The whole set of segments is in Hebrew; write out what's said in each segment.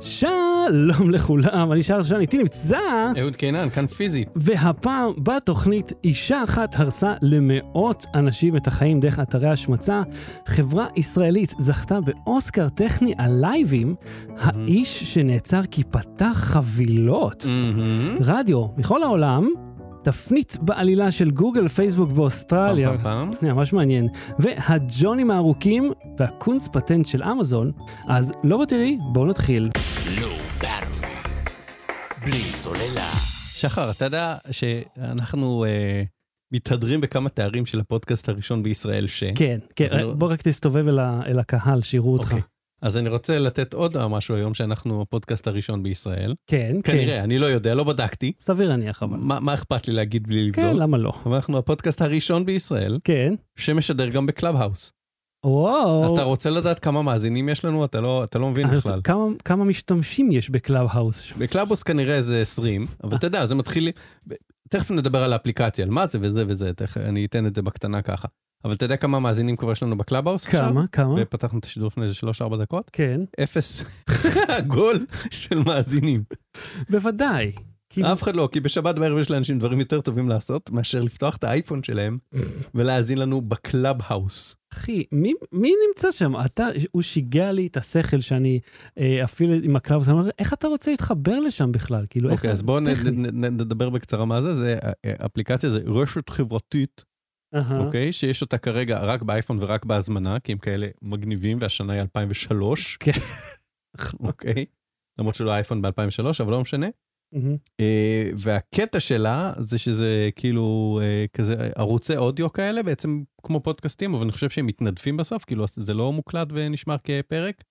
שלום לכולם, אני שר שושן, איתי נמצא, אהוד קינן, כאן פיזית. והפעם בתוכנית אישה אחת הרסה למאות אנשים את החיים דרך אתרי השמצה. חברה ישראלית זכתה באוסקר טכני הלייבים, האיש שנעצר כי פתח חבילות. מהמם. רדיו מכל העולם, תפנית בעלילה של גוגל, פייסבוק באוסטרליה. פעם, פעם, פעם. שנייה, ממש מעניין. והג'ונים הארוכים והקונס פטנט של אמזון, אז לא בתראי, בואו נתחיל. שחר, אתה יודע שאנחנו אה, מתהדרים בכמה תארים של הפודקאסט הראשון בישראל ש... כן, כן, אז לא- בוא רק תסתובב אל, ה, אל הקהל, שיראו אותך. אוקיי. אז אני רוצה לתת עוד משהו היום שאנחנו הפודקאסט הראשון בישראל. כן, כן. כנראה, Mm, אני לא יודע, לא בדקתי. סביר להניח, אבל. מה מה אכפת לי להגיד בלי כן, לבדוק? למה לא? אבל אנחנו הפודקאסט הראשון בישראל כן. שמשדר גם בקלאב האוס. וואו. אתה רוצה לדעת כמה מאזינים יש לנו? אתה לא- אתה לא מבין אני רוצה- בכלל. כמה, כמה משתמשים יש בקלאב האוס? בקלאבוס כנראה זה 20, אבל אתה יודע, זה מתחיל... תכף נדבר על האפליקציה, על מה זה וזה וזה, תכף אני אתן את זה בקטנה ככה. אבל אתה יודע כמה מאזינים כבר יש לנו בקלאבהאוס עכשיו? כמה? כמה? ופתחנו את השידור לפני איזה 3-4 דקות? כן, אפס עגול של מאזינים. בוודאי. כי- אף אחד לא, כי בשבת בערב יש לאנשים דברים יותר טובים לעשות מאשר לפתוח את האייפון שלהם ולהאזין לנו בקלאבהאוס. אחי, מי, מי נמצא שם? אתה, הוא שיגע לי את השכל שאני אה, אפילו עם הקלאב, אני אומר, איך אתה רוצה להתחבר לשם בכלל? כאילו, איך... אוקיי, אז בואו נ- טכני. נ- נ- נדבר בקצרה מה זה, זה אה, אה, אפליקציה, זה רשת חברתית אהה, אוקיי? שיש אותה כרגע רק באייפון ורק בהזמנה, כי הם כאלה מגניבים, והשנה היא 2003. כן. אוקיי? למרות שלא האייפון ב-2003, אבל לא משנה. מהמם. אה, והקטע שלה זה שזה כאילו אה, כזה ערוצי אודיו כאלה, בעצם כמו פודקאסטים, אבל אני חושב שהם מתנדפים בסוף, כאילו זה לא מוקלט ונשמר כפרק.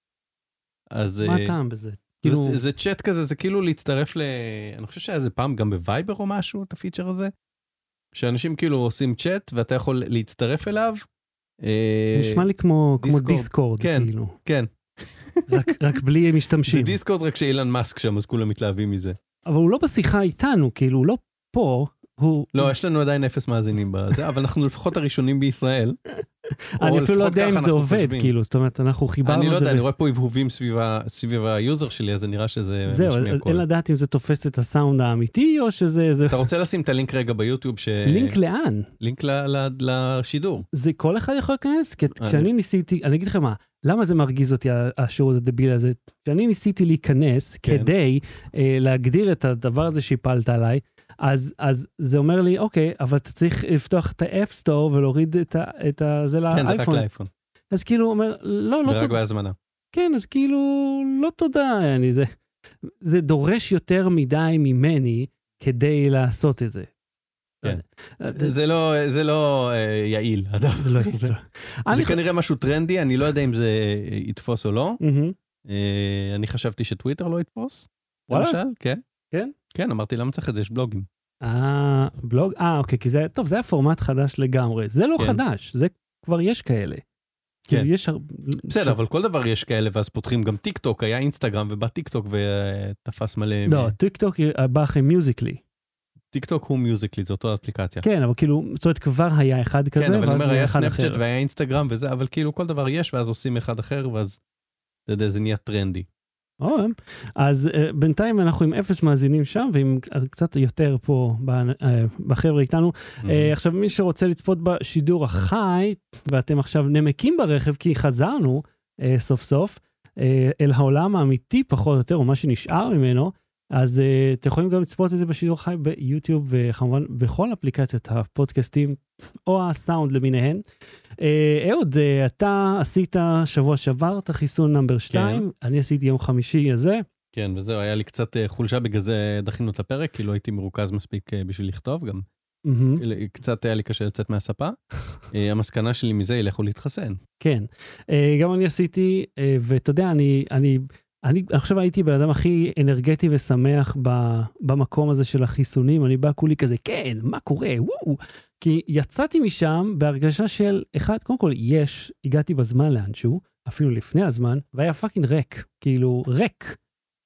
אז... מה אה, הטעם בזה? זה, כאילו, זה, זה צ'אט כזה, זה כאילו להצטרף ל... אני חושב שהיה איזה פעם גם בווייבר או משהו, את הפיצ'ר הזה, שאנשים כאילו עושים צ'אט ואתה יכול להצטרף אליו. אה, נשמע לי כמו כמו דיסקורד. דיסקורד, כן, כאילו. כן. רק, רק בלי זה משתמשים. דיסקורד רק שאילן מאסק שם, אז כולם מתלהבים מזה. אבל הוא לא בשיחה איתנו, כאילו, הוא לא פה, הוא... לא, יש לנו עדיין אפס מאזינים בזה, אבל אנחנו לפחות הראשונים בישראל. אני או אפילו לא לפחות יודע ככה אם זה אנחנו עובד, חושבים. כאילו, זאת אומרת, אנחנו חיברנו אני לא את זה. יודע, ב- אני רואה פה הבהובים סביב ה- סביב היוזר שלי, אז זה נראה שזה זהו, משמיע אין קול. לדעת אם זה תופס את הסאונד האמיתי, או שזה איזה... אתה רוצה לשים את הלינק רגע ביוטיוב, ש- לינק לאן? לינק ל- ל- לשידור. זה כל אחד יכול להיכנס? כי אני- כשאני ניסיתי, אני אגיד לכם מה, למה זה מרגיז אותי, ה- השירות הדביל הזה? כשאני ניסיתי להיכנס כן. כדי אה, להגדיר את הדבר הזה שהפלת עליי, אז, אז זה אומר לי, אוקיי, אבל אתה צריך לפתוח את האפ סטור ולהוריד את, ה, את ה, זה כן, זה רק לאייפון. לאייפון. אז כאילו, הוא אומר, אה, לא, לא ורק תודה. בהזמנה. כן, אז כאילו, לא תודה, אני זה... זה דורש יותר מדי ממני כדי לעשות את זה. לא כן. יודע. זה לא, זה לא אה, יעיל, הדבר זה לא... זה- אני חו- זה כן- כנראה משהו טרנדי, אני לא יודע אם זה אה, יתפוס או לא. מהמם. אה, אני חשבתי שטוויטר לא יתפוס. וואלה? למשל, כן. כן? כן, אמרתי, למה צריך את זה? יש בלוגים. אה, בלוג? אה, אוקיי, כי זה, טוב, זה היה פורמט חדש לגמרי. זה לא כן. חדש, זה כבר יש כאלה. כאילו, יש הרבה... בסדר, אבל כל דבר יש כאלה, ואז פותחים גם טיק טוק, היה אינסטגרם ובא טיק טוק ותפס מלא... לא, טיק טוק בא אחרי מיוזיקלי. טיק טוק הוא מיוזיקלי, זו אותה אפליקציה. כן, אבל כאילו, זאת אומרת, כבר היה אחד כזה, כן, אבל אני ואז אומר, היה היה אחד סנאפצ'אט אחר. והיה אינסטגרם וזה, אבל כאילו כל דבר יש, ואז עושים אחד אחר, ואז, אתה יודע, זה נהיה טרנדי. או, אז אה, בינתיים אנחנו עם אפס מאזינים שם, ועם אה, קצת יותר פה באנ- אה, בחבר'ה איתנו. Mhm. אה, עכשיו, מי שרוצה לצפות בשידור החי, ואתם עכשיו נמקים ברכב, כי חזרנו אה, סוף סוף אה, אל העולם האמיתי, פחות או יותר, או מה שנשאר ממנו, אז אה, אתם יכולים גם לצפות את זה בשידור חי ביוטיוב, וכמובן בכל אפליקציות הפודקאסטים, או הסאונד למיניהן. אה, אהוד, אה, אתה עשית שבוע שעבר את החיסון נאמבר 2, אני עשיתי יום חמישי הזה. כן, וזהו, היה לי קצת אה, חולשה, בגלל זה דחינו את הפרק, כי לא הייתי מרוכז מספיק אה, בשביל לכתוב גם. מהמם. כן. קצת היה לי קשה לצאת מהספה. אה, המסקנה שלי מזה היא לכו להתחסן. כן. אה, גם אני עשיתי, אה, ואתה יודע, אני, אני, אני, אני חושב הייתי בן אדם הכי אנרגטי ושמח ב, במקום הזה של החיסונים. אני בא כולי כזה, כן, מה קורה? וואו. כי יצאתי משם בהרגשה של, אחד, קודם כל, יש, הגעתי בזמן לאנשהו, אפילו לפני הזמן, והיה פאקינג ריק, כאילו, ריק.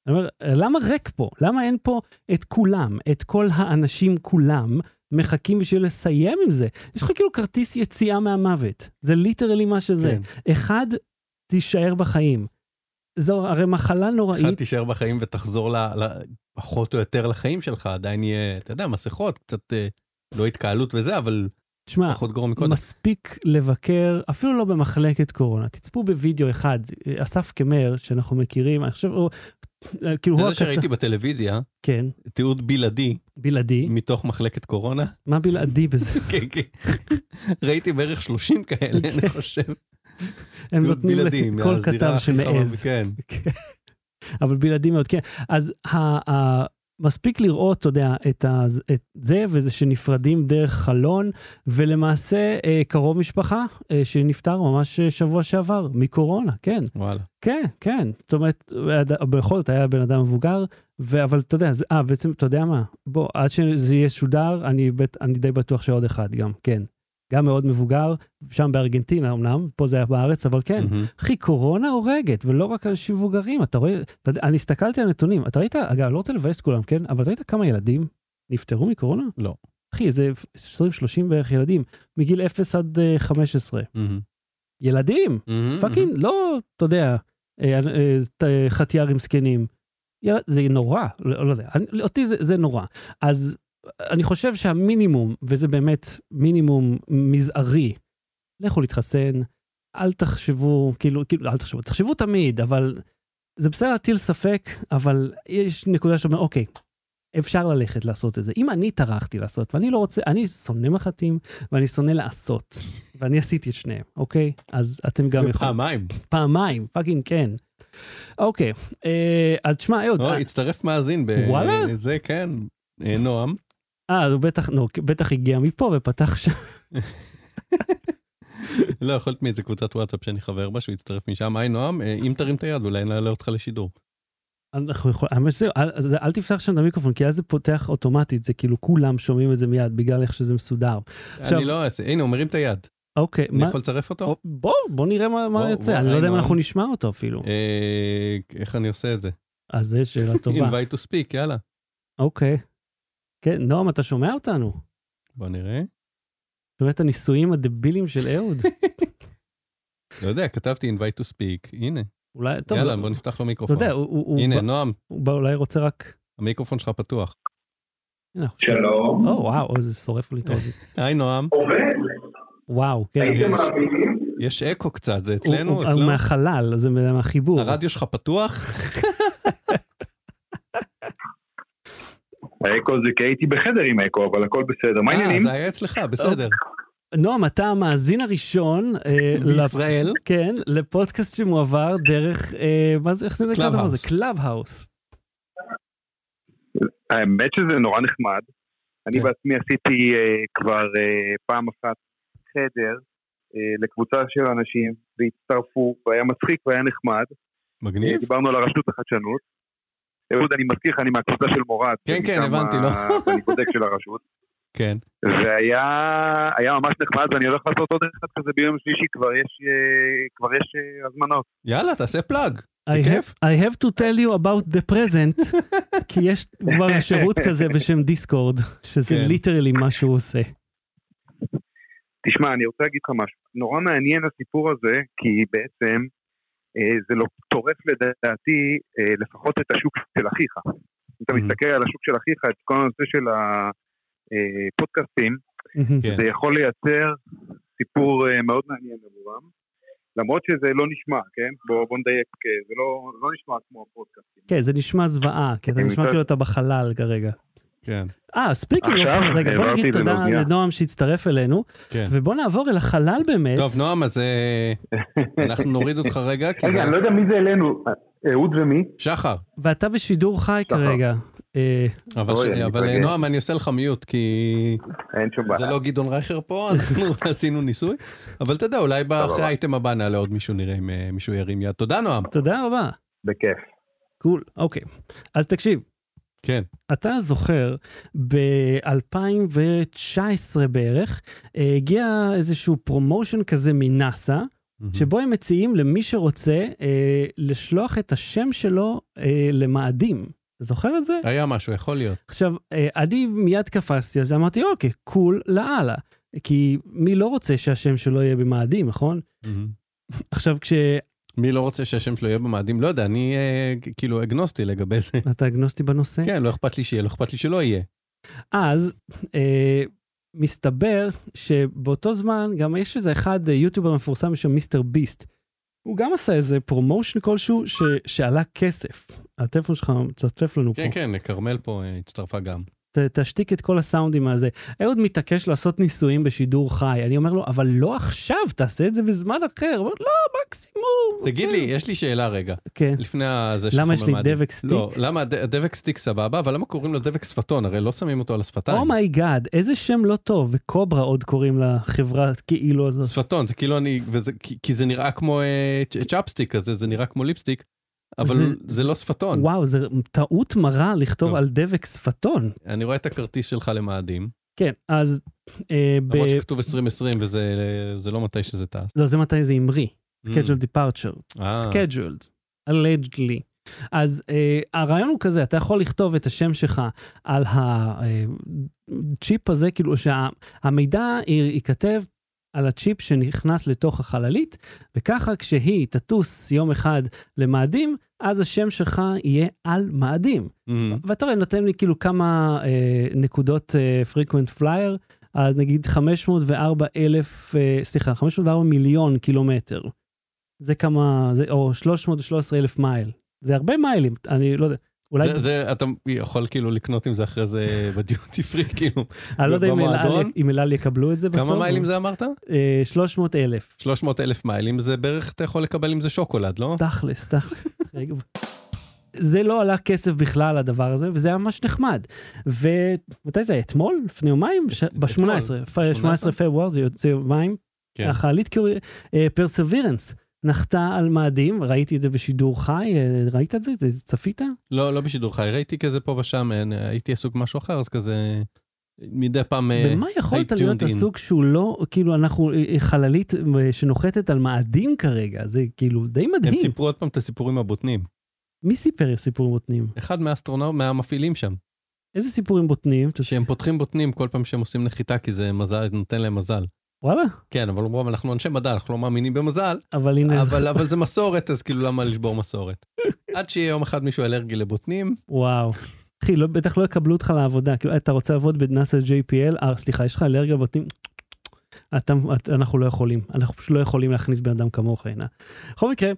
אני אומר, למה ריק פה? למה אין פה את כולם, את כל האנשים כולם, מחכים בשביל לסיים עם זה? יש לך כאילו כרטיס כן. יציאה מהמוות. זה ליטרלי מה שזה. אחד, תישאר בחיים. זו הרי מחלה אחד נוראית. תישאר בחיים ותחזור ל- ל- פחות או יותר לחיים שלך, עדיין יהיה, אתה יודע, מסכות, קצת אה, לא התקהלות וזה, אבל תשמע, פחות גרוע מקודם. מספיק לבקר, אפילו לא במחלקת קורונה. תצפו בווידאו אחד, אה, אסף קמר, שאנחנו מכירים, אני חושב, הוא- אה, כאילו אתה הוא... הכת- יודע לא שראיתי בטלוויזיה כן, תיעוד בלעדי בלעדי. מתוך מחלקת קורונה? מה בלעדי בזה? כן, כן. ראיתי בערך 30 כאלה, אני חושב. הם תיעוד נותנים בלעדי לכל מהזירה כתב הכי חמה, שמעז. כן. כן. אבל בלעדי מאוד, כן. אז ה, ה, מספיק לראות, אתה יודע, את, ה, את זה וזה שנפרדים דרך חלון, ולמעשה אה, קרוב משפחה אה, שנפטר ממש אה, שבוע שעבר מקורונה, כן, וואלה. כן, כן. זאת אומרת, הד- בכל זאת היה בן אדם מבוגר, ו, אבל אתה יודע, זה- אה, בעצם, אתה יודע מה, בוא, עד שזה יהיה שודר, אני, בט, אני די בטוח שעוד אחד גם, כן. גם מאוד מבוגר, שם בארגנטינה אמנם, פה זה היה בארץ, אבל כן. מהמם. אחי, קורונה הורגת, ולא רק אנשים מבוגרים, אתה רואה, אתה, יודע, אני הסתכלתי על נתונים, אתה ראית, אגב, אני לא רוצה לבאס את כולם, כן? אבל אתה ראית כמה ילדים נפטרו מקורונה? לא. אחי, איזה 20-30 בערך ילדים, מגיל 0 עד אה, 15. מהמם. ילדים! מהמם. פאקינג, לא, אתה יודע, אה, אה, ת- חטיארים זקנים. יאללה, זה נורא, לא, לא יודע, אני, אותי זה, זה נורא. אז אני חושב שהמינימום, וזה באמת מינימום מזערי, לכו להתחסן, אל תחשבו, כאילו, כאילו, אל תחשבו, תחשבו תמיד, אבל זה בסדר להטיל ספק, אבל יש נקודה שאומרת, אוקיי, אפשר ללכת לעשות את זה. אם אני טרחתי לעשות, ואני לא רוצה, אני שונא מחטים, ואני שונא לעשות, ואני עשיתי את שניהם, אוקיי? אז אתם גם יכולים. פעמיים. פעמיים, פאקינג כן. אוקיי, אה, אז תשמע, אהוד, לא, הצטרף מאזין ב... וואלה? זה כן, אה, נועם. אה, הוא בטח, נו, בטח הגיע מפה ופתח שם. לא, יכולת מאיזה קבוצת וואטסאפ שאני חבר בה, שהוא יצטרף משם. היי, נועם, אה, אם תרים את היד, אולי נעלה אותך לשידור. אנחנו יכולים, האמת שזהו, אל, אז אל תפתח שם את המיקרופון, כי אז זה פותח אוטומטית, זה כאילו כולם שומעים את זה מיד, בגלל איך שזה מסודר. עכשיו- אני לא אעשה, הנה, הוא מרים את היד. אוקיי, אני מה, יכול לצרף אותו? או, בוא, בוא נראה מה, מה בוא, יוצא, בוא, אני לא יודע אם היינו. אנחנו נשמע אותו אפילו. אה, איך אני עושה את זה? אז זו שאלה טובה. invite to speak, יאללה. אוקיי. כן, נועם, אתה שומע אותנו? בוא נראה. שומע את הניסויים הדבילים של אהוד? לא יודע, כתבתי invite to speak, הנה. אולי, טוב, יאללה, לא- בוא נפתח לו אתה מיקרופון. יודע, הוא- הוא הוא הנה, בא- נועם, הוא בא, אולי רוצה רק... המיקרופון שלך פתוח. הנה, אנחנו- שלום. או, וואו, איזה שורף לי את האוזן. היי, נועם. עובד? וואו, כן. הייתם הוא- מאמינים? יש אקו קצת, זה אצלנו, הוא- הוא אצלנו. מהחלל, זה מה- מהחיבור. הרדיו שלך פתוח? האקו זה כי הייתי בחדר עם האקו, אבל הכל בסדר. מה אה, העניינים? זה היה אצלך, בסדר. אוקיי. נועם, אתה המאזין הראשון, אה, לפ- בישראל? כן, לפודקאסט שמועבר דרך, אה, מה זה, איך זה נקרא Clubhouse. הדבר הזה? קלאב האוס. האמת שזה נורא נחמד. אני כן. בעצמי עשיתי אה, כבר אה, פעם אחת חדר אה, לקבוצה של אנשים, והצטרפו, והיה מצחיק והיה נחמד. מגניב. דיברנו על הרשות לחדשנות. אהוד, אני מזכיר לך, אני מהקבוצה של מורד. כן, אני כן, שם הבנתי, ה- לא. אני בודק של הרשות. כן. והיה היה ממש נחמד, ואני הולך לעשות עוד אחד כזה ביום שלישי, כבר יש, אה, כבר יש אה, הזמנות. יאללה, תעשה פלאג. I בכיף. have, I have to tell you about the present, כי יש כבר שירות כזה בשם דיסקורד, שזה כן. ליטרלי מה שהוא עושה. תשמע, אני רוצה להגיד לך משהו. נורא מעניין הסיפור הזה, כי בעצם אה, זה לא טורף לדעתי אה, לפחות את השוק של אחיך. אם אתה Mhm. מסתכל על השוק של אחיך, את כל הנושא של הפודקאסטים, כן. זה יכול לייצר סיפור אה, מאוד מעניין עבורם. למרות שזה לא נשמע, כן? בואו בוא נדייק, אה, זה לא, לא נשמע כמו הפודקאסטים. כן, זה נשמע זוועה, כי אתה נשמע מצד- כאילו אתה בחלל כרגע. כן. אה, ספיקינג, עכשיו רגע, בוא העברתי נגיד את זה תודה לאוזנייה. לנועם שהצטרף אלינו, כן. ובוא נעבור אל החלל באמת. טוב, נועם, אז אה, אנחנו נוריד אותך רגע, כי זה... רגע, אני לא יודע מי זה אלינו. אהוד ומי? שחר, ואתה בשידור חי נכון. כרגע. אה, אבל אוי, ש- אני אבל, אה, מתרגש. נועם, אני עושה לך מיוט, כי אין שום בעיה. זה לא גדעון רייכר פה, אנחנו עשינו ניסוי, אבל אתה יודע, אולי אחרי האייטם הבא נעלה עוד מישהו, נראה אם אה, מישהו ירים יד. תודה, נועם. תודה רבה. בכיף. קול, אוקיי. אז תקשיב, כן. אתה זוכר, ב-2019 בערך, אה, הגיע איזשהו פרומושן כזה מנאסא, Mm-hmm. שבו הם מציעים למי שרוצה אה, לשלוח את השם שלו אה, למאדים. זוכר את זה? היה משהו, יכול להיות. עכשיו, אה, אני מיד קפצתי על זה, אמרתי, אוקיי, קול לאללה. כי מי לא רוצה שהשם שלו יהיה במאדים, נכון? מהמם. עכשיו, כש... מי לא רוצה שהשם שלו יהיה במאדים? לא יודע, אני אה, כאילו אגנוסטי לגבי זה. אתה אגנוסטי בנושא? כן, לא אכפת לי שיהיה, לא אכפת לי שלא יהיה. אז אה, מסתבר שבאותו זמן גם יש איזה אחד אה, יוטיובר מפורסם בשם מיסטר ביסט. הוא גם עשה איזה פרומושן כלשהו ש... שעלה כסף. הטלפון שלך מצפצף לנו כן, פה. כן, כרמל פה אה, הצטרפה גם. ת, תשתיק את כל הסאונדים הזה. אהוד מתעקש לעשות ניסויים בשידור חי. אני אומר לו, אבל לא עכשיו, תעשה את זה בזמן אחר. הוא אומר, לא, מקסימום. תגיד לי, יש לי שאלה רגע, כן. לפני הזה למה שאנחנו יש לי במאדים. דבק סטיק? לא, למה הד- הדבק סטיק סבבה, אבל למה קוראים לו דבק שפתון? הרי לא שמים אותו על השפתיים. אומייגאד, Oh איזה שם לא טוב, וקוברה עוד קוראים לחברה כאילו הזאת. שפתון, זה כאילו אני, וזה, כי, כי זה נראה כמו אה, צ'- צ'אפסטיק כזה, זה נראה כמו ליפסטיק, אבל זה- זה, זה לא שפתון. וואו, זו טעות מרה לכתוב טוב. על דבק שפתון. אני רואה את הכרטיס שלך למאדים, כן, אז... אה, ב... למרות שכתוב 2020 וזה זה לא מתי שזה טס. לא, זה מתי זה המריא. Scheduled departure. Mm. אה, scheduled, allegedly. אז אה, הרעיון הוא כזה, אתה יכול לכתוב את השם שלך על הצ'יפ הזה, כאילו שהמידע ייכתב על הצ'יפ שנכנס לתוך החללית, וככה כשהיא תטוס יום אחד למאדים, אז השם שלך יהיה על מאדים. אמ, ואתה רואה, נותן לי כאילו כמה אה, נקודות אה, frequent flyer, אז נגיד 504 אלף, אה, סליחה, 504 מיליון קילומטר. זה כמה, זה, או 313 אלף מייל. זה הרבה מיילים, אני לא יודע. אולי, mm. זה, זה, אתה יכול כאילו לקנות עם זה אחרי זה בדיוטי פרי, כאילו. אני לא יודע אם אל על- במועדון? אם אלעל יקבלו את זה בסוף. כמה מיילים זה אמרת? אה, 300 אלף. 300 אלף מיילים, זה בערך אתה יכול לקבל עם זה שוקולד, לא? תכלס, תכלס. רגע. זה לא עלה כסף בכלל הדבר הזה, וזה היה ממש נחמד. ומתי זה היה? אתמול? לפני יומיים? ש... ב-18, 18 פברואר, זה יוצא יומיים. כן. החללית פרסווירנס נחתה על מאדים, ראיתי את זה בשידור חי, אה, ראית את זה? זה- זה- צפית? לא, לא בשידור חי, ראיתי כזה פה ושם, אין, הייתי עסוק במשהו אחר, אז כזה מדי פעם... אה, במה יכולת I tuned להיות in. עסוק שהוא לא, כאילו אנחנו אה, אה, חללית אה, שנוחתת על מאדים כרגע, זה כאילו די הם מדהים. סיפרו עוד פעם את הסיפורים הבוטנים. מי סיפר סיפורים בוטנים? אחד מהאסטרונאו, מהמפעילים שם, איזה סיפורים בוטנים? שהם פותחים בוטנים כל פעם שהם עושים נחיתה, כי זה מזל, נותן להם מזל. וואלה, כן, אבל אומרים, אנחנו אנשי מדע, אנחנו לא מאמינים במזל, אבל הנה, אבל, אבל זה מסורת, אז כאילו למה לשבור מסורת? עד שיהיה יום אחד מישהו אלרגי לבוטנים, וואו. אחי, לא, בטח לא יקבלו אותך לעבודה. כאילו, אתה רוצה לעבוד בנאסא JPL? אה, סליחה, יש לך אלרגיה לבתים? אתה, את, אנחנו לא יכולים. אנחנו פשוט לא יכולים להכניס בן אדם כמוך הנה. בכל מקרה,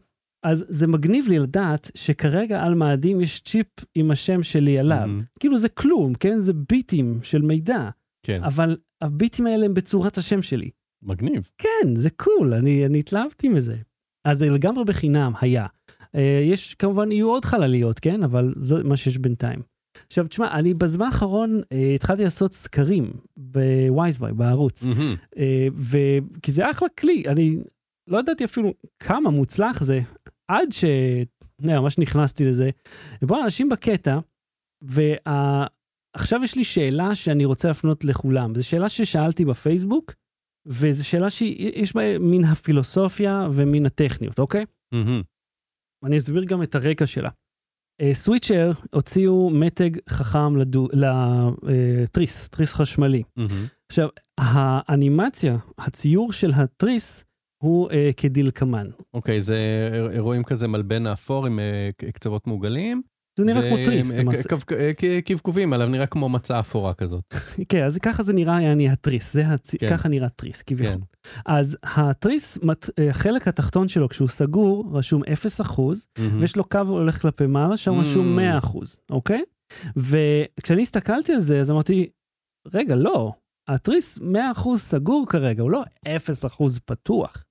אז זה מגניב לי לדעת שכרגע על מאדים יש צ'יפ עם השם שלי עליו. אמ, כאילו, זה כלום, כן? זה ביטים של מידע. כן, אבל הביטים האלה הם בצורת השם שלי. מגניב. כן, זה קול, אני, אני התלהבתי מזה. אז זה לגמרי בחינם, היה. אה, יש, כמובן, יהיו עוד חלליות, כן? אבל זה מה שיש בינתיים. עכשיו, תשמע, אני בזמן האחרון אה, התחלתי לעשות סקרים בווייזביי, בערוץ. אמ, אה, ו... כי זה אחלה כלי, אני לא ידעתי אפילו כמה מוצלח זה, עד ש... נה, ממש נכנסתי לזה. בואו, אנשים בקטע, ועכשיו יש לי שאלה שאני רוצה להפנות לכולם. זו שאלה ששאלתי בפייסבוק, וזו שאלה שיש בה מן הפילוסופיה ומן הטכניות, אוקיי? אמ, אני אסביר גם את הרקע שלה. אה, סוויצ'ר הוציאו מתג חכם לתריס, תריס חשמלי. אמ. האנימציה, הציור של התריס, הוא אה, כדלקמן. אוקיי, זה אירוע- אירועים כזה מלבן האפור עם אה, ק- קצוות מעוגלים. זה נראה כמו ו- תריס, אה, אתה מעשה. ק- קו- אה, כ- קבקובים עליו, נראה כמו מצה אפורה כזאת. כן, אז ככה זה נראה, יעני, התריס. זה הצ... כן. ככה נראה תריס, כביכול. כן. אז התריס, מת- אה, החלק התחתון שלו, כשהוא סגור, רשום 0%, אמ. ויש לו קו הולך כלפי מעלה, שם רשום Mm. 100%, אוקיי? וכשאני הסתכלתי על זה, אז אמרתי, רגע, לא, התריס 100% סגור כרגע, הוא לא 0% פתוח.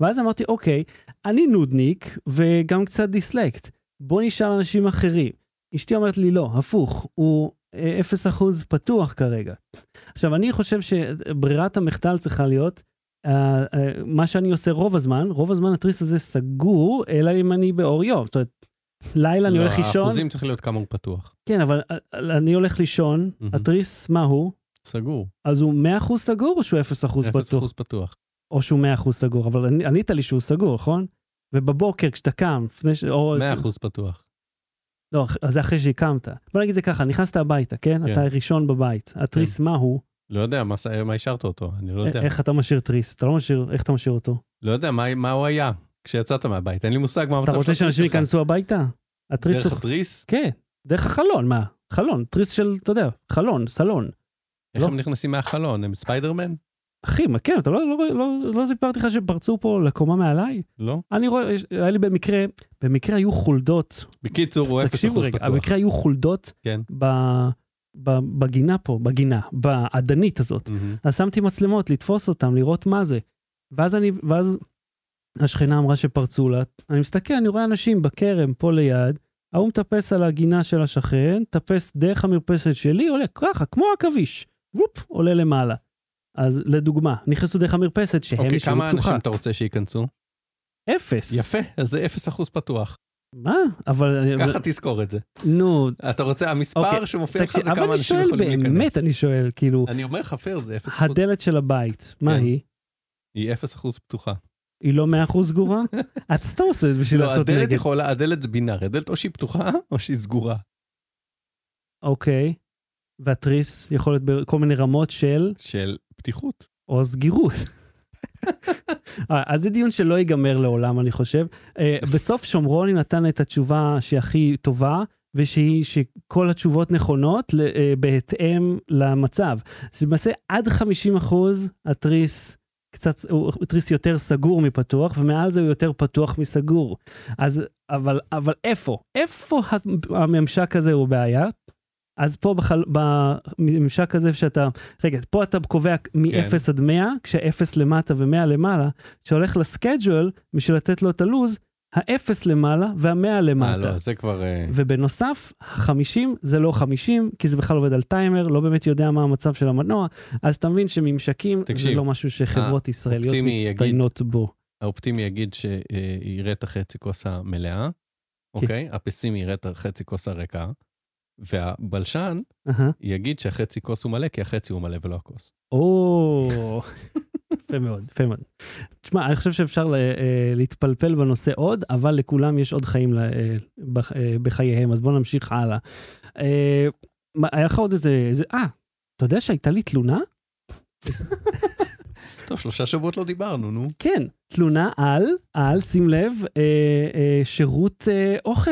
ואז אמרתי, אוקיי, אני נודניק וגם קצת דיסלקט, בוא נשאל אנשים אחרים. אשתי אומרת לי, לא, הפוך, הוא אה, 0% פתוח כרגע. עכשיו, אני חושב שברירת המחדל צריכה להיות, אה, אה, מה שאני עושה רוב הזמן, רוב הזמן התריס הזה סגור, אלא אם אני באור יום. זאת אומרת, לילה אני לא, הולך לישון, האחוזים צריך להיות כמה הוא פתוח. כן, אבל אה, אני הולך לישון, מהמם. התריס, מה הוא? סגור. אז הוא 100% סגור או שהוא 0% אפס פתוח? אחוז פתוח. או שהוא 100% סגור, אבל אני- ענית לי שהוא סגור, נכון? ובבוקר כשאתה קם, לפני ש... או... 100% פתוח. לא, אח- אז זה אחרי שהקמת. בוא נגיד זה ככה, נכנסת הביתה, כן? כן. אתה ראשון בבית. התריס, מה הוא? לא יודע, מה, אה, ש- מה השארת אותו? אני לא יודע. א- איך אתה משאיר תריס? אתה לא משאיר, איך אתה משאיר אותו? לא יודע, מה, מה הוא היה? כשיצאת מהבית, אין לי מושג מה המצב אתה רוצה של התריס שאנשים שלך. ייכנסו הביתה? התריס... דרך התריס? כן, דרך החלון, מה? חלון, תריס של, אתה יודע, חלון, סלון. איך לא. הם נכנסים מהחלון? הם ספיידרמן? אחי, מה כן, אתה לא, לא, לא, לא סיפרתי לך שפרצו פה לקומה מעליי? לא. אני רואה, יש- היה לי במקרה, במקרה היו חולדות, בקיצור, הוא 0% תקשיבו רגע, פתוח. במקרה היו חולדות כן. ב, ב, בגינה פה, בגינה, באדנית הזאת. מהמם. אז שמתי מצלמות לתפוס אותם, לראות מה זה. ואז אני, ואז השכנה אמרה שפרצו לה, אני מסתכל, אני רואה אנשים בכרם פה ליד, ההוא מטפס על הגינה של השכן, טפס דרך המרפסת שלי, עולה ככה, כמו עכביש, וופ, עולה למעלה. אז לדוגמה, נכנסו דרך המרפסת שהם אוקיי, נשארו כמה פתוחה. אנשים אתה רוצה שייכנסו? אפס. יפה, אז זה 0% פתוח. מה? אבל... ככה תזכור את זה. נו, אתה רוצה, המספר אוקיי, שמופיע לך תקשיב, זה אבל כמה אני אנשים שואל יכולים להיכנס. באמת, אני שואל, כאילו, אני אומר לך, פייר, זה 0%. הדלת של הבית, מה כן. היא? היא 0% פתוחה. היא לא 100% סגורה? אתה סתם עושה את זה בשביל לא, לעשות הדלת נגד. יכולה, הדלת זה בינארי. הדלת או שהיא פתוחה או שהיא סגורה. אוקיי. והתריס יכול להיות בכל מיני רמות של של פתיחות. או סגירות. אה, אז זה דיון שלא ייגמר לעולם, אני חושב. אה, בסוף שומרוני נתן את התשובה שהיא הכי טובה, ושהיא שכל התשובות נכונות ל- אה, בהתאם למצב. אז למעשה עד 50 אחוז התריס קצת, הוא התריס יותר סגור מפתוח, ומעל זה הוא יותר פתוח מסגור. אז, אבל, אבל איפה? איפה ה- הממשק הזה הוא בעיה? אז פה בחל... בממשק הזה שאתה, רגע, פה אתה קובע מ-0 כן. עד 100, כשה-0 למטה ו-100 למעלה, שהולך לסקייג'ואל בשביל לתת לו את הלוז, ה-0 למעלה וה-100 אה, למטה. לא, זה כבר... אה, ובנוסף, 50 זה לא 50, כי זה בכלל עובד על טיימר, לא באמת יודע מה המצב של המנוע, אז אתה מבין שממשקים זה תקשיב, אה, לא משהו שחברות ישראליות אופטימי יגיד- מצטיינות בו. האופטימי יגיד שיראה את החצי כוס המלאה, כן. אוקיי? הפסימי יראה את החצי כוס הריקה, והבלשן אהה. יגיד שהחצי כוס הוא מלא, כי החצי הוא מלא ולא הכוס. או, יפה מאוד, יפה מאוד. תשמע, אני חושב שאפשר ל- אה, להתפלפל בנושא עוד, אבל לכולם יש עוד חיים ל- אה, בח- אה, בחייהם, אז בואו נמשיך הלאה. אה, מה, היה לך עוד איזה... איזה- אה, אתה יודע שהייתה לי תלונה? טוב, שלושה שבועות לא דיברנו, נו. כן, תלונה על, על, שים לב, אה, אה, שירות אה, אוכל.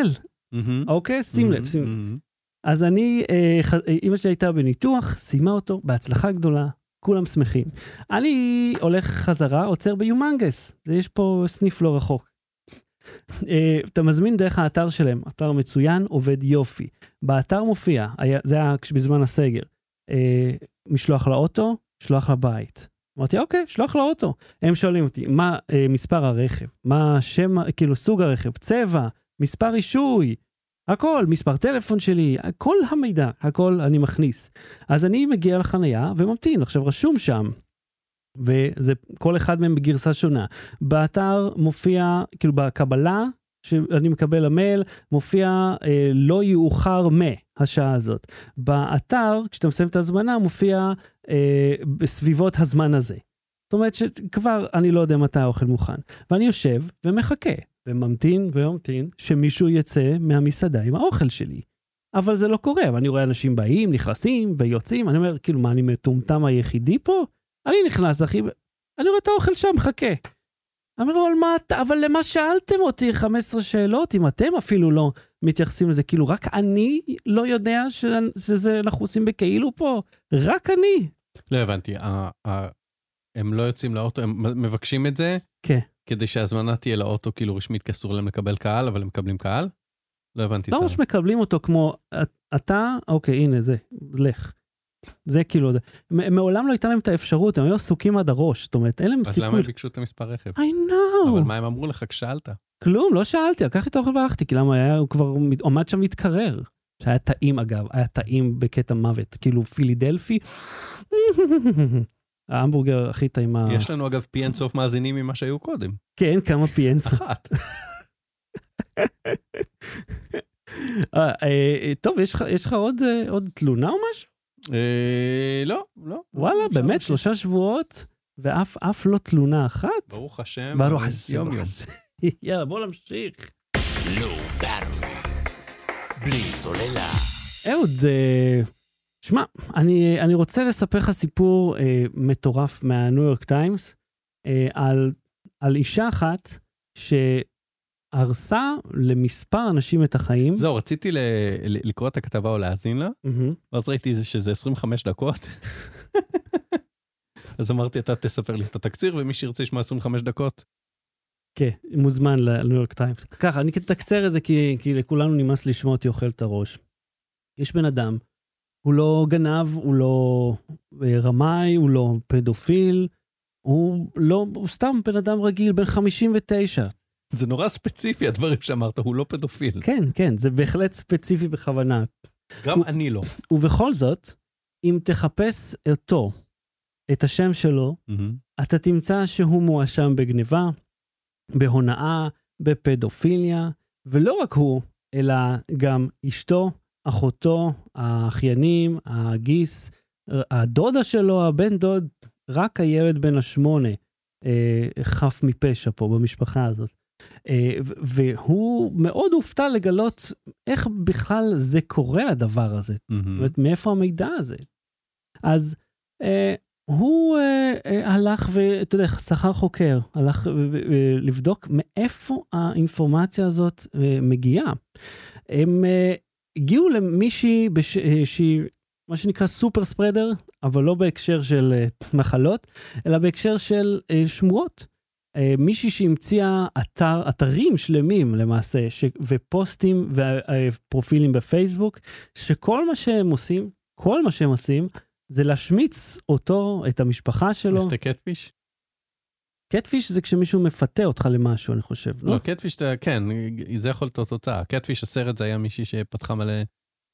אוקיי? שים Mm-hmm. לב, שים לב. מהמם. אז אני, אה, ח- אה, אימא שלי הייתה בניתוח, סיימה אותו בהצלחה גדולה, כולם שמחים. אני הולך חזרה, עוצר ביומנגס, זה יש פה סניף לא רחוק. אה, אתה מזמין דרך האתר שלהם, אתר מצוין, עובד יופי. באתר מופיע, היה, זה היה כש- בזמן הסגר, אה, משלוח לאוטו, משלוח לבית. אמרתי, אוקיי, שלוח לאוטו. הם שואלים אותי, מה אה, מספר הרכב? מה שם, ה- כאילו סוג הרכב? צבע? מספר רישוי? הכל, מספר טלפון שלי, כל המידע, הכל אני מכניס. אז אני מגיע לחנייה וממתין, עכשיו רשום שם. וזה, כל אחד מהם בגרסה שונה. באתר מופיע, כאילו בקבלה שאני מקבל למייל, מופיע אה, לא יאוחר מהשעה הזאת. באתר, כשאתה מסיים את ההזמנה, מופיע אה, בסביבות הזמן הזה. זאת אומרת שכבר אני לא יודע מתי האוכל מוכן. ואני יושב ומחכה, וממתין וממתין שמישהו יצא מהמסעדה עם האוכל שלי. אבל זה לא קורה, ואני רואה אנשים באים, נכנסים ויוצאים, אני אומר, כאילו, מה, אני מטומטם היחידי פה? אני נכנס, אחי, אני רואה את האוכל שם, מחכה. אני אומר, אבל מה אתה, אבל למה שאלתם אותי 15 שאלות, אם אתם אפילו לא מתייחסים לזה, כאילו, רק אני לא יודע ש... שזה, אנחנו עושים בכאילו פה, רק אני. לא הבנתי, ה- ה- הם לא יוצאים לאוטו, הם מבקשים את זה, כן. כדי שההזמנה תהיה לאוטו, כאילו רשמית, כי אסור להם לקבל קהל, אבל הם מקבלים קהל? לא הבנתי את לא ממש מקבלים אותו כמו, "את- אתה, אוקיי, הנה זה, לך. זה כאילו, זה. מ- מעולם לא הייתה להם את האפשרות, הם היו עסוקים עד הראש, זאת אומרת, אין להם אז למה סיכוי. לא. הם ביקשו את המספר רכב? I know, אבל מה הם אמרו לך כששאלת? כלום, לא שאלתי, לקחתי את האוכל והלכתי, כי למה היה, הוא כבר מת- עמד שם מתקרר. שהיה טעים אגב, היה טעים בקטע מוות, כאילו פילידלפי. ההמבורגר הכי טעים. ה- יש לנו אגב פי אין סוף מאזינים ממה שהיו קודם. כן, כמה פיאנס. אחת. אה, אה, טוב, יש לך- יש לך עוד, אה, עוד תלונה או משהו? אה, לא, לא. וואלה, אפשר באמת, להמשיך. שלושה שבועות, ואף אף לא תלונה אחת? ברוך השם. ברוך השם. יום ברוך יום. השם. יאללה, בוא נמשיך. לא בלי סוללה. אהוד, אה, שמע, אני, אני רוצה לספר לך סיפור אה, מטורף מהניו יורק טיימס אה, על, על אישה אחת שהרסה למספר אנשים את החיים. זהו, רציתי ל- ל- לקרוא את הכתבה או להאזין לה, מהמם. ואז ראיתי זה- שזה 25 דקות. אז אמרתי, אתה תספר לי את התקציר, ומי שירצה לשמוע 25 דקות, כן, מוזמן לניו יורק טיימס. ככה, אני אתקצר את זה כי, כי לכולנו נמאס לשמוע אותי אוכל את הראש. יש בן אדם, הוא לא גנב, הוא לא אה, רמאי, הוא לא פדופיל, הוא לא, הוא סתם בן אדם רגיל, בן 59. זה נורא ספציפי הדברים שאמרת, הוא לא פדופיל. כן, כן, זה בהחלט ספציפי בכוונה. גם אני לא. ובכל זאת, אם תחפש אותו, את השם שלו, אתה תמצא שהוא מואשם בגניבה, בהונאה, בפדופיליה, ולא רק הוא, אלא גם אשתו, אחותו, האחיינים, הגיס, הדודה שלו, הבן דוד, רק הילד בן השמונה אה, חף מפשע פה במשפחה הזאת. אה, ו- והוא מאוד הופתע לגלות איך בכלל זה קורה הדבר הזה. Mm-hmm. זאת אומרת, מאיפה המידע הזה? אז אה, הוא אה, אה, הלך ואתה יודע, שכר חוקר, הלך ו- ו- ו- לבדוק מאיפה האינפורמציה הזאת אה, מגיעה. הם אה, הגיעו למישהי בש- אה, שהיא, מה שנקרא סופר ספרדר, אבל לא בהקשר של אה, מחלות, אלא בהקשר של אה, שמועות. אה, מישהי שהמציאה אתר, אתרים שלמים למעשה, ש, ופוסטים ופרופילים בפייסבוק, שכל מה שהם עושים, כל מה שהם עושים, זה להשמיץ אותו, את המשפחה שלו. יש את הקטפיש? קטפיש זה כשמישהו מפתה אותך למשהו, אני חושב. לא, קטפיש, אתה- כן, זה יכול להיות התוצאה. קטפיש הסרט זה היה מישהי שפתחה מלא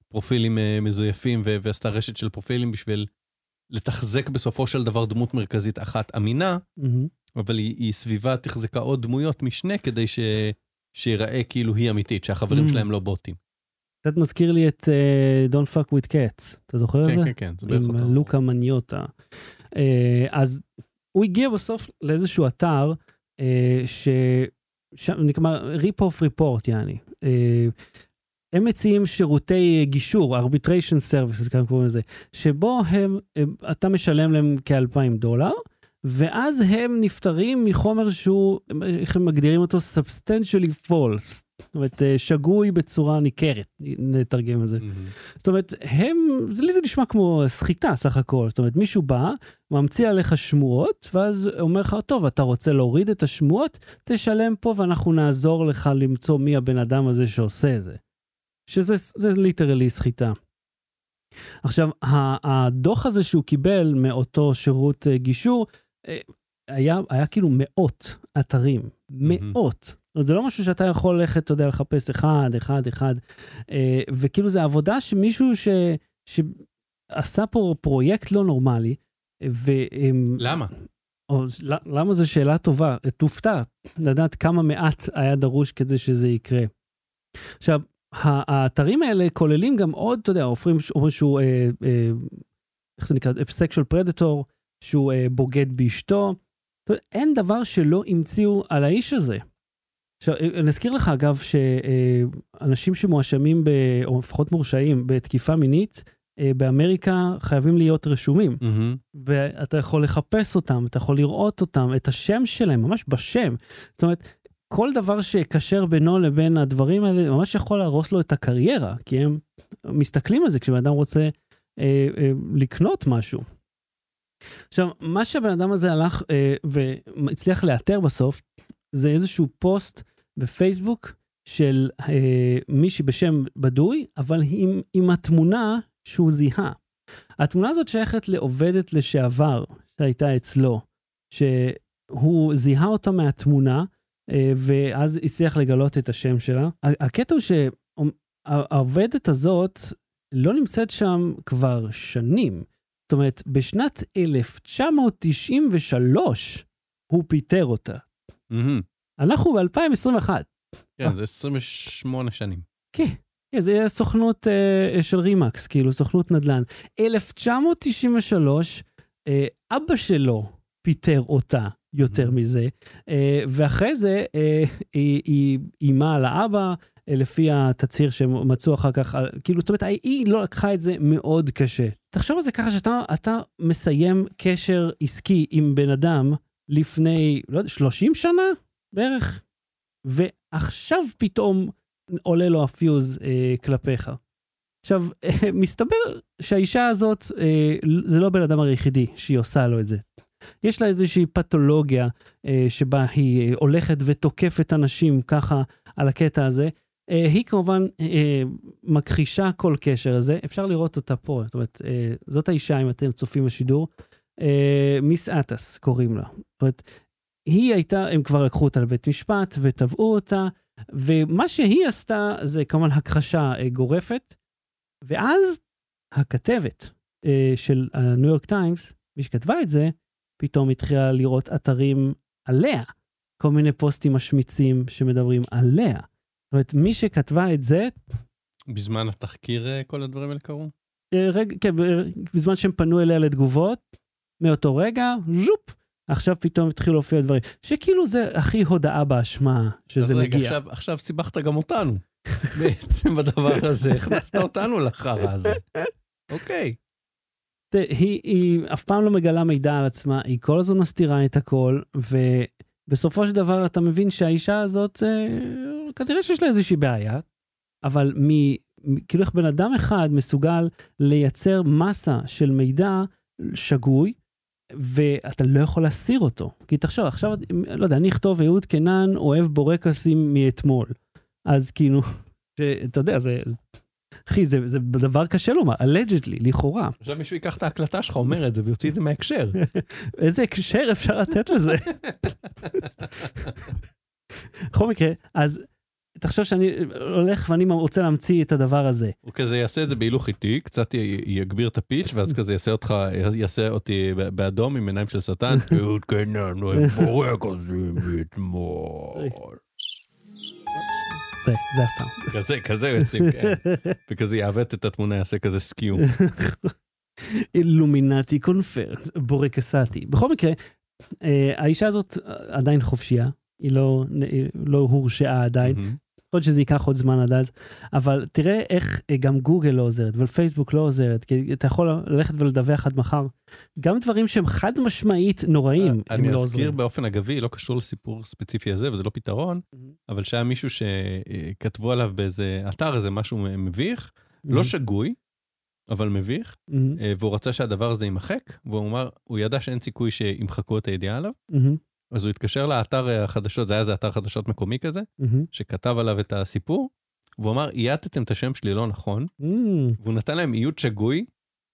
פרופילים אה, מזויפים ו- ועשתה רשת של פרופילים בשביל לתחזק בסופו של דבר דמות מרכזית אחת אמינה, מהמם. אבל היא, היא סביבה תחזקה עוד דמויות משנה כדי ש... שיראה כאילו היא אמיתית, שהחברים Mm. שלהם לא בוטים. קצת מזכיר לי את אה, Don't fuck with cats, אתה זוכר את זה? כן, כן, כן, זה בערך עם אותו. לוקה מניוטה. אה, אז הוא הגיע בסוף לאיזשהו אתר, אה, ש... שם נגמר ריפ-אוף ריפורט, יעני. אה, הם מציעים שירותי גישור, arbitration services, ככה קוראים לזה, שבו הם, הם- אתה משלם להם כ-2,000 דולר, ואז הם נפטרים מחומר שהוא, איך הם מגדירים אותו? substantially false. זאת אומרת, אה, שגוי בצורה ניכרת, נתרגם את זה. מהמם. זאת אומרת, הם, זה- לי זה נשמע כמו סחיטה סך הכל. זאת אומרת, מישהו בא, ממציא עליך שמועות, ואז אומר לך, טוב, אתה רוצה להוריד את השמועות, תשלם פה ואנחנו נעזור לך למצוא מי הבן אדם הזה שעושה את זה. שזה זה ליטרלי סחיטה. עכשיו, ה- הדוח הזה שהוא קיבל מאותו שירות אה, גישור, אה, היה, היה כאילו מאות אתרים, מאות. זה לא משהו שאתה יכול ללכת, אתה יודע, לחפש אחד, אחד, אחד. אה, וכאילו זה עבודה שמישהו ש... שעשה פה פרויקט לא נורמלי, והם... למה? או, ל- למה זו שאלה טובה? תופתע לדעת כמה מעט היה דרוש כדי שזה יקרה. עכשיו, ה- האתרים האלה כוללים גם עוד, אתה יודע, אומרים ש- אומרים שהוא, אה, אה, איך זה נקרא, סקשול פרדטור, שהוא אה, בוגד באשתו. זאת אומרת, אין דבר שלא המציאו על האיש הזה. עכשיו, אה, נזכיר לך, אגב, שאנשים שמואשמים, ב, או לפחות מורשעים, בתקיפה מינית, אה, באמריקה חייבים להיות רשומים. מהמם. ואתה יכול לחפש אותם, אתה יכול לראות אותם, את השם שלהם, ממש בשם. זאת אומרת, כל דבר שיקשר בינו לבין הדברים האלה, ממש יכול להרוס לו את הקריירה, כי הם מסתכלים על זה כשבן אדם רוצה אה, אה, לקנות משהו. עכשיו, מה שהבן אדם הזה הלך אה, והצליח לאתר בסוף, זה איזשהו פוסט בפייסבוק של אה, מישהי בשם בדוי, אבל עם, עם התמונה שהוא זיהה. התמונה הזאת שייכת לעובדת לשעבר שהייתה אצלו, שהוא זיהה אותה מהתמונה, אה, ואז הצליח לגלות את השם שלה. ה- הקטע הוא שהעובדת הזאת לא נמצאת שם כבר שנים. זאת אומרת, בשנת 1993 הוא פיטר אותה. מהמם. אנחנו ב-2021. כן, זה 28 שנים. כן, כן, זה יהיה סוכנות אה, של רימקס, כאילו, סוכנות נדל"ן. 1993, אה, אבא שלו פיטר אותה יותר Mhm. מזה, אה, ואחרי זה אה, היא- היא איימה על האבא, אה, לפי התצהיר שהם מצאו אחר כך, אה, כאילו, זאת אומרת, היא לא לקחה את זה מאוד קשה. תחשוב על זה ככה שאתה אתה מסיים קשר עסקי עם בן אדם לפני, לא יודע, 30 שנה בערך? ועכשיו פתאום עולה לו הפיוז אה, כלפיך. עכשיו, אה, מסתבר שהאישה הזאת, אה, זה לא הבן אדם היחידי שהיא עושה לו את זה. יש לה איזושהי פתולוגיה אה, שבה היא אה, הולכת ותוקפת אנשים ככה על הקטע הזה. אה, היא כמובן אה, מכחישה כל קשר לזה, אפשר לראות אותה פה, זאת אומרת, אה, זאת האישה, אם אתם צופים בשידור, אה, מיס אטס קוראים לה. זאת אומרת, היא הייתה, הם כבר לקחו אותה לבית משפט ותבעו אותה, ומה שהיא עשתה זה כמובן הכחשה אה, גורפת, ואז הכתבת אה, של הניו יורק טיימס, מי שכתבה את זה, פתאום התחילה לראות אתרים עליה, כל מיני פוסטים משמיצים שמדברים עליה. זאת אומרת, מי שכתבה את זה, בזמן התחקיר אה, כל הדברים האלה קרו? אה, רגע, כן, ב- בזמן שהם פנו אליה לתגובות, מאותו רגע, ז'ופ, עכשיו פתאום התחילו להופיע דברים. שכאילו זה הכי הודאה באשמה שזה אז רגע, מגיע. עכשיו, עכשיו סיבכת גם אותנו. בעצם בדבר הזה, הכנסת אותנו לחרא הזה. אוקיי. תראה, היא, היא אף פעם לא מגלה מידע על עצמה, היא כל הזמן מסתירה את הכל, ובסופו של דבר אתה מבין שהאישה הזאת, אה, כנראה שיש לה איזושהי בעיה, אבל מ, מ, כאילו איך בן אדם אחד מסוגל לייצר מסה של מידע שגוי, ואתה לא יכול להסיר אותו. כי תחשוב, עכשיו, לא יודע, אני אכתוב אהוד קנן אוהב בורקסים מאתמול. אז כאילו, אתה יודע, זה... זה- אחי, זה, זה דבר קשה לומר, allegedly, לכאורה. עכשיו מישהו ייקח את ההקלטה שלך, אומר את זה, ויוציא את זה מההקשר. איזה הקשר אפשר לתת לזה? בכל מקרה, אז תחשוב שאני הולך ואני רוצה להמציא את הדבר הזה. הוא כזה יעשה את זה בהילוך איטי, קצת י- יגביר את הפיץ', ואז כזה יעשה אותך, יעשה אותי ב- באדום עם עיניים של שטן. "אהוד קנן, לא הוא היה בורקסים אתמול. זה, זה הסאונד. כזה, כזה הוא ישים, כן. וכזה יעוות את התמונה, יעשה כזה סקיום. אילומינטי קונפרט, בורקסטי. בכל מקרה, אה, האישה הזאת עדיין חופשייה, היא לא, היא לא הורשעה עדיין. יכול להיות שזה ייקח עוד זמן עד אז, אבל תראה איך אה, גם גוגל לא עוזרת, אבל פייסבוק לא עוזרת, כי אתה יכול ללכת ולדווח עד מחר. גם דברים שהם חד משמעית נוראים, הם אה, אני לא אזכיר עוזרים. באופן אגבי, לא קשור לסיפור הספציפי הזה, וזה לא פתרון, אבל שהיה מישהו שכתבו עליו באיזה אתר, איזה משהו מביך, לא שגוי, אבל מביך, מהמם, אה, והוא רצה שהדבר הזה יימחק, והוא אמר, הוא ידע שאין סיכוי שימחקו את הידיעה עליו, מהמם, אז הוא התקשר לאתר אה, החדשות, זה היה איזה אתר חדשות מקומי כזה, מהמם, שכתב עליו את הסיפור, והוא אמר, אייתתם את השם שלי לא נכון, מהמם. והוא נתן להם איות שגוי,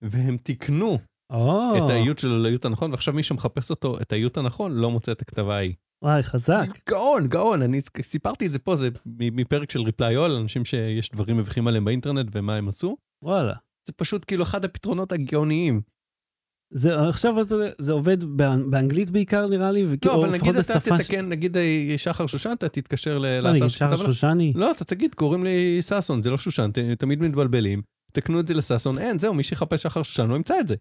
והם תיקנו או, את האיות שלו לאיות הנכון, ועכשיו מי שמחפש אותו, את האיות הנכון, לא מוצא את הכתבה ההיא. וואי, חזק. גאון, גאון, אני סיפרתי את זה פה, זה מ- מפרק של ריפליי אול, אנשים שיש דברים מביכים עליהם באינטרנט ומה הם עשו. וואלה. זה פשוט כאילו אחד הפתרונות הגאוניים. זה, עכשיו זה, זה עובד באנ- באנגלית בעיקר נראה לי, וכי- לא, או אבל נגיד כאילו, לפחות אתה בשפה ש- תתקן, נגיד אה, שחר שושן, אתה תתקשר ל- מה, נגיד לאתר שער שכתב לך. שושני? לא, אתה תגיד, קוראים לי ששון, זה לא שושן, ת- תמיד מתבלבלים. תקנו את זה לששון, אין, זהו, מי שיחפש שחר שושן לא ימצא את זה.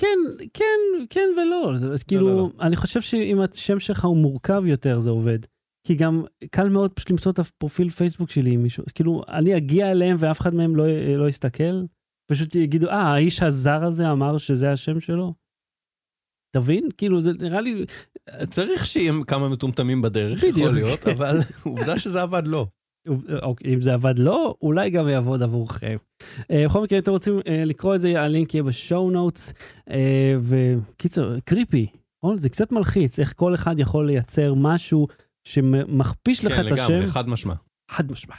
כן, כן, כן ולא. זה כאילו, לא, אני חושב שאם השם שלך הוא מורכב יותר, זה עובד. כי גם קל מאוד פשוט למצוא את הפרופיל פייסבוק שלי עם מישהו. כאילו, אני אגיע אליהם ואף אחד מהם לא, לא יסתכל. פשוט יגידו, אה, האיש הזר הזה אמר שזה השם שלו? תבין? כאילו, זה נראה לי... צריך שיהיה כמה מטומטמים בדרך, יכול בדיוק. להיות, אבל עובדה שזה עבד לא. אוקיי, אם זה עבד לא, אולי גם יעבוד עבורכם. אה, בכל מקרה, אם אתם רוצים אה, לקרוא את זה, הלינק יהיה בשואו נוטס. אה, וקיצר, קריפי, נכון? זה קצת מלחיץ, איך כל אחד יכול לייצר משהו שמכפיש לך כן, את השם. לגמרי, חד משמע. חד משמעי.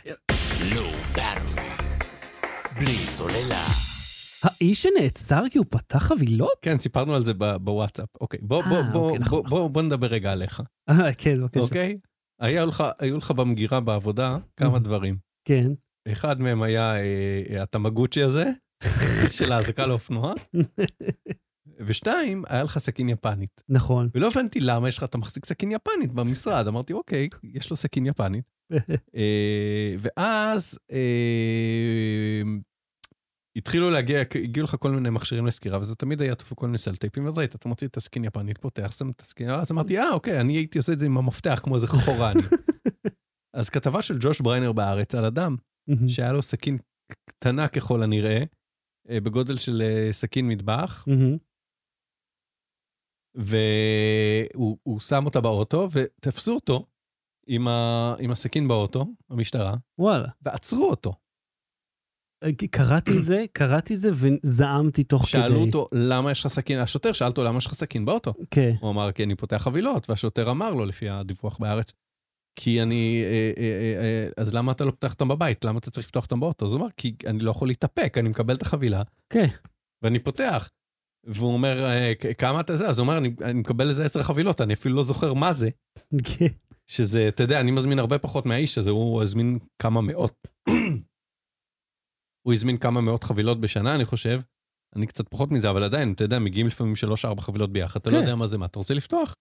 לא battery. בלי סוללה. האיש שנעצר כי הוא פתח חבילות? כן, סיפרנו על זה ב- בוואטסאפ. אוקיי, בוא, אה, בוא, בוא, אוקיי, נכון, בוא, בוא, בוא נדבר רגע עליך, אה, כן, בבקשה. אוקיי? היה לך, היו לך במגירה בעבודה כמה Mhm. דברים. כן. אחד מהם היה אה, אה, הטמגוצ'י הזה, של האזעקה לאופנוע, ושתיים, היה לך סכין יפנית. נכון. ולא הבנתי למה יש לך, אתה מחזיק סכין יפנית במשרד. אמרתי, אוקיי, יש לו סכין יפנית. אה, ואז אה, התחילו להגיע, הגיעו לך כל מיני מכשירים לסקירה, וזה תמיד היה תפוק כל מיני סלטייפים, אז ראית, אתה מוציא את הסכין יפנית, פותח, שם את הסכין, אז אמרתי, אה, אוקיי, אני הייתי עושה את זה עם המפתח, כמו איזה חורן. אז כתבה של ג'וש בריינר בהארץ על אדם מהמם. שהיה לו סכין קטנה ככל הנראה, אה, בגודל של אה, סכין מטבח, מהמם. והוא הוא שם אותה באוטו, ותפסו אותו עם, ה... עם הסכין באוטו, המשטרה, וואלה. ועצרו אותו. אה, כי קראתי את זה, קראתי את זה וזעמתי תוך כדי. שאלו אותו, למה יש לך סכין, השוטר שאל אותו, למה יש לך סכין באוטו? כן. הוא אמר, כי אני פותח חבילות, והשוטר אמר לו, לפי הדיווח בארץ, כי אני, אה, אה, אה, אה, אז למה אתה לא פותח אותם בבית? למה אתה צריך לפתוח אותם באוטו? אז הוא אמר, כי אני לא יכול להתאפק, אני מקבל את החבילה, כן. ואני פותח. והוא אומר, "אה, כ- כמה אתה זה? אז הוא אומר, אני, אני מקבל איזה עשר חבילות, אני אפילו לא זוכר מה זה. כן. שזה, אתה יודע, אני מזמין הרבה פחות מהאיש הזה, הוא הזמין כמה מאות. הוא הזמין כמה מאות חבילות בשנה, אני חושב. אני קצת פחות מזה, אבל עדיין, אתה יודע, מגיעים לפעמים שלוש-ארבע חבילות ביחד, אתה לא כן. יודע מה זה, מה אתה רוצה לפתוח?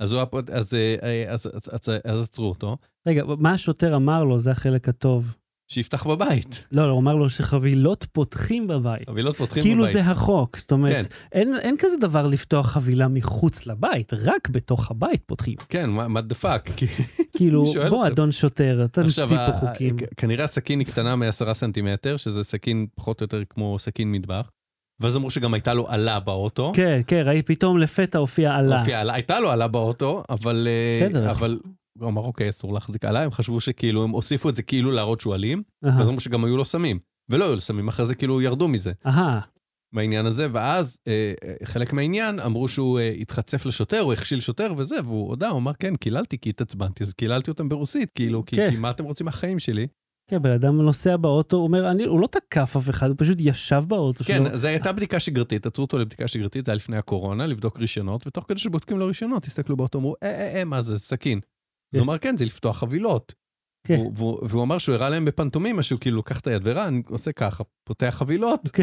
אז הוא היה פה- אז, אה, אה, אז- אז- אז- אז עצרו אותו, רגע, מה השוטר אמר לו, זה החלק הטוב. שיפתח בבית. לא, לא, הוא אמר לו שחבילות פותחים בבית. חבילות פותחים כאילו בבית. זה החוק, זאת אומרת, כן. אין, אין כזה דבר לפתוח חבילה מחוץ לבית, רק בתוך הבית פותחים. כן, מה מה the fuck? כי- כאילו, אני שואל בוא אתכם. אדון שוטר, אתה נמציא עכשיו, אה, פה ה- חוקים. כ- כנראה הסכין היא קטנה מ-10 סנטימטר, שזה סכין פחות או יותר כמו סכין מטבח. ואז אמרו שגם הייתה לו עלה באוטו. כן, כן, ראי, פתאום לפתע הופיע עלה. אופי, עלה- הייתה לו עלה באוטו, אבל... אה, בסדר. אבל הוא אמר, אוקיי, אסור להחזיק עלה, הם חשבו שכאילו, הם הוסיפו את זה כאילו להראות שהוא אלים, אהה, ואז אמרו שגם היו לו סמים. ולא היו לו סמים, אחרי זה כאילו ירדו מזה, אהה, מהעניין הזה, ואז אה, אה, חלק מהעניין אמרו שהוא אה, התחצף לשוטר, הוא הכשיל שוטר וזה, והוא הודה, הוא אמר, כן, קיללתי כי התעצבנתי, אז קיללתי אותם ברוסית, כאילו, כי כן. כי מה אתם רוצים מהחיים שלי? כן, בן אדם נוסע באוטו, הוא אומר, "אני- הוא לא תקף אף אחד, הוא פשוט לא- ישב באוטו שלו. כן, זו הייתה בדיקה שגרתית, עצרו אותו לבדיקה שגרתית, זה היה לפני הקורונה, לבדוק רישיונות, ותוך כדי שבודקים לו רישיונות, הסתכלו באוטו, אמרו, אה, אה, אה, מה זה, זה סכין. אז הוא אמר, כן, זה לפתוח חבילות. כן. והוא- והוא והוא אמר שהוא הראה להם בפנטומימה, שהוא כאילו לקח את היד והראה, אני עושה ככה, פותח חבילות. כן.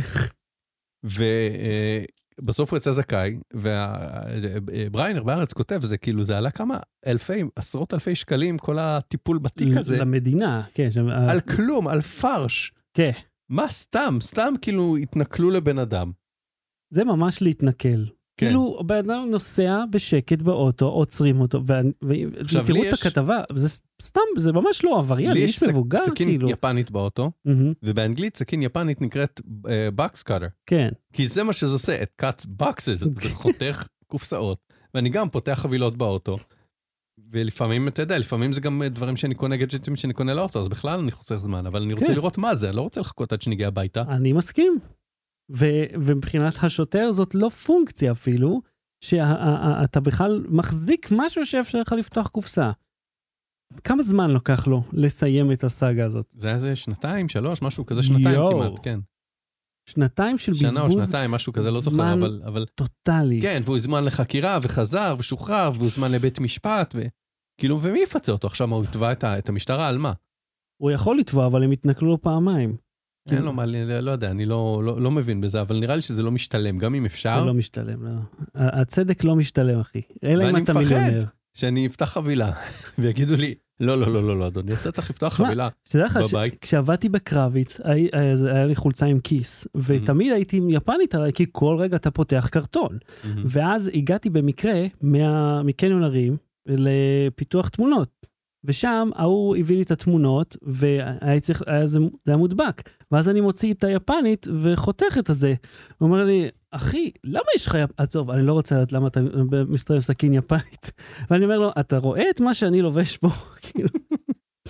ובסוף הוא יצא זכאי, ובריינר בארץ כותב, זה כאילו, זה עלה כמה אלפי, עשרות אלפי שקלים, כל הטיפול בתיק הזה, למדינה, כן. שם, אה, על כלום, על פרש. כן. מה סתם, סתם כאילו התנכלו לבן אדם. זה ממש להתנכל. כן. כאילו, בן אדם נוסע בשקט באוטו, עוצרים אותו, עכשיו, לי ותראו את יש- הכתבה, זה ס- סתם, זה ממש לא עבריין, לי איש סכ- מבוגר, כאילו. סכין יפנית באוטו, מהמם, ובאנגלית סכין יפנית נקראת בקס קאטר. כן, כי זה מה שזה עושה, את קאט בקסס, זה חותך קופסאות. ואני גם פותח חבילות באוטו. ולפעמים, אתה יודע, לפעמים זה גם אה, דברים שאני קונה, גדג'טים שאני קונה לאוטו, אז בכלל אני חוסך זמן, אבל אני רוצה כן. לראות מה זה, אני לא רוצה לחכות עד שנגיע הביתה. אני מסכים. ו- ומבחינת השוטר זאת לא פונקציה אפילו, שאתה בכלל מחזיק משהו שאפשר לך לפתוח קופסה. כמה זמן לוקח לו לסיים את הסאגה הזאת? זה היה איזה שנתיים, שלוש, משהו כזה, שנתיים יואו. כמעט, כן. שנתיים של שנה או בזבוז שנתיים, משהו כזה, לא זוכר, זמן- אבל... אבל- טוטאלי. כן, והוא הוזמן לחקירה, וחזר, ושוחרר, והוזמן לבית משפט, וכאילו, ומי יפצה אותו עכשיו? מה, הוא יתבע את ה- את המשטרה על מה? הוא יכול לתבוע, אבל הם התנכלו לו פעמיים. כן. אין לו מה, ל- לא יודע, אני לא, לא, לא מבין בזה, אבל נראה לי שזה לא משתלם, גם אם זה אפשר, לא משתלם, לא. ה- הצדק לא משתלם, אחי. אלא ואני אם אתה מפחד. מיליונר. שאני אפתח חבילה, ויגידו לי, לא, לא, לא, לא, לא, אדוני, אתה צריך לפתוח שמע, חבילה. תדע לך, ש- בבית. כשעבדתי בקרביץ, הי- אז היה לי חולצה עם כיס, ותמיד Mm-hmm. הייתי עם יפנית עליי, כי כל רגע אתה פותח קרטון. ואז הגעתי במקרה מה- מקניון הרים לפיתוח תמונות. ושם ההוא הביא לי את התמונות, והיה צריך, היה זה, זה היה מודבק. ואז אני מוציא את היפנית וחותך את הזה. הוא אומר לי, אחי, למה יש לך יפ... עזוב, אני לא רוצה לדעת למה אתה מסתובב עם סכין יפנית. ואני אומר לו, אתה רואה את מה שאני לובש פה? כאילו,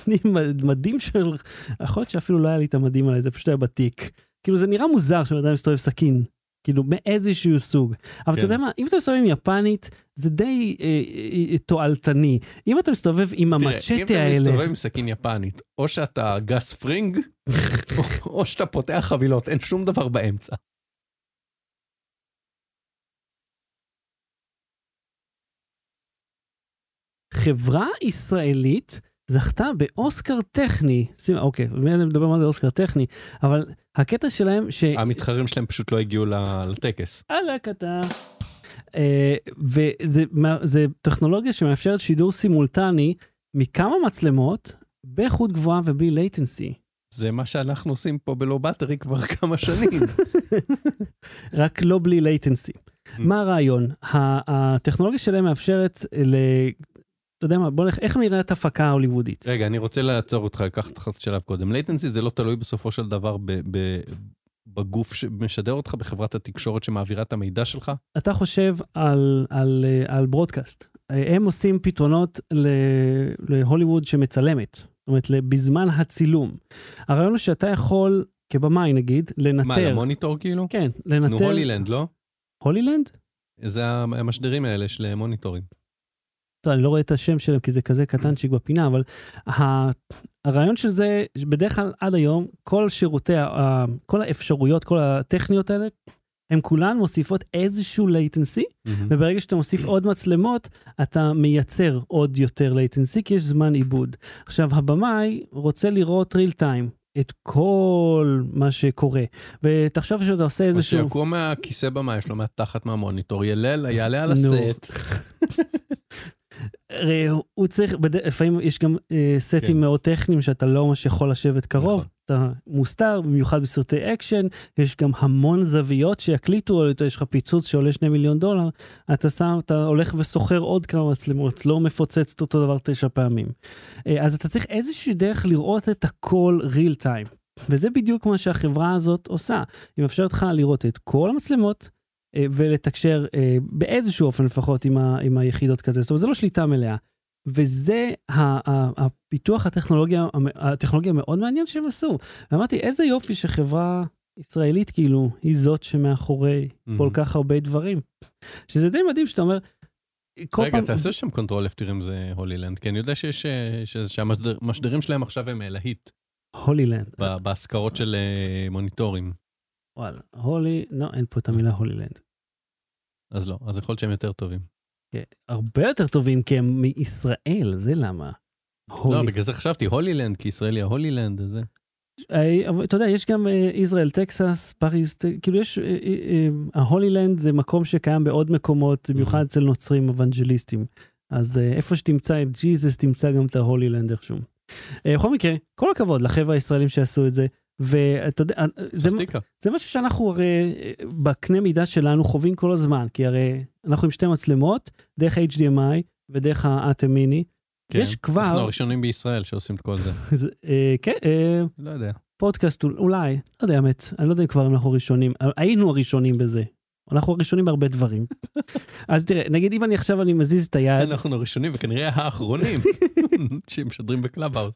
אני עם מדים של... יכול להיות שאפילו לא היה לי את המדים עליי, זה פשוט היה בתיק. כאילו, זה נראה מוזר שבן אדם מסתובב עם סכין. כאילו, מאיזשהו סוג. אבל כן. אתה יודע מה, אם אתה מסתובב עם יפנית, זה די אה, אה, תועלתני. אם אתה מסתובב עם תראה, אם המצ'טה אתה האלה... מסתובב עם סכין יפנית, או שאתה גס פרינג, או- או שאתה פותח חבילות, אין שום דבר באמצע. חברה ישראלית זכתה באוסקר טכני. שים, אוקיי, מיד נדבר מה זה אוסקר טכני, אבל הקטע שלהם ש... המתחרים שלהם פשוט לא הגיעו ל- לטקס. אהלק אתה. אה, וזה מה- זה טכנולוגיה שמאפשרת שידור סימולטני מכמה מצלמות, באיכות גבוהה ובלי לייטנסי. זה מה שאנחנו עושים פה בלא באטרי כבר כמה שנים. רק לא בלי לייטנסי. מה הרעיון? ה- הטכנולוגיה שלהם מאפשרת ל... אתה יודע מה, בוא נלך, איך נראית הפקה הוליוודית? רגע, אני רוצה לעצור אותך, לקחת אותך שלב קודם. latency זה לא תלוי בסופו של דבר ב, ב, בגוף שמשדר אותך, בחברת התקשורת שמעבירה את המידע שלך. אתה חושב על, על, אה, על ברודקאסט, אה, הם עושים פתרונות ל- להוליווד שמצלמת. זאת אומרת, ל- בזמן הצילום. הרעיון הוא שאתה יכול, כבמאי נגיד, לנטר. מה, למוניטור כאילו? כן, לנטר. נו, הולילנד, לא? הולילנד? זה המשדרים האלה של מוניטורים. טוב, אני לא רואה את השם שלהם כי זה כזה קטנצ'יק בפינה, אבל ה... הרעיון של זה, בדרך כלל עד היום, כל שירותי, ה- ה- כל האפשרויות, כל הטכניות האלה, הן כולן מוסיפות איזשהו latency, וברגע שאתה מוסיף עוד מצלמות, אתה מייצר עוד יותר latency, כי יש זמן עיבוד. עכשיו, הבמאי רוצה לראות real time את כל מה שקורה, ותחשוב שאתה עושה אז איזשהו... שיקום מהכיסא במה שלו, מהתחת מהמוניטור, יעלה יעלה על נו. הסט. הרי הוא צריך, בד... לפעמים יש גם אה, סטים כן. כן. מאוד טכניים שאתה לא ממש יכול לשבת קרוב, נכון. נכון. אתה מוסתר, במיוחד בסרטי אקשן, יש גם המון זוויות שיקליטו, או יותר יש לך פיצוץ שעולה שני מיליון דולר, אתה שם, אתה הולך וסוחר עוד כמה מצלמות, לא מפוצץ את אותו דבר תשע פעמים. אה, אז אתה צריך איזושהי דרך לראות את הכל real time. וזה בדיוק מה שהחברה הזאת עושה. היא מאפשרת לך לראות את כל המצלמות אה, ולתקשר אה, באיזשהו אופן לפחות עם, ה, עם היחידות כזה. זאת אומרת, זה לא שליטה מלאה. וזה ה- ה- הפיתוח הטכנולוגיה, המ- הטכנולוגיה המאוד מעניין שהם עשו. ואמרתי, איזה יופי שחברה ישראלית, כאילו, היא זאת שמאחורי כל כך הרבה דברים. שזה די מדהים שאתה אומר, כל רגע, פעם... תעשה שם קונטרול F, תראה אם זה הולילנד, כי אני יודע שיש, אה, שזה- שהמשדרים שלהם עכשיו הם אה, להיט, הולילנד. ב- בהשכרות של אה, מוניטורים. וואלה, הולי, לא, אין פה את המילה הולילנד. אז לא, אז יכול להיות שהם יותר טובים. כן, הרבה יותר טובים כי הם מישראל, זה למה. לא, הולי. בגלל זה חשבתי הולילנד, כי ישראל היא ההולילנד, וזה. אה, אבל אתה יודע, יש גם אה, ישראל, טקסס, פריז, ט- כאילו יש, אה, אה, אה, ההולילנד זה מקום שקיים בעוד מקומות, במיוחד Mm-hmm. אצל נוצרים אוונג'ליסטים. אז אה, איפה שתמצא את ג'יזוס, תמצא גם את ההולילנד איכשהו. אה, בכל מקרה, כל הכבוד לחבר'ה הישראלים שעשו את זה, ואתה יודע, אה, זה... סחטיקה. זה משהו שאנחנו הרי אה, בקנה מידה שלנו חווים כל הזמן, כי הרי אנחנו עם שתי מצלמות, דרך HDMI ודרך האטם מיני. כן. יש כבר- אנחנו הראשונים בישראל שעושים את כל זה. אז, אה, כן, אה, לא יודע. פודקאסט אול- אולי, לא יודע, האמת, אני לא יודע אם כבר אנחנו ראשונים, אה, היינו הראשונים בזה. אנחנו הראשונים בהרבה דברים. אז תראה, נגיד אם אני עכשיו אני מזיז את היד, אנחנו הראשונים וכנראה האחרונים שמשדרים בקלאבהאוס.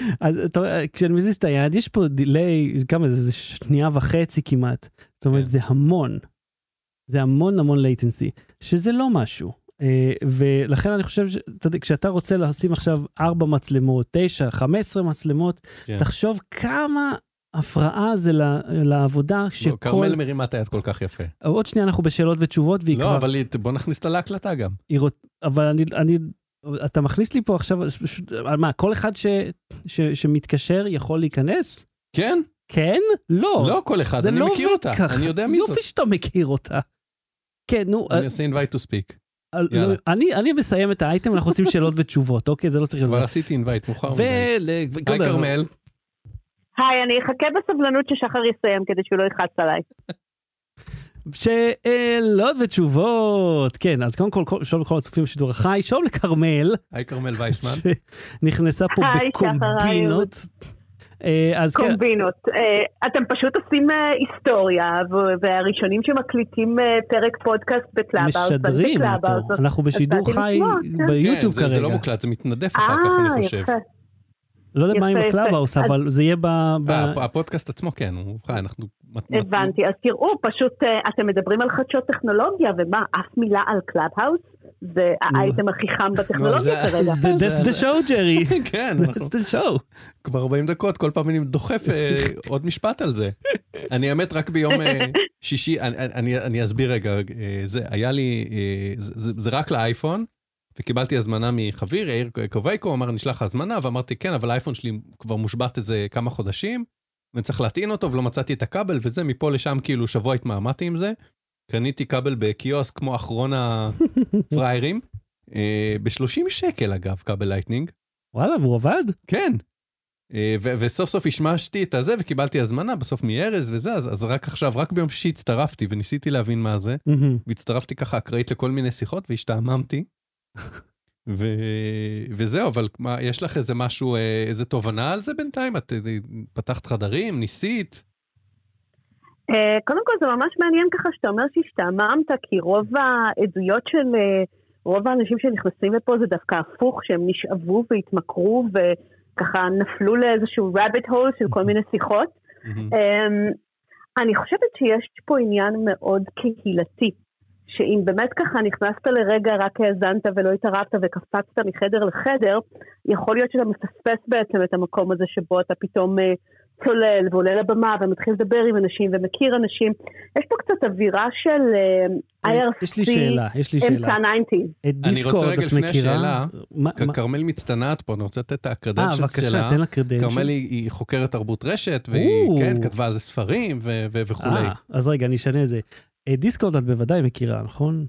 לא, אז אתה רואה, כשאני מזיז את היד, יש פה דיליי, כמה זה, זה שנייה וחצי כמעט. זאת אומרת, כן. זה המון. זה המון המון latency, שזה לא משהו. אה, ולכן אני חושב, ש- אתה יודע, כשאתה רוצה לשים עכשיו 4 מצלמות, 9, 15 מצלמות, כן. תחשוב כמה הפרעה זה ל- לעבודה, לא, שכל... כרמל מרימה את היד כל כך יפה. עוד שנייה אנחנו בשאלות ותשובות, והיא לא, כבר... אבל היא- בוא נכניס אותה להקלטה גם. היא רוצ... אבל אני, אני, אתה מכניס לי פה עכשיו, פשוט- מה, כל אחד ש, ש, שמתקשר יכול להיכנס? כן? כן? לא. לא כל אחד, זה אני לא מכיר עובד אותה. ככה. אני יודע מי זאת. יופי שאתה מכיר אותה. כן, נו, אני עושה invite to speak. אה, יאללה. לא, אני, אני מסיים את האייטם, אנחנו עושים שאלות ותשובות, אוקיי? זה לא צריך כבר להיות. עשיתי invite מאוחר ו... מדי. ל- היי לא יודע, כרמל, היי, אני אחכה בסבלנות ששחר יסיים כדי שהוא לא ילחץ עליי. שאלות ותשובות. כן, אז קודם כל, כל- שלום לכל הצופים בשידור החי, שלום לכרמל, היי כרמל וייסמן. נכנסה פה היי, שחר, היי, בקומבינות. אה, אז כן, קומבינות. אה, אתם פשוט עושים אה, היסטוריה, ו- והראשונים שמקליטים אה, פרק פודקאסט בקלאבהאוס, אז משדרים בקלאבהאוס, אותו. אז- אנחנו בשידור באתי חי לשמוע, כן. ביוטיוב כן, זה- זה לא כרגע. מוקלט, זה מתנדף אחר כך, אה, אני חושב. יפה. לא יודע מה עם יפה, יפה. הקלאבהאוס, אז- אבל זה יהיה ב... ב- אה, הפודקאסט עצמו כן, הוא חי, אנחנו... הבנתי. אז תראו, פשוט אה, אתם מדברים על חדשות טכנולוגיה, ומה, אף מילה על קלאבהאוס? זה האייטם הכי חם בטכנולוגיה לא. זה- כרגע. That's that's the show, ג'רי. כן, אנחנו That's the show. כבר 40 דקות, כל פעם אני דוחף אה, עוד משפט על זה. אני האמת רק ביום אה, שישי, אני- אני אני אסביר רגע, אה, זה היה לי, אה, זה- זה זה רק לאייפון, וקיבלתי הזמנה מחביר, יאיר קובייקו, אמר נשלח לך הזמנה, ואמרתי כן, אבל האייפון שלי כבר מושבת איזה כמה חודשים, ואני צריך להטעין אותו, ולא מצאתי את הכבל, וזה מפה לשם כאילו שבוע התמהמהתי עם זה. קניתי כבל בקיוסק כמו אחרון הפראיירים, ב-30 שקל אגב, כבל לייטנינג. וואלה, והוא עבד? כן. אה, ו- וסוף סוף השמשתי את הזה וקיבלתי הזמנה בסוף מארז וזה, אז, אז רק עכשיו, רק ביום שישי הצטרפתי וניסיתי להבין מה זה, מהמם. והצטרפתי ככה אקראית לכל מיני שיחות והשתעממתי. ו... וזהו, אבל מה, יש לך איזה משהו, אה, איזה תובנה על זה בינתיים? את אה, פתחת חדרים, ניסית? אה, קודם כל זה ממש מעניין ככה שאתה אומר שהשתעממת, כי רוב העדויות של אה, רוב האנשים שנכנסים לפה זה דווקא הפוך, שהם נשאבו והתמכרו וככה נפלו לאיזשהו rabbit hole של כל מיני שיחות. מהמם. אה, אמ, אני חושבת שיש פה עניין מאוד קהילתי, שאם באמת ככה נכנסת לרגע, רק האזנת ולא התערבת וקפצת מחדר לחדר, יכול להיות שאתה מפספס בעצם את המקום הזה שבו אתה פתאום אה, צולל ועולה לבמה ומתחיל לדבר עם אנשים ומכיר אנשים. יש פה קצת אווירה של אה, IRC, יש לי שאלה, יש לי אמצע שאלה. 90's. את רוצה דיסקורד רגע את לפני מכירה? השאלה, מה- כ- מה- כרמל מצטנעת פה, אני רוצה לתת את אה, הקרדנציות בבקשה, שלה. תן לה קרדנצ'ל. כרמל היא, היא חוקרת תרבות רשת, והיא או. כן, כתבה על זה ספרים ו- ו- וכולי. אה, אז רגע, אני אשנה את זה. את דיסקורד את בוודאי מכירה, נכון?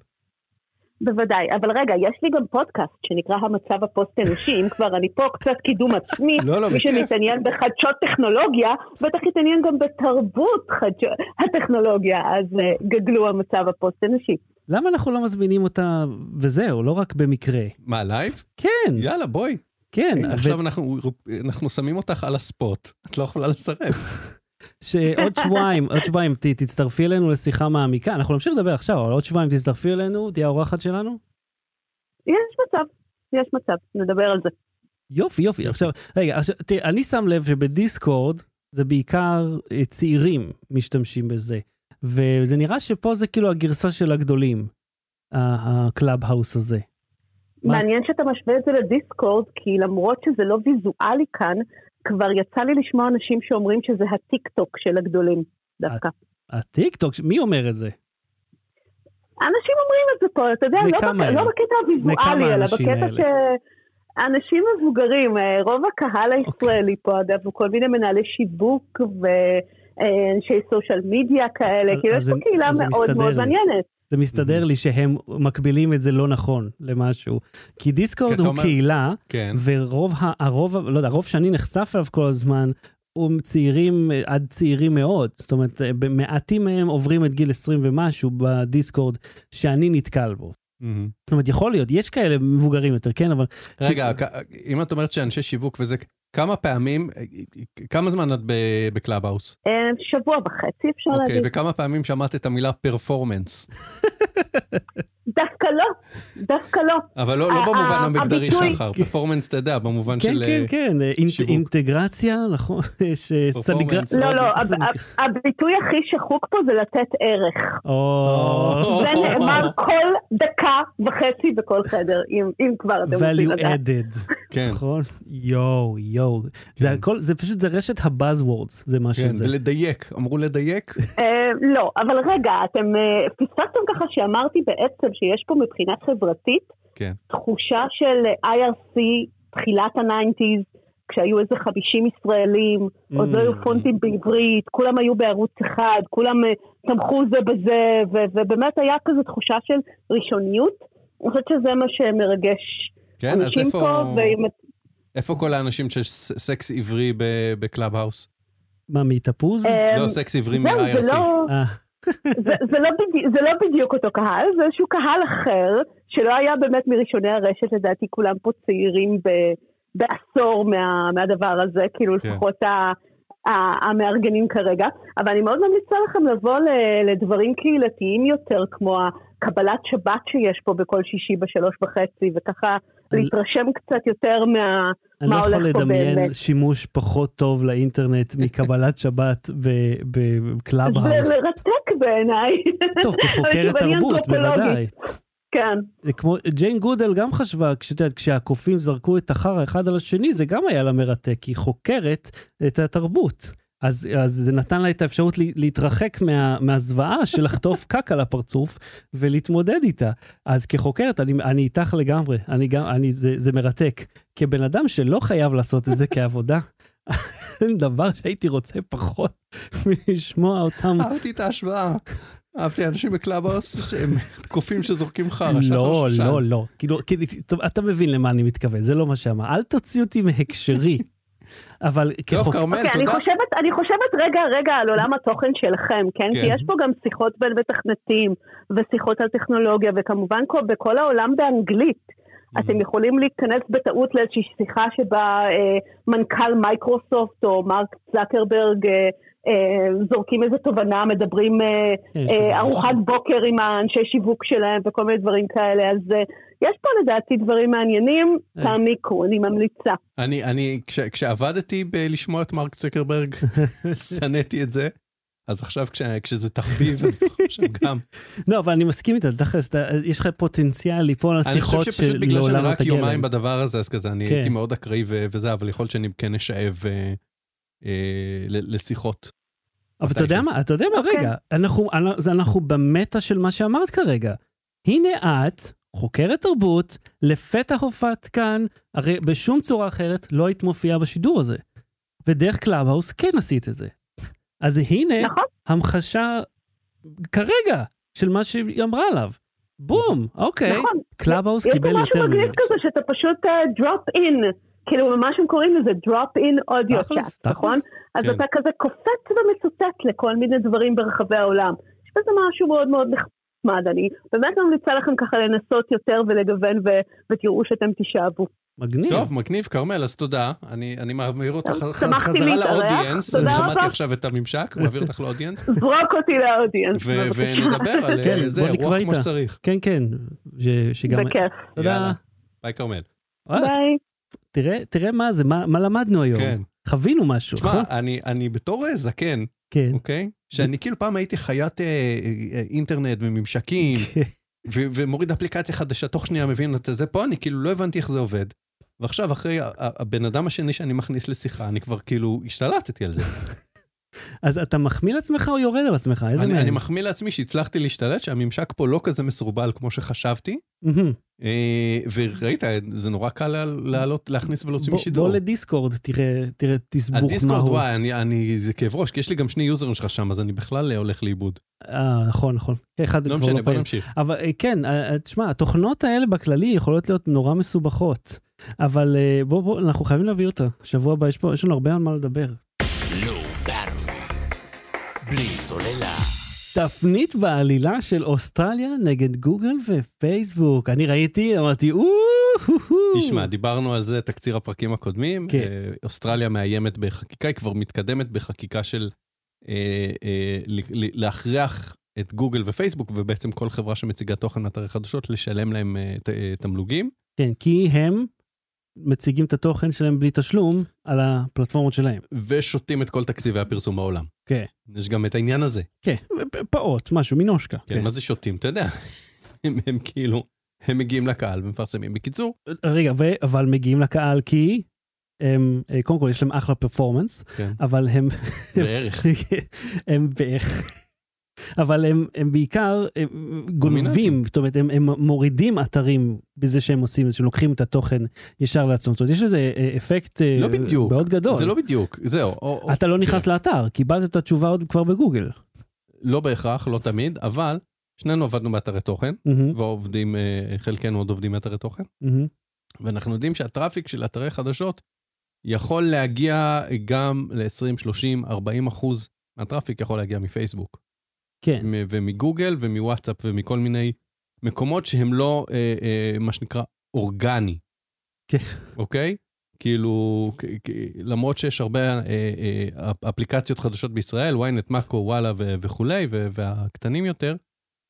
בוודאי, אבל רגע, יש לי גם פודקאסט שנקרא המצב הפוסט-אנושי, אם כבר אני פה, קצת קידום עצמי, לא, לא, מי בכיף. שמתעניין בחדשות טכנולוגיה, בטח יתעניין גם בתרבות חדשות הטכנולוגיה, אז אה, גגלו המצב הפוסט-אנושי. למה אנחנו לא מזמינים אותה, וזהו, לא רק במקרה. מה, לייב? כן, יאללה, בואי. כן. הנה, עכשיו אנחנו, אנחנו שמים אותך על הספוט. את לא יכולה לסרב. שעוד שבועיים, עוד שבועיים ת- תצטרפי אלינו לשיחה מעמיקה, אנחנו נמשיך לדבר עכשיו, אבל עוד שבועיים תצטרפי אלינו, תהיה האורחת שלנו. יש מצב, יש מצב, נדבר על זה. יופי, יופי. עכשיו, רגע, עכשיו, תראה, אני שם לב שבדיסקורד זה בעיקר אה, צעירים משתמשים בזה, וזה נראה שפה זה כאילו הגרסה של הגדולים, ה- הקלאב האוס הזה. מה? מעניין שאתה משווה את זה לדיסקורד, כי למרות שזה לא ויזואלי כאן, כבר יצא לי לשמוע אנשים שאומרים שזה הטיקטוק של הגדולים, דווקא. הטיקטוק, מי אומר את זה? אנשים אומרים את זה פה, אתה יודע, לא, לכמה בק... אלה? לא בקטע הוויזואלי, לכמה אלא האנשים בקטע האלה? ש... אנשים מבוגרים, אה, רוב הקהל אוקיי. הישראלי פה, אגב, הוא כל מיני מנהלי שיווק אה, ואנשי סושיאל מדיה כאלה, אז- כאילו אז יש פה זה- קהילה אז זה מאוד מסתדר מאוד לי. מעניינת. זה מסתדר לי שהם מקבילים את זה לא נכון למשהו. כי כי דיסקורד אתה הוא אומר- קהילה, כן. ורוב, ה- הרוב, לא יודע, הרוב שאני נחשף אליו כל הזמן, הוא צעירים אה, עד צעירים מאוד. זאת אומרת, אה, ב- מעטים מהם עוברים את גיל 20 ומשהו בדיסקורד שאני נתקל בו. מהמם. זאת אומרת, יכול להיות, יש כאלה מבוגרים יותר, כן, אבל רגע, כ- אם את אומרת שאנשי שיווק וזה, כמה פעמים, כמה זמן את ב- בקלאבהאוס? אה, שבוע וחצי אפשר אוקיי, לא להגיד. וכמה פעמים שמעת את המילה פרפורמנס? דווקא לא, דווקא לא. אבל לא, לא ה- במובן ה- המגדרי אה, הביטוי- שחר, פרפורמנס אתה יודע, במובן כן, של... כן, כן, אה, אינט- שיווק. אינטגרציה, נכון? יש אה, סניגר... פרפורמנס. לא, לא, איך הב- זה נקרא? הב- הביטוי הכי שחוק פה זה לתת ערך. לא. או, זה נאמר כל דקה וחצי בכל חדר, אם אם כבר אתם רוצים value לדעת. added. כן, נכון? יואו, יואו. זה הכל, זה פשוט, זה רשת הבאזוורדס, זה מה כן, שזה. ולדייק, אמרו לדייק. אה, לא, אבל רגע, אתם אה, פספסתם ככה שאמרתי בעצם שיש פה מבחינה חברתית כן. תחושה של אה, IRC תחילת הניינטיז, כשהיו איזה 50 ישראלים, Mm. עוד לא היו פונטים בעברית, כולם היו בערוץ אחד, כולם אה, תמכו זה בזה, ו- ובאמת היה כזו תחושה של ראשוניות. אני חושבת שזה מה שמרגש כן, אז אנשים פה, איפה... לא, ואם איפה כל האנשים של ס- סקס עברי ב- בקלאבהאוס? מה, מתפוז? אה, לא, סקס עברי זהו, זה מ-IRC. לא... אה, זה, זה, לא בדי, זה לא בדיוק אותו קהל, זה איזשהו קהל אחר, שלא היה באמת מראשוני הרשת, לדעתי כולם פה צעירים ב, בעשור מה, מהדבר הזה, כאילו כן. כן. לפחות ה, ה, המארגנים כרגע. אבל אני מאוד ממליצה לכם לבוא ל, לדברים קהילתיים יותר, כמו הקבלת שבת שיש פה בכל שישי בשלוש וחצי, וככה אני- להתרשם קצת יותר מה... אני לא מה יכול הולך פה לדמיין באמת? שימוש פחות טוב לאינטרנט מקבלת שבת בקלאב זה האוס. מרתק בעיניי. טוב, כחוקרת אבל כאילו, אני תרבות, אנתרופולוגית. בוודאי. כן. זה כמו, ג'יין גודל גם חשבה, כשאת יודעת, כשהקופים זרקו את החרא אחד על השני, זה גם היה לה מרתק, היא חוקרת את התרבות. אז, אז זה נתן לה את האפשרות לה, להתרחק מה, מהזוועה של לחטוף קק על הפרצוף ולהתמודד איתה. אז כחוקרת, אני, אני איתך לגמרי, אני גם, אני, זה, זה מרתק. כבן אדם שלא חייב לעשות את זה כעבודה, אין דבר שהייתי רוצה פחות מלשמוע אותם. אהבתי את ההשוואה. אהבתי אנשים בקלאבהאוס שהם קופים שזורקים חרא, שחר לא, שושן. לא, לא. כאילו, כאילו, טוב, אתה מבין למה אני מתכוון, זה לא מה שאמר. אל תוציא אותי מהקשרי. אבל טוב, כחוק- כרמל, אוקיי, אני תודה. חושבת, אני חושבת רגע, רגע על עולם התוכן שלכם, כן? כן. כי יש פה גם שיחות בין מתכנתים, ושיחות על טכנולוגיה, וכמובן כל- בכל העולם באנגלית. אתם יכולים להיכנס בטעות לאיזושהי שיחה שבה אה, מנכ"ל מייקרוסופט או מרק צקרברג אה, אה, זורקים איזה תובנה, מדברים אה, כן, יש אה, כזה ארוחת בוקר עם האנשי שיווק שלהם וכל מיני דברים כאלה, אז אה, יש פה לדעתי דברים מעניינים, אה. תעמיקו, אני ממליצה. אני, אני, כש, כשעבדתי בלשמוע את מרק צקרברג, שנאתי את זה. אז עכשיו כש, כשזה תחביב, אני חושב גם. לא, אבל אני מסכים איתה, תכלס, אתה- יש לך פוטנציאל ליפול על אני שיחות חושב שפשוט בגלל שלעולם שאני לא רק תגיע אליהן. יומיים בדבר הזה, אז כזה, אני כן. הייתי מאוד אקראי ו- וזה, אבל יכול להיות שאני כן אשאב אה, אה, ל- לשיחות. אבל אתה יודע מתישהו. מה, אתה יודע מה, רגע, אנחנו- אנ- זה- אנחנו במטה של מה שאמרת כרגע. הנה את, חוקרת תרבות, לפתע הופעת כאן, הרי בשום צורה אחרת לא היית מופיעה בשידור הזה. ודרך קלאבהאוס כן עשית את זה. אז הנה נכון? המחשה כרגע של מה שהיא אמרה עליו. בום, אוקיי. נכון. קלאבהאוס יש קיבל פה משהו יותר מגניב ממנו. כזה שאתה פשוט דרופ אין, כאילו ממש הם קוראים לזה דרופ אין אודיו תכלס, טאט, נכון? אז כן. אתה כזה קופץ ומצוטט לכל מיני דברים ברחבי העולם. יש בזה משהו מאוד מאוד נחמד, אני באמת ממליצה לכם ככה לנסות יותר ולגוון ו- ותראו שאתם תישאבו. מגניב. טוב, מגניב, כרמל, אז תודה. אני, אני מעביר אותך טוב, ח- שמחתי חזרה להתארח, לאודיאנס. תודה שמעתי רבה. עכשיו את הממשק, מעביר אותך לאודיאנס, זרוק אותי לאודיאנס, ו- בבקשה. ונדבר על כן, אה, זה, בוא נקבע רוח כמו איתה. שצריך. כן, כן, ש- שגם... בכיף, תודה. יאללה. ביי, כרמל. וואלה, ביי. תראה, תראה מה זה, מה, מה למדנו היום. כן. חווינו משהו. תשמע, נכון? אני, אני בתור אה, זקן, כן. אוקיי? שאני כאילו פעם הייתי חיית אה, אה, אינטרנט וממשקים, כן. ו- ומוריד אפליקציה חדשה, תוך שנייה מבין את זה. פה אני כאילו לא הבנתי איך זה עובד. ועכשיו, אחרי ה- ה- הבן אדם השני שאני מכניס לשיחה, אני כבר כאילו השתלטתי על זה. אז אתה מחמיא לעצמך או יורד על עצמך? איזה אני, מהם? אני מחמיא לעצמי שהצלחתי להשתלט, שהממשק פה לא כזה מסורבל כמו שחשבתי. מהמם. אה, וראית, זה נורא קל לה- לעלות, להכניס ולהוציא בוא- משידור. בוא לדיסקורד, תראה, תראה, תסבוך מה הדיסקורד, הוא. וואי, אני, אני, זה כאב ראש, כי יש לי גם שני יוזרים שלך שם, אז אני בכלל אה, הולך לאיבוד. אה, נכון, נכון. אחד לא כבר משנה, לא בוא פעיל. נמשיך. אבל אה, כן, אה, אה, תשמע, התוכנות האלה בכללי יכולות להיות נורא מסובכות. אבל אה, בוא, בוא, אנחנו חייבים להביא אותה. שבוע הבא יש פה, יש לנו הרבה על מה לדבר. Low Battery, לא בלי סוללה. תפנית בעלילה של אוסטרליה נגד גוגל ופייסבוק. אני ראיתי, אמרתי, "או, הו, הו." תשמע, דיברנו על זה, תקציר הפרקים הקודמים. כן. אה, אוסטרליה מאיימת בחקיקה, היא כבר מתקדמת בחקיקה של אה, אה, ל- ל- להכריח את גוגל ופייסבוק, ובעצם כל חברה שמציגה תוכן לאתרי חדשות, לשלם להם אה, ת- אה, תמלוגים. כן, כי הם מציגים את התוכן שלהם בלי תשלום על הפלטפורמות שלהם. ושותים את כל תקציבי הפרסום בעולם. כן. יש גם את העניין הזה. כן, פ- פעוט, משהו, מינושקה. כן, מה זה שותים? אתה יודע, הם, הם כאילו, הם מגיעים לקהל ומפרסמים. בקיצור, רגע, ו- אבל מגיעים לקהל כי הם, אה, קודם כל יש להם אחלה פרפורמנס, כן. אבל הם, כן. בערך. הם בערך... אבל הם, הם בעיקר הם גונבים, דומיננטים. זאת אומרת, הם, הם מורידים אתרים בזה שהם עושים, שהם לוקחים את התוכן ישר לעצמם. זאת אומרת, יש לזה אה, אפקט אה, לא בדיוק. מאוד גדול. זה לא כן. בדיוק, זהו. או, או, אתה לא נכנס לאתר, קיבלת את התשובה עוד כבר בגוגל. לא בהכרח, לא תמיד, אבל שנינו עבדנו באתרי תוכן, מהמם, ועובדים, אה, חלקנו עוד עובדים באתרי תוכן, מהמם. ואנחנו יודעים שהטראפיק של אתרי חדשות יכול להגיע גם ל-20, 30, 40 אחוז מהטראפיק יכול להגיע מפייסבוק, כן, מ- ומגוגל ומוואטסאפ ומכל מיני מקומות שהם לא, אה, אה, מה שנקרא, אורגני. כן. אוקיי? כאילו, כ- כ- למרות שיש הרבה אה, אה, אפ- אפליקציות חדשות בישראל, ynet, מאקו, וואלה ו- וכולי, ו- והקטנים יותר,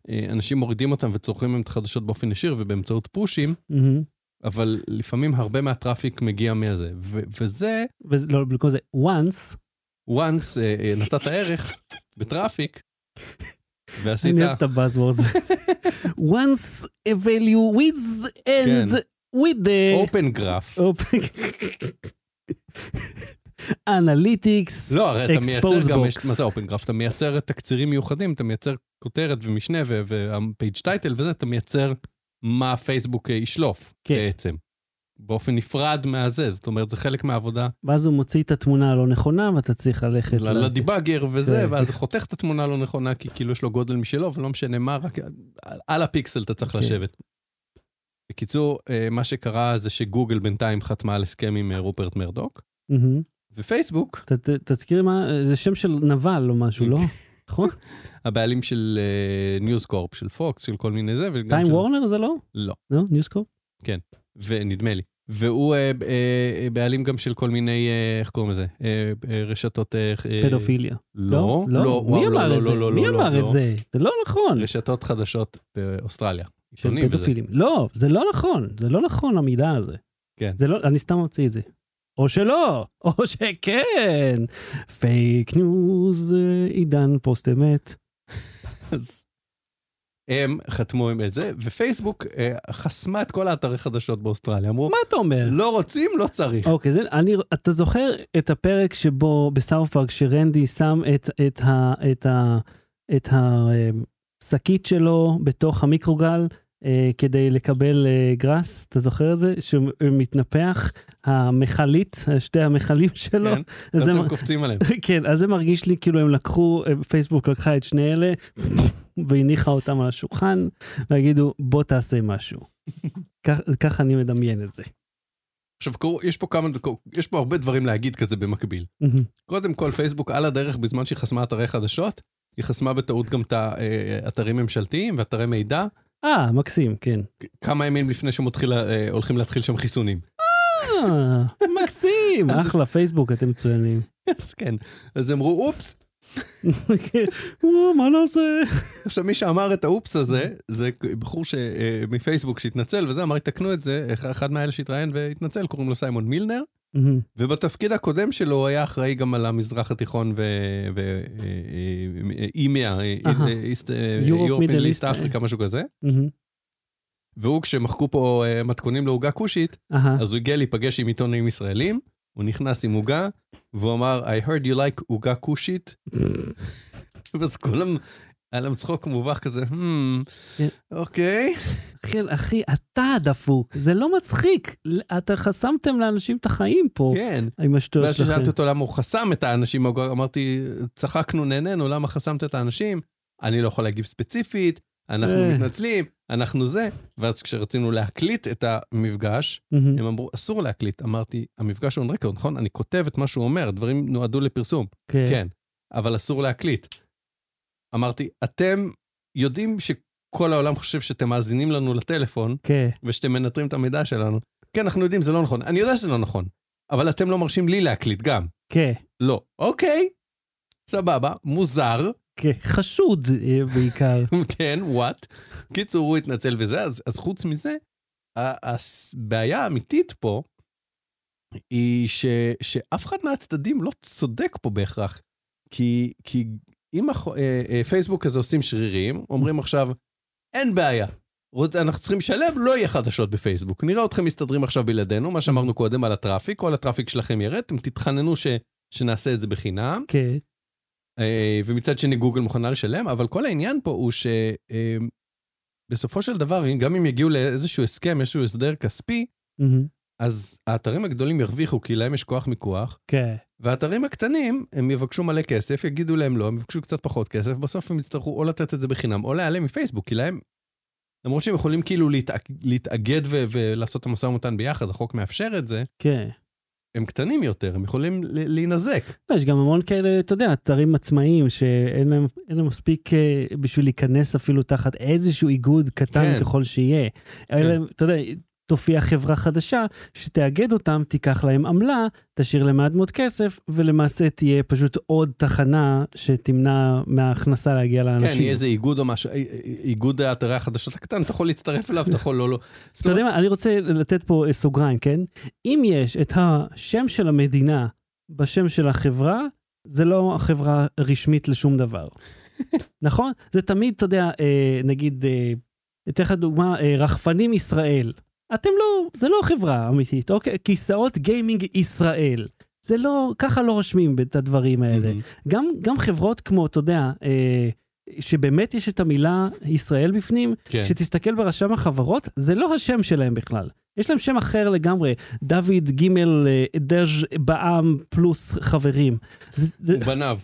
אה, אנשים מורידים אותם וצורכים מהם את החדשות באופן ישיר ובאמצעות פושים, מהמם. אבל לפעמים הרבה מהטראפיק מגיע מזה. ו- וזה, ולא, במקום לא, זה, once, once אה, אה, נתת ערך בטראפיק, ועשית... אני אוהב את הבאזוורד הזה. once a value with and כן. with the... אופן גרף. אנליטיקס. לא, הרי אתה Expose מייצר גם, box. יש, מה זה אופן גרף? אתה מייצר תקצירים מיוחדים, אתה מייצר כותרת ומשנה ופייג' טייטל וזה, אתה מייצר מה פייסבוק אה, ישלוף כן. בעצם. באופן נפרד מהזה, זאת אומרת, זה חלק מהעבודה ואז הוא מוציא את התמונה הלא נכונה, ואתה צריך ללכת... ל- לדיבאגר וזה, כן. ואז זה חותך את התמונה הלא נכונה, כי כאילו יש לו גודל משלו, ולא משנה מה, רק על- על הפיקסל אתה צריך כן. לשבת. בקיצור, אה, מה שקרה זה שגוגל בינתיים חתמה על הסכם עם אה, רופרט מרדוק, מהמם. ופייסבוק ת- ת- תזכיר מה... זה שם של נבל או משהו, לא? נכון? הבעלים של ניוז קורפ, של פוקס, של כל מיני זה. וגם טיים של... וורנר זה לא? לא, לא? ניוסקופ? ונדמה לי. והוא אה, אה, בעלים גם של כל מיני, אה, איך קוראים לזה? אה, אה, רשתות... אה, אה, פדופיליה. לא, לא, לא. וואו, מי לא, אמר לא, את זה? לא, לא, מי לא, אמר לא. את זה? זה לא נכון. רשתות חדשות באוסטרליה. של עיתונים וזה. פדופילים. לא, זה לא נכון, זה לא נכון המידע הזה. כן. זה לא, אני סתם מוציא את זה. או שלא, או שכן. פייק ניוז, אה, עידן פוסט אמת. אז הם חתמו עם את זה, ופייסבוק אה, חסמה את כל האתרי חדשות באוסטרליה. אמרו, מה אתה אומר? לא רוצים, לא צריך. אוקיי, זה, אני, אתה זוכר את הפרק שבו בסאוף פארק שרנדי שם את, את, ה, את, ה, את השקית שלו בתוך המיקרוגל אה, כדי לקבל אה, גראס? אתה זוכר את זה? שמתנפח המכלית, שתי המכלים שלו? כן, אז אז לא. זה הם מ- קופצים עליהם. כן, אז זה מרגיש לי כאילו הם לקחו, אה, פייסבוק לקחה את שני אלה והניחה אותם על השולחן, והגידו, בוא תעשה משהו. כך- ככה אני מדמיין את זה. עכשיו, קוראו- יש פה כמה, יש פה הרבה דברים להגיד כזה במקביל. קודם כל, פייסבוק על הדרך, בזמן שהיא חסמה אתרי חדשות, היא חסמה בטעות גם את האתרים ממשלתיים ואתרי מידע, אה, מקסים, כן. כמה ימים לפני שהם מתחיל- אה, הולכים להתחיל שם חיסונים. אה, מקסים, אז- אחלה פייסבוק אתם מצוינים. אז כן. אז אמרו, אופס. וואו, מה נעשה? עכשיו, מי שאמר את האופס הזה, זה בחור ש- אה, מפייסבוק שהתנצל וזה, אמר, תקנו את זה, אחד- אחד מהאלה שהתראיין והתנצל, קוראים לו סיימון מילנר. ובתפקיד הקודם שלו הוא היה אחראי גם על המזרח התיכון אה, ואימיה, אהה. Europe, אה, Europe, Middle Middle East, אה. East, אפריקה, משהו כזה. והוא, כשמחקו פה אה, מתכונים לעוגה כושית, אהה, אז הוא הגיע להיפגש עם עיתונאים ישראלים, הוא נכנס עם עוגה, והוא אמר, I heard you like עוגה כושית. ואז כולם, היה להם צחוק מובך כזה, "Hmm, כן. אוקיי. אחי, אחי, אתה דפוק, זה לא מצחיק. אתה חסמתם לאנשים את החיים פה כן. עם השטויות ואז שלכם. כששאלתי אותו למה הוא חסם את האנשים, הוא אמרתי, צחקנו, נהנינו, למה חסמת את האנשים? אני לא יכול להגיב ספציפית, אנחנו אה. מתנצלים, אנחנו זה. ואז כשרצינו להקליט את המפגש, מהמם. הם אמרו, אסור להקליט. אמרתי, המפגש הוא on record, נכון? אני כותב את מה שהוא אומר, הדברים נועדו לפרסום. כן, אבל אסור להקליט. אמרתי, אתם יודעים שכל העולם חושב שאתם מאזינים לנו לטלפון, כן. ושאתם מנטרים את המידע שלנו. כן, אנחנו יודעים, זה לא נכון. אני יודע שזה לא נכון, אבל אתם לא מרשים לי להקליט גם. כן. לא. אוקיי, סבבה, מוזר, כן. חשוד אה, בעיקר. כן, וואט. קיצור, הוא התנצל וזה, אז, אז חוץ מזה, ה- הבעיה האמיתית פה היא ש, שאף אחד מהצדדים לא צודק פה בהכרח. כי, כי אם הח- אה, אה, פייסבוק הזה עושים שרירים, אומרים עכשיו, אין בעיה. רוצ- אנחנו צריכים לשלם, לא יהיה חדשות בפייסבוק. נראה אתכם מסתדרים עכשיו בלעדינו, מה שאמרנו קודם על הטראפיק, כל הטראפיק שלכם ירד, אתם תתחננו ש, שנעשה את זה בחינם. כן. אה, ומצד שני גוגל מוכנה לשלם, אבל כל העניין פה הוא שבסופו של דבר, גם אם יגיעו לאיזשהו הסכם, איזשהו הסדר כספי, מהמם. אז האתרים הגדולים ירוויחו כי להם יש כוח מיקוח, כן. והאתרים הקטנים, הם יבקשו מלא כסף, יגידו להם לא, הם יבקשו קצת פחות כסף, בסוף הם יצטרכו או לתת את זה בחינם או להיעלם מפייסבוק, כי להם, למרות שהם יכולים כאילו להתאג, להתאגד ו- ולעשות את המשא ומתן ביחד, החוק מאפשר את זה, כן. הם קטנים יותר, הם יכולים ל- להינזק. לא, יש גם המון כאלה, אתה יודע, אתרים עצמאיים שאין להם, אין להם מספיק אה, בשביל להיכנס אפילו תחת איזשהו איגוד קטן כן. ככל שיהיה. אין להם, אתה יודע, תופיע חברה חדשה שתאגד אותם, תיקח להם עמלה, תשאיר להם מעט מאוד כסף, ולמעשה תהיה פשוט עוד תחנה שתמנע מההכנסה להגיע לאנשים. כן, יהיה איזה איגוד או משהו, אי- אי- איגוד האתרי החדשות הקטן, אתה יכול להצטרף אליו, אתה יכול לא, לא. זאת אתה יודע אומרת, מה, אני רוצה לתת פה אה, סוגריים, כן? אם יש את השם של המדינה בשם של החברה, זה לא החברה רשמית לשום דבר. נכון? זה תמיד, אתה יודע, אה, נגיד, אה, אתן לך דוגמה, אה, רחפנים ישראל. אתם לא, זה לא חברה אמיתית, אוקיי? כיסאות גיימינג ישראל. זה לא, ככה לא רושמים את הדברים האלה. אה, גם, גם חברות כמו, אתה יודע, אה, שבאמת יש את המילה ישראל בפנים, כן, שתסתכל ברשם החברות, זה לא השם שלהם בכלל. יש להם שם אחר לגמרי, דוד גימל אה, דז' בעם פלוס חברים. זה, זה, ובניו.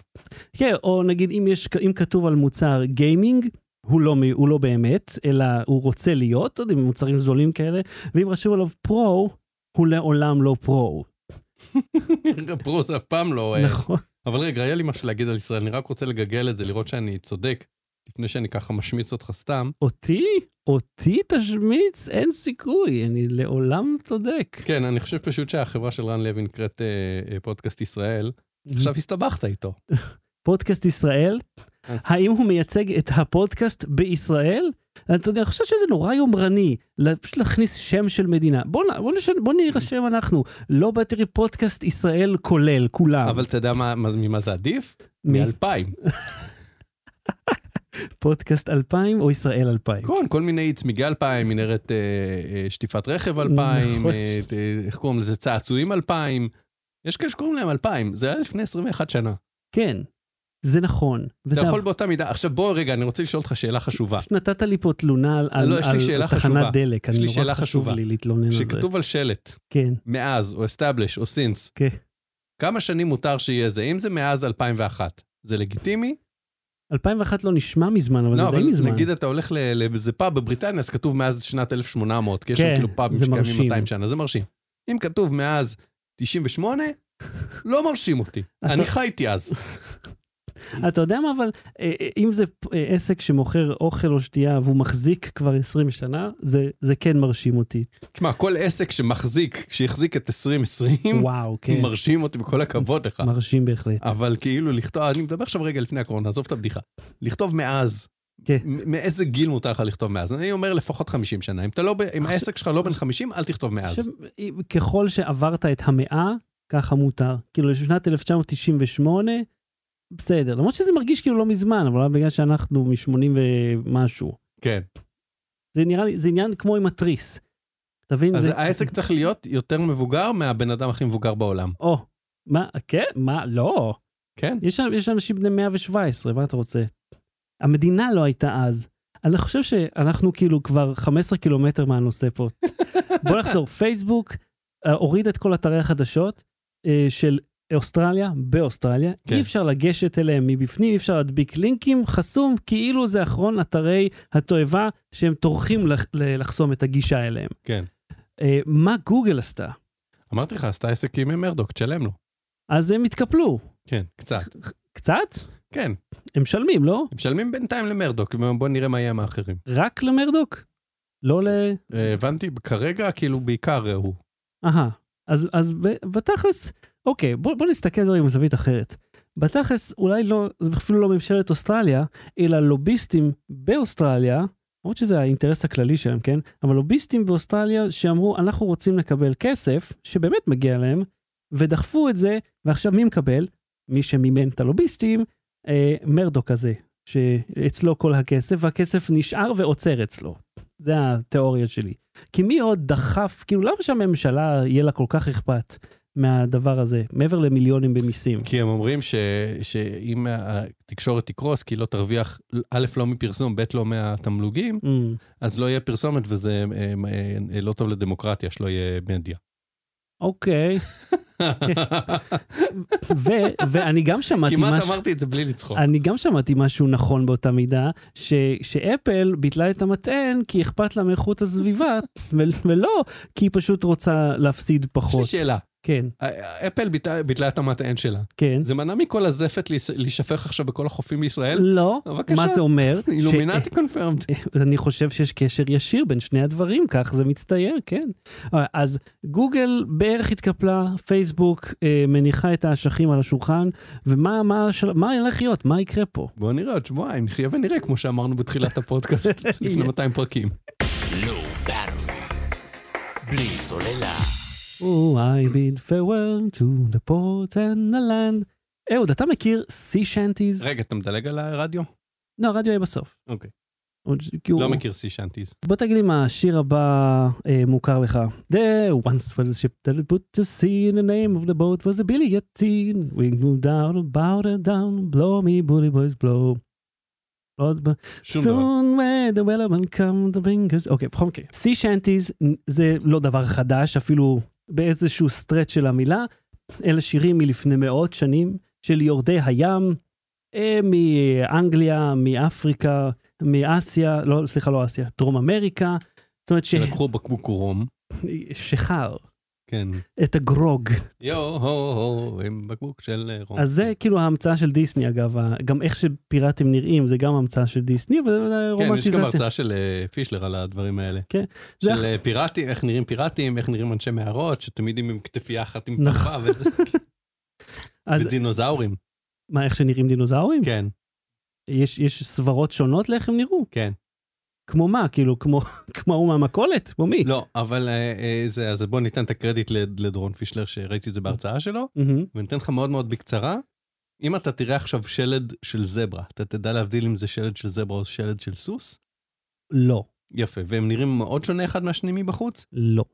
כן, או נגיד אם, יש, אם כתוב על מוצר גיימינג, הוא לא, מ- הוא לא באמת, אלא הוא רוצה להיות, אתה יודע, מוצרים זולים כאלה, ואם רשום עליו פרו, הוא לעולם לא פרו. פרו זה אף פעם לא... אה, נכון. אבל רגע, היה לי משהו להגיד על ישראל, אני רק רוצה לגגל את זה, לראות שאני צודק, לפני שאני ככה משמיץ אותך סתם. אותי? אותי תשמיץ? אין סיכוי, אני לעולם צודק. כן, אני חושב פשוט שהחברה של רן לוי נקראת אה, אה, פודקאסט ישראל, עכשיו הסתבכת איתו. אה. פודקאסט ישראל, האם הוא מייצג את הפודקאסט בישראל? אתה יודע, אני חושב שזה נורא יומרני, לה- פשוט להכניס שם של מדינה. בוא, נ- בוא, נש... בוא נירשם אנחנו, לא בטרי פודקאסט ישראל כולל, כולם. אבל אתה יודע מה- מה- ממה זה עדיף? אה. מי? מאלפיים. פודקאסט 2000 או ישראל 2000. כן, כל מיני צמיגי אלפיים, מנהרת אה, אה, שטיפת רכב אלפיים, נכון. אה, אה, איך קוראים לזה? צעצועים אלפיים. יש כאלה שקוראים להם אלפיים, זה היה לפני 21 שנה. כן, זה נכון. וזה אתה יכול באותה מידה. עכשיו בוא רגע, אני רוצה לשאול אותך שאלה חשובה. פשוט נתת לי פה תלונה על, לא, יש לי על שאלה תחנת חשובה. דלק, יש אני לי נורא שאלה חשוב חשובה. לי להתלונן על זה. כשכתוב על שלט, כן, מאז, או establish, או since, כן. כמה שנים מותר שיהיה זה? אם זה מאז 2001, זה לגיטימי? 2001 לא נשמע מזמן, אבל לא, זה די אבל מזמן. נגיד אתה הולך ל- לאיזה פאב בבריטניה, אז כתוב מאז שנת 1800, כי יש כן, שם כאילו פאבים זה שקיימים מרשים. 200 שנה, זה מרשים. אם כתוב מאז 98, לא מרשים אותי. אתה- אני חייתי אז. אתה יודע מה, אבל אה, אה, אם זה אה, עסק שמוכר אוכל או שתייה והוא מחזיק כבר 20 שנה, זה, זה כן מרשים אותי. תשמע, כל עסק שמחזיק, שהחזיק את 2020, וואו, כן, מרשים אותי בכל הכבוד לך. מרשים בהחלט. אבל כאילו לכתוב, אני מדבר עכשיו רגע לפני הקורונה, עזוב את הבדיחה. לכתוב מאז. כן. מ- מאיזה גיל מותר לך לכתוב מאז? אני אומר לפחות 50 שנה. אם אתה לא, ב- אם העסק שלך לא בן 50, אל תכתוב עכשיו, מאז. אה, ככל שעברת את המאה, ככה מותר. כאילו, לשנת 1998, בסדר. למרות שזה מרגיש כאילו לא מזמן, אבל אולי בגלל שאנחנו מ-80 ומשהו. כן. זה נראה לי, זה עניין כמו עם התריס. תבין, אז זה... העסק צריך להיות יותר מבוגר מהבן אדם הכי מבוגר בעולם. או, מה, כן? מה, לא. כן? יש, יש אנשים בני 117, מה אתה רוצה? המדינה לא הייתה אז. אני חושב שאנחנו כאילו כבר 15 קילומטר מהנושא פה. בוא נחזור, פייסבוק אה, הוריד את כל אתרי החדשות אה, של אוסטרליה באוסטרליה. כן. כן. אי אפשר לגשת אליהם מבפנים, אי אפשר להדביק לינקים, חסום, כאילו זה אחרון אתרי התועבה שהם טורחים לח, ל- לחסום את הגישה אליהם. כן. אה, מה גוגל עשתה? אמרתי לך, עשתה עסק עם מרדוק, תשלם לו. אז הם התקפלו. כן, קצת. קצת? כן, הם משלמים, לא? הם משלמים בינתיים למרדוק, בוא נראה מה יהיה עם האחרים. רק למרדוק? לא ל... אה, הבנתי, כרגע כאילו בעיקר אה, הוא. אהה, אז, אז ב- בתכלס, אוקיי, בוא, בוא נסתכל על זה מזווית אחרת. בתכלס, אולי לא, זה אפילו לא ממשלת אוסטרליה, אלא לוביסטים באוסטרליה, למרות שזה האינטרס הכללי שלהם, כן? אבל לוביסטים באוסטרליה שאמרו, אנחנו רוצים לקבל כסף, שבאמת מגיע להם, ודחפו את זה, ועכשיו מי מקבל? מי שמימן את הלוביסטים, אה, מרדוק הזה, שאצלו כל הכסף, והכסף נשאר ועוצר אצלו. זה התיאוריה שלי. כי מי עוד דחף, כאילו למה שהממשלה יהיה לה כל כך אכפת מהדבר הזה, מעבר למיליונים במיסים? כי הם אומרים ש, שאם התקשורת תקרוס, כי היא לא תרוויח, א', לא מפרסום, ב', לא מהתמלוגים, Mm. אז לא יהיה פרסומת וזה אה, אה, לא טוב לדמוקרטיה, שלא יהיה מדיה. אוקיי, ו- ואני גם שמעתי כמעט משהו... אמרתי לא. את זה בלי לצחוק. אני גם שמעתי משהו נכון באותה מידה, ש, שאפל ביטלה את המטען כי אכפת לה מאיכות הסביבה, ו- ולא כי היא פשוט רוצה להפסיד יש לי פחות. שאלה, כן, אה, אפל ביטלה- ביטלה את המטען שלה. כן. זה מנע מכל הזפת להיס- להישפך עכשיו בכל החופים בישראל? לא, בבקשה. מה זה אומר? ש- אה. אילומינטי קונפירמד. אני חושב שיש קשר ישיר בין שני הדברים, כך זה מצטייר, כן. אה, אז גוגל בערך התקפלה, פייסבוק אה, מניחה את האשכים על השולחן, ומה מה, של, מה ילך להיות? מה יקרה פה? בוא נראה עוד שבועיים, נחיה ונראה, כמו שאמרנו בתחילת הפודקאסט, לפני 200 פרקים. Low Battery. בלי סוללה. Oh, I bid farewell to the port and the land. אהוד, אתה מכיר sea shanties? רגע, אתה מדלג על הרדיו? לא, הרדיו יהיה בסוף. אוקיי. עוד ש- כי הוא- לא מכיר סי שנטיז. בוא תגיד לי מה השיר הבא אה, מוכר לך. The once was a ship that put to sea in the name of the boat was a billion we moved down, bowed her down, blow me bully boys blow. עוד ב- שום דבר. Soon may the well man come the fingers. אוקיי, בכל מקרה. Sea shanties זה לא דבר חדש, אפילו באיזשהו סטרט של המילה. אלה שירים מלפני מאות שנים של יורדי הים, אה, מאנגליה, מאפריקה, מאסיה, לא, סליחה, לא אסיה, דרום אמריקה. זאת אומרת, ש... לקחו בקבוק רום. שחר, כן. את הגרוג. יו הו הו, עם בקבוק של אה, רום. אז זה כאילו ההמצאה של דיסני, אגב, ה- גם איך שפיראטים נראים, זה גם המצאה של דיסני, אבל זה כן, יש גם רומנטיזציה. הרצאה של אה, פישלר על הדברים האלה. כן. זה של אה, פיראטים, איך נראים פיראטים, איך נראים אנשי מערות, שתמיד הם עם כתפייה אחת עם נכון. פרווה וזה- אז ודינוזאורים. מה, איך שנראים דינוזאורים? כן, יש, יש סברות שונות לאיך הם נראו. כן. כמו מה? כאילו, כמו, כמו הוא מהמכולת? כמו מי? לא, אבל אה, אה, זה, אז בוא ניתן את הקרדיט לד- לדורון פישלר, שראיתי את זה בהרצאה שלו, מהמם. וניתן לך מאוד מאוד בקצרה. אם אתה תראה עכשיו שלד של זברה, אתה תדע להבדיל אם זה שלד של זברה או שלד של סוס? לא, יפה, והם נראים מאוד שונה אחד מהשני מבחוץ? לא.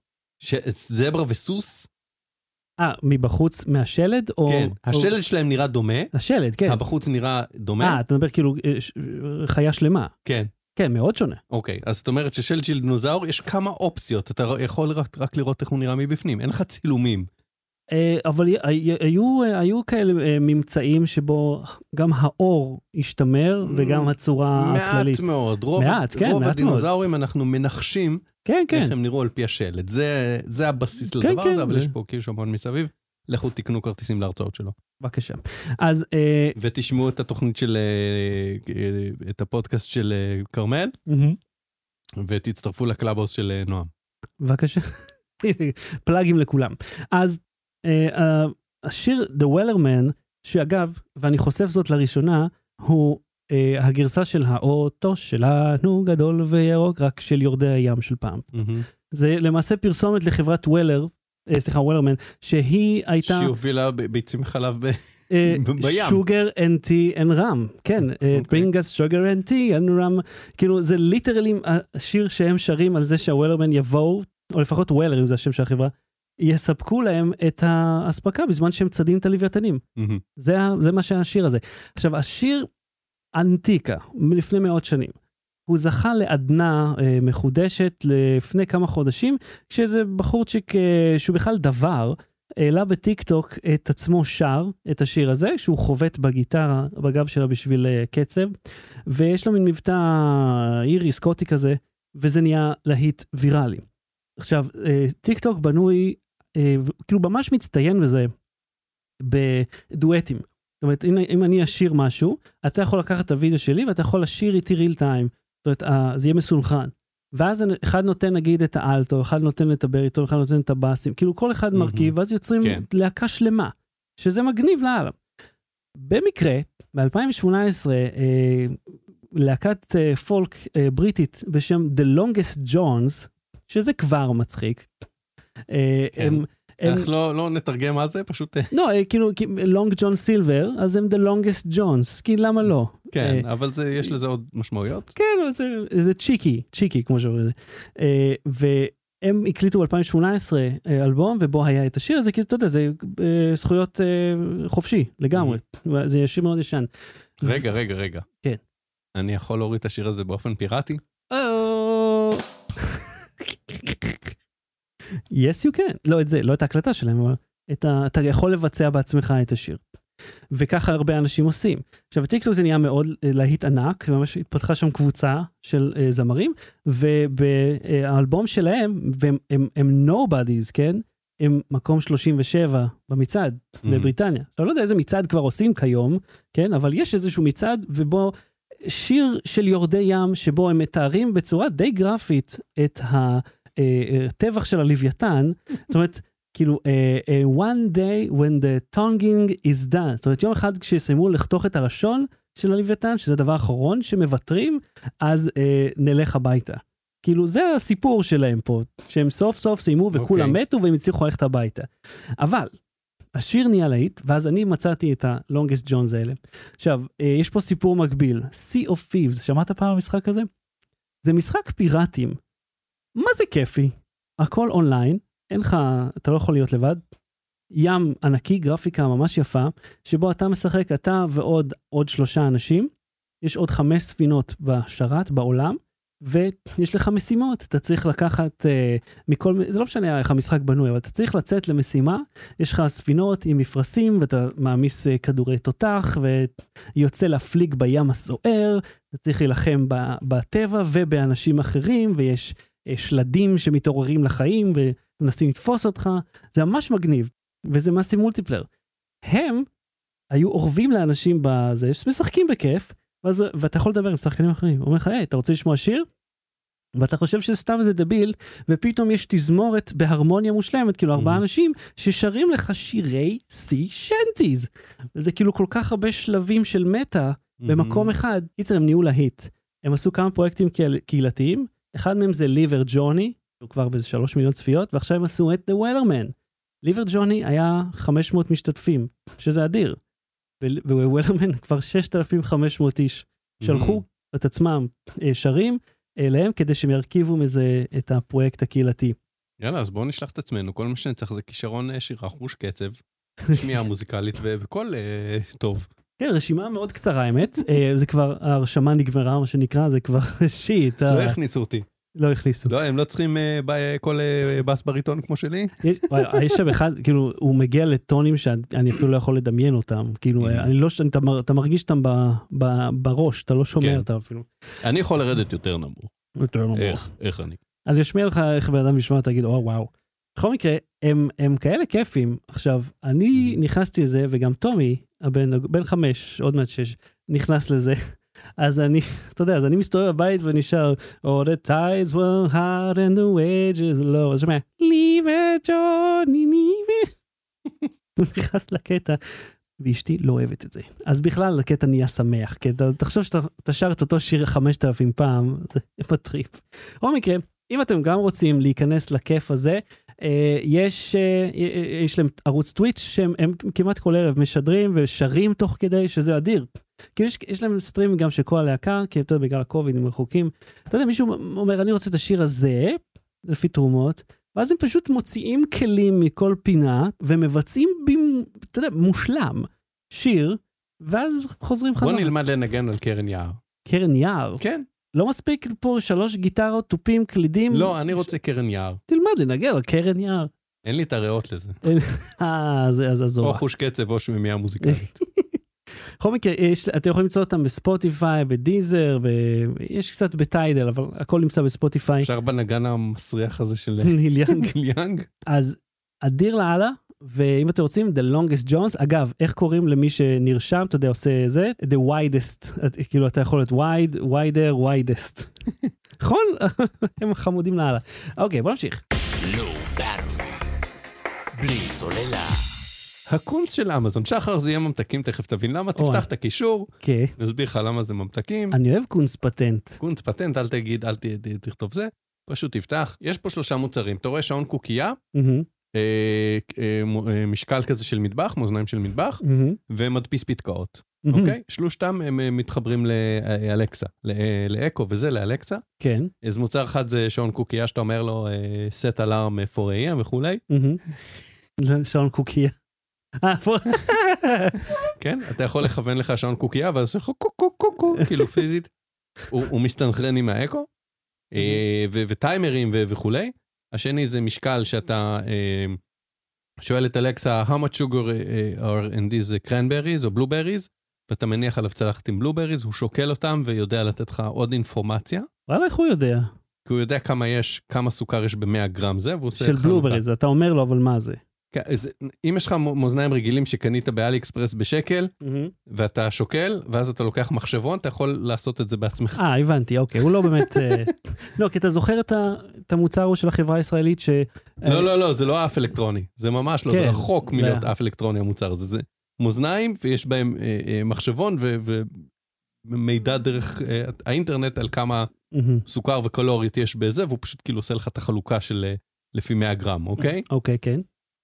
ש- זברה וסוס? אה, מבחוץ, מהשלד? או... כן. או- השלד שלהם נראה דומה, השלד, כן. הבחוץ נראה דומה? אה, אתה מדבר כאילו אה, ש- חיה שלמה. כן. כן, מאוד שונה. אוקיי, אז זאת אומרת ששלד של דינוזאור יש כמה אופציות, אתה ר- יכול רק, רק לראות איך הוא נראה מבפנים, אין לך צילומים. אה, אבל י- י- היו, אה, היו כאלה אה, ממצאים שבו גם האור השתמר וגם הצורה הכללית. Mm, מעט מאוד, רוב, אה, מעט, כן, רוב מעט הדינוזאורים אנחנו מנחשים כן, כן. איך הם נראו על פי השלד, זה, זה הבסיס כן, לדבר כן, הזה, אבל זה- יש פה כאילו המון מסביב, לכו תקנו כרטיסים להרצאות שלו. בבקשה. אז אה, ותשמעו את התוכנית של, אה, אה, את הפודקאסט של אה, כרמל, ותצטרפו לקלאבוס של אה, נועם. בבקשה. פלאגים לכולם. אז אה, אה, השיר The Wellerman, שאגב, ואני חושף זאת לראשונה, הוא אה, הגרסה של האוטו שלנו גדול וירוק, רק של יורדי הים של פעם. זה למעשה פרסומת לחברת וולר, אה, סליחה, וולרמן, שהיא הייתה... שהיא הובילה ב- ביצים חלב ב... אה, ב- בים. sugar and tea and rum, כן, אה, אוקיי. bring us sugar and tea and rum, כאילו זה ליטרלי השיר שהם שרים על זה שהוולרמן יבואו, או לפחות וולר אם זה השם של החברה, יספקו להם את האספקה בזמן שהם צדים את הלוויתנים. מהמם. זה, ה- זה מה שהשיר הזה. עכשיו, השיר אנטיקה, מלפני מאות שנים. הוא זכה לעדנה אה, מחודשת לפני כמה חודשים, כשאיזה בחורצ'יק אה, שהוא בכלל דבר, העלה בטיקטוק את עצמו שר, את השיר הזה, שהוא חובט בגיטרה, בגב שלה בשביל אה, קצב, ויש לו מין מבטא אירי, סקוטי כזה, וזה נהיה להיט ויראלי. עכשיו, אה, טיקטוק בנוי, אה, ו- כאילו ממש מצטיין בזה, בדואטים. זאת אומרת, אם, אם אני אשיר משהו, אתה יכול לקחת את הוידאו שלי ואתה יכול לשיר איתי ריל טיים. זאת אומרת, אה, זה יהיה מסונכרן. ואז אנ- אחד נותן נגיד את האלטו, אחד נותן את הבריטון, אחד נותן את הבאסים. כאילו כל אחד מהמם. מרכיב, ואז יוצרים כן. להקה שלמה, שזה מגניב לאללה. במקרה, ב-2018, אה, להקת אה, פולק אה, בריטית בשם The Longest Johns, שזה כבר מצחיק. אה, כן. הם, הם, אנחנו לא- לא נתרגם מה זה, פשוט... אה, לא, אה, כאילו, לונג ג'ון סילבר, אז הם The Longest Johns, כי למה לא? כן, אבל זה- יש לזה עוד משמעויות. כן, אבל זה, זה צ'יקי, צ'יקי, כמו שאומרים. אה, והם הקליטו ב-2018 אה, אלבום, ובו היה את השיר הזה, כי זה, אתה יודע, זה אה, זכויות אה, חופשי לגמרי. זה שיר מאוד ישן. Mm-hmm. רגע, רגע, רגע. אה, כן. אני יכול להוריד את השיר הזה באופן פיראטי? אה, yes, you can. לא את זה, לא את ההקלטה שלהם, אבל את ה... אתה יכול לבצע בעצמך את השיר. וככה הרבה אנשים עושים. עכשיו, הטיקטוק זה נהיה מאוד אה, להיט ענק, ממש התפתחה שם קבוצה של אה, זמרים, ובאלבום שלהם, והם הם, הם nobodies, כן? הם מקום 37 במצעד Mm-hmm. בבריטניה. עכשיו, לא יודע איזה מצעד כבר עושים כיום, כן? אבל יש איזשהו מצעד, ובו שיר של יורדי ים, שבו הם מתארים בצורה די גרפית את ה- אה, אה, הטבח של הלוויתן. זאת אומרת, כאילו, אה, אה, one day when the tonguing is done. זאת אומרת, יום אחד כשיסיימו לחתוך את הלשון של הלוויתן, שזה הדבר האחרון שמוותרים, אז אה, נלך הביתה. כאילו, זה הסיפור שלהם פה, שהם סוף סוף סיימו וכולם אוקיי. מתו והם הצליחו ללכת הביתה. אבל, השיר נהיה להיט, ואז אני מצאתי את ה-Longest Jones האלה. עכשיו, אה, יש פה סיפור מקביל, Sea of Thieves, שמעת פעם על המשחק הזה? זה משחק פיראטים. מה זה כיפי? הכל אונליין, אין לך, אתה לא יכול להיות לבד. ים ענקי, גרפיקה ממש יפה, שבו אתה משחק, אתה ועוד עוד שלושה אנשים. יש עוד חמש ספינות בשרת, בעולם, ויש לך משימות. אתה צריך לקחת אה, מכל, מ- זה לא משנה איך המשחק בנוי, אבל אתה צריך לצאת למשימה. יש לך ספינות עם מפרשים, ואתה מעמיס אה, כדורי תותח, ויוצא להפליג בים הסוער, אתה צריך להילחם ב- בטבע ובאנשים אחרים, ויש אה, שלדים שמתעוררים לחיים ומנסים לתפוס אותך. זה ממש מגניב, וזה מעשה מולטיפלר. הם היו אורבים לאנשים בזה, שמשחקים בכיף, ואז, ואתה יכול לדבר עם שחקנים אחרים. הוא אומר לך, היי, אתה רוצה לשמוע שיר? ואתה חושב שזה סתם איזה דביל, ופתאום יש תזמורת בהרמוניה מושלמת, כאילו ארבעה Mhm. אנשים ששרים לך שירי סי שנטיז. Mm-hmm. וזה כאילו כל כך הרבה שלבים של מטה במקום אחד. קיצר, הם נהיו להיט. הם עשו כמה פרויקטים קהיל- קהילתיים, אחד מהם זה ליבר ג'וני, הוא כבר באיזה שלוש מיליון צפיות, ועכשיו הם עשו את The Wellerman. ליבר ג'וני היה 500 משתתפים, שזה אדיר. ווולרמן כבר 6,500 איש שלחו Mm-hmm. את עצמם אה, שרים אליהם כדי שהם ירכיבו מזה את הפרויקט הקהילתי. יאללה, אז בואו נשלח את עצמנו. כל מה שנצטרך זה כישרון אה, שירה, חוש קצב, שמיעה מוזיקלית ו- וקול אה, טוב. כן, רשימה מאוד קצרה האמת, אה, זה כבר, ההרשמה נגמרה, מה שנקרא, זה כבר שיט, לא אה, הכניסו אותי. לא הכניסו. לא, הם לא צריכים אה, ב- אה, קול אה, בס בריטון כמו שלי? יש וואי, יש שם אחד, כאילו, הוא מגיע לטונים שאני אפילו לא יכול לדמיין אותם, כאילו, Mhm. אני לא, ש- אתה מר- אתה מרגיש אותם ב- ב- בראש, אתה לא שומע כן. אותם אפילו. אני יכול לרדת יותר נמוך. יותר נמוך. איך, איך אני? אז ישמיע לך איך בן אדם ישמע, תגיד, או וואו. בכל מקרה, הם, הם כאלה כיפים. עכשיו, אני נכנסתי לזה, וגם טומי, הבן, בן חמש, עוד מעט שש, נכנס לזה. אז אני, אתה יודע, אז אני מסתובב בבית ונשאר, Oh, the tides were hard and the wages low. אז שומע, leave it, Johnny, leave it. הוא נכנס לקטע, ואשתי לא אוהבת את זה. אז בכלל, הקטע נהיה שמח, כי אתה- תחשוב שאתה אתה שר את אותו שיר 5,000 פעם, זה מטריף. בכל מקרה, אם אתם גם רוצים להיכנס לכיף הזה, אה, יש, אה, אה, יש להם ערוץ טוויץ' שהם הם כמעט כל ערב משדרים ושרים תוך כדי, שזה אדיר. כאילו יש, יש להם סטרים גם של כל הלהקה, כי אתה יודע, בגלל הקוביד הם רחוקים. אתה יודע, מישהו אומר, אני רוצה את השיר הזה, לפי תרומות, ואז הם פשוט מוציאים כלים מכל פינה ומבצעים, במ, אתה יודע, מושלם, שיר, ואז חוזרים בוא חזרה. נלמד לנגן על קרן יער. קרן יער. כן. לא מספיק פה שלוש גיטרות, תופים, קלידים. לא, אני רוצה קרן יער. תלמד לנגן על קרן יער. אין לי את הריאות לזה. אה, זה אז עזוב. או חוש קצב או שמיעה מוזיקלית. בכל מקרה, יש- אתם יכולים למצוא אותם בספוטיפיי, בדיזר, ב- יש קצת בטיידל, אבל הכל נמצא בספוטיפיי. אפשר בנגן המסריח הזה של ניל יאנג. גיל יאנג? אז אדיר לאללה, ואם אתם רוצים, The Longest Jones, אגב, איך קוראים למי שנרשם, אתה יודע, עושה זה? The Widest, את- כאילו אתה יכול להיות wide, wider, widest. נכון? הם חמודים לאללה. אוקיי, בוא נמשיך. לואו ברור. בלי סוללה. הקונץ של אמזון. שחר זה יהיה ממתקים, תכף תבין למה. אוי. תפתח את הקישור, אוקיי. נסביר לך למה זה ממתקים. אני אוהב קונס פטנט. קונץ פטנט, אל תגיד, אל ת- ת- תכתוב זה. פשוט תפתח. יש פה שלושה מוצרים. אתה רואה שעון קוקייה, מהמם, אה, אה, מו- אה, משקל כזה של מטבח, מאזניים של מטבח, מהמם, ומדפיס פתקאות. מהמם. אוקיי? שלושתם הם אה, מתחברים אה, לאלקסה, לאקו וזה לאלקסה. כן. אז מוצר אחד זה שעון קוקייה שאתה אומר לו אה, set alarm 4am וכולי, מהמם. זה שעון קוקייה. אה, פה. כן? אתה יכול לכוון לך שעון קוקייה ואז עושה לך קו קו קו קו, כאילו פיזית. הוא הוא מסתנכרן עם האקו, אה, ו- וטיימרים ו- וכולי. השני זה משקל שאתה אה, שואל את אלקסה how much sugar אה, are in these cranberries או blueberries, ואתה מניח עליו צלחת עם blueberries, הוא שוקל אותם ויודע לתת לך עוד אינפורמציה. וואלה, איך הוא יודע? כי הוא יודע כמה יש, כמה סוכר יש ב-100 גרם זה, והוא עושה... של לך בלובריז, אתה אומר לו, אבל מה זה? כן, אז אם יש לך מו- מאזניים רגילים שקנית באלי אקספרס בשקל, ואתה שוקל, ואז אתה לוקח מחשבון, אתה יכול לעשות את זה בעצמך. אה, הבנתי, אוקיי, הוא לא באמת... אה, לא, כי אתה זוכר את ה- את המוצר הוא של החברה הישראלית ש... לא, לא, לא, זה לא אף אלקטרוני. זה ממש לא, אה, כן, זה רחוק זה- מלהיות אף אלקטרוני המוצר הזה. זה מאזניים, ויש בהם אה, אה, מחשבון ו- ומידע דרך אה, האינטרנט על כמה אה, מהמם, סוכר וקלורית יש בזה, והוא פשוט כאילו עושה לך את החלוקה של אה, לפי 100 גרם, אוקיי? אוקיי, כן.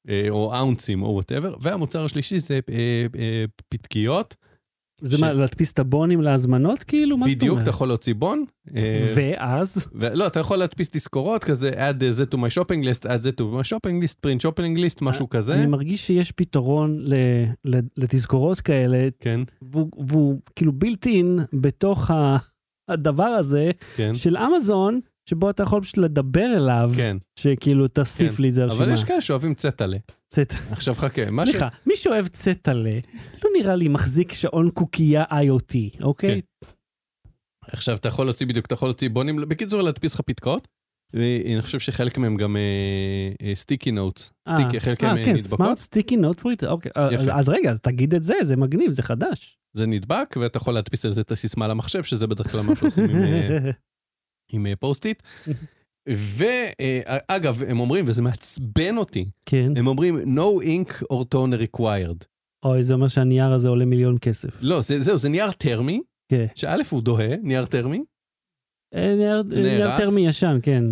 אה, או אאונסים או וואטאבר. והמוצר השלישי זה אה, אה, פתקיות. זה ש- מה, להדפיס את הבונים להזמנות, כאילו? מה זאת אומרת? בדיוק, אתה יכול להוציא בון. אה, ואז? ו- לא, אתה יכול להדפיס תזכורות כזה, add uh, זה to my shopping list, add זה to my shopping list, print shopping list, משהו כזה. אה, אני מרגיש שיש פתרון ל- ל- לתזכורות כאלה, כן, והוא והוא כאילו built in בתוך ה- הדבר הזה כן, של אמזון, שבו אתה יכול פשוט לדבר אליו, כן. שכאילו תוסיף כן. לי איזה אבל רשימה. יש כאלה שאוהבים צטלה. צאת- עכשיו חכה, מה ש... סליחה, מי שאוהב צטלה, לא נראה לי מחזיק שעון קוקייה IoT, אוקיי? כן, עכשיו אתה יכול להוציא בדיוק, אתה יכול להוציא בונים, בקיצור להדפיס לך פתקאות. ואני חושב שחלק מהם גם אה, סטיקי נוטס, אה, חלק אה, מהם כן, סמארט נדבקות, סטיקי נוט פריט, אוקיי. אה, יפה. אז רגע, אז תגיד את זה, זה מגניב, זה חדש. זה נדבק, ואתה יכול להדפיס על זה את הסיסמה למחשב, שזה בדרך כלל מה שעושים עם, אה, עם אה, פוסט-איט. ואגב, הם אומרים, וזה מעצבן אותי, כן. הם אומרים no ink or toner required. אוי, זה אומר שהנייר הזה עולה מיליון כסף. לא, זה, זהו, זה נייר טרמי, כן. שא' הוא דוהה, נייר טרמי, אה, נייר- נייר נהרס? תרמי ישן, כן.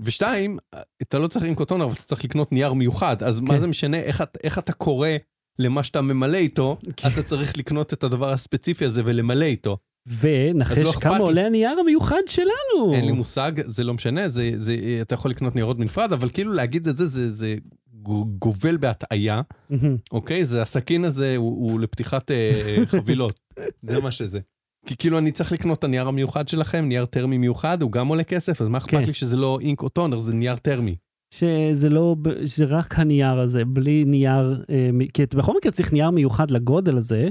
ושתיים, אתה לא צריך לנקוט הון, אבל אתה צריך לקנות נייר מיוחד, אז מה כן. זה משנה איך, את- איך אתה קורא למה שאתה ממלא איתו, כן. אתה צריך לקנות את הדבר הספציפי הזה ולמלא איתו. אז לא ונחש אכפת כמה לי. עולה הנייר המיוחד שלנו. אין לי מושג, זה לא משנה, זה, זה, אתה יכול לקנות ניירות בנפרד, אבל כאילו להגיד את זה, זה, זה גו- גובל בהטעיה, מושג. אוקיי? זה הסכין הזה הוא, הוא לפתיחת אה, אה, חבילות, זה מה שזה. כי כאילו אני צריך לקנות את הנייר המיוחד שלכם, נייר תרמי מיוחד, הוא גם עולה כסף, אז מה אכפת כן. אה, לי שזה לא אינק או טונר, זה נייר תרמי. שזה לא, ב- שזה רק הנייר הזה, בלי נייר, אה, מ- כי אתה בכל מקרה צריך נייר מיוחד לגודל הזה,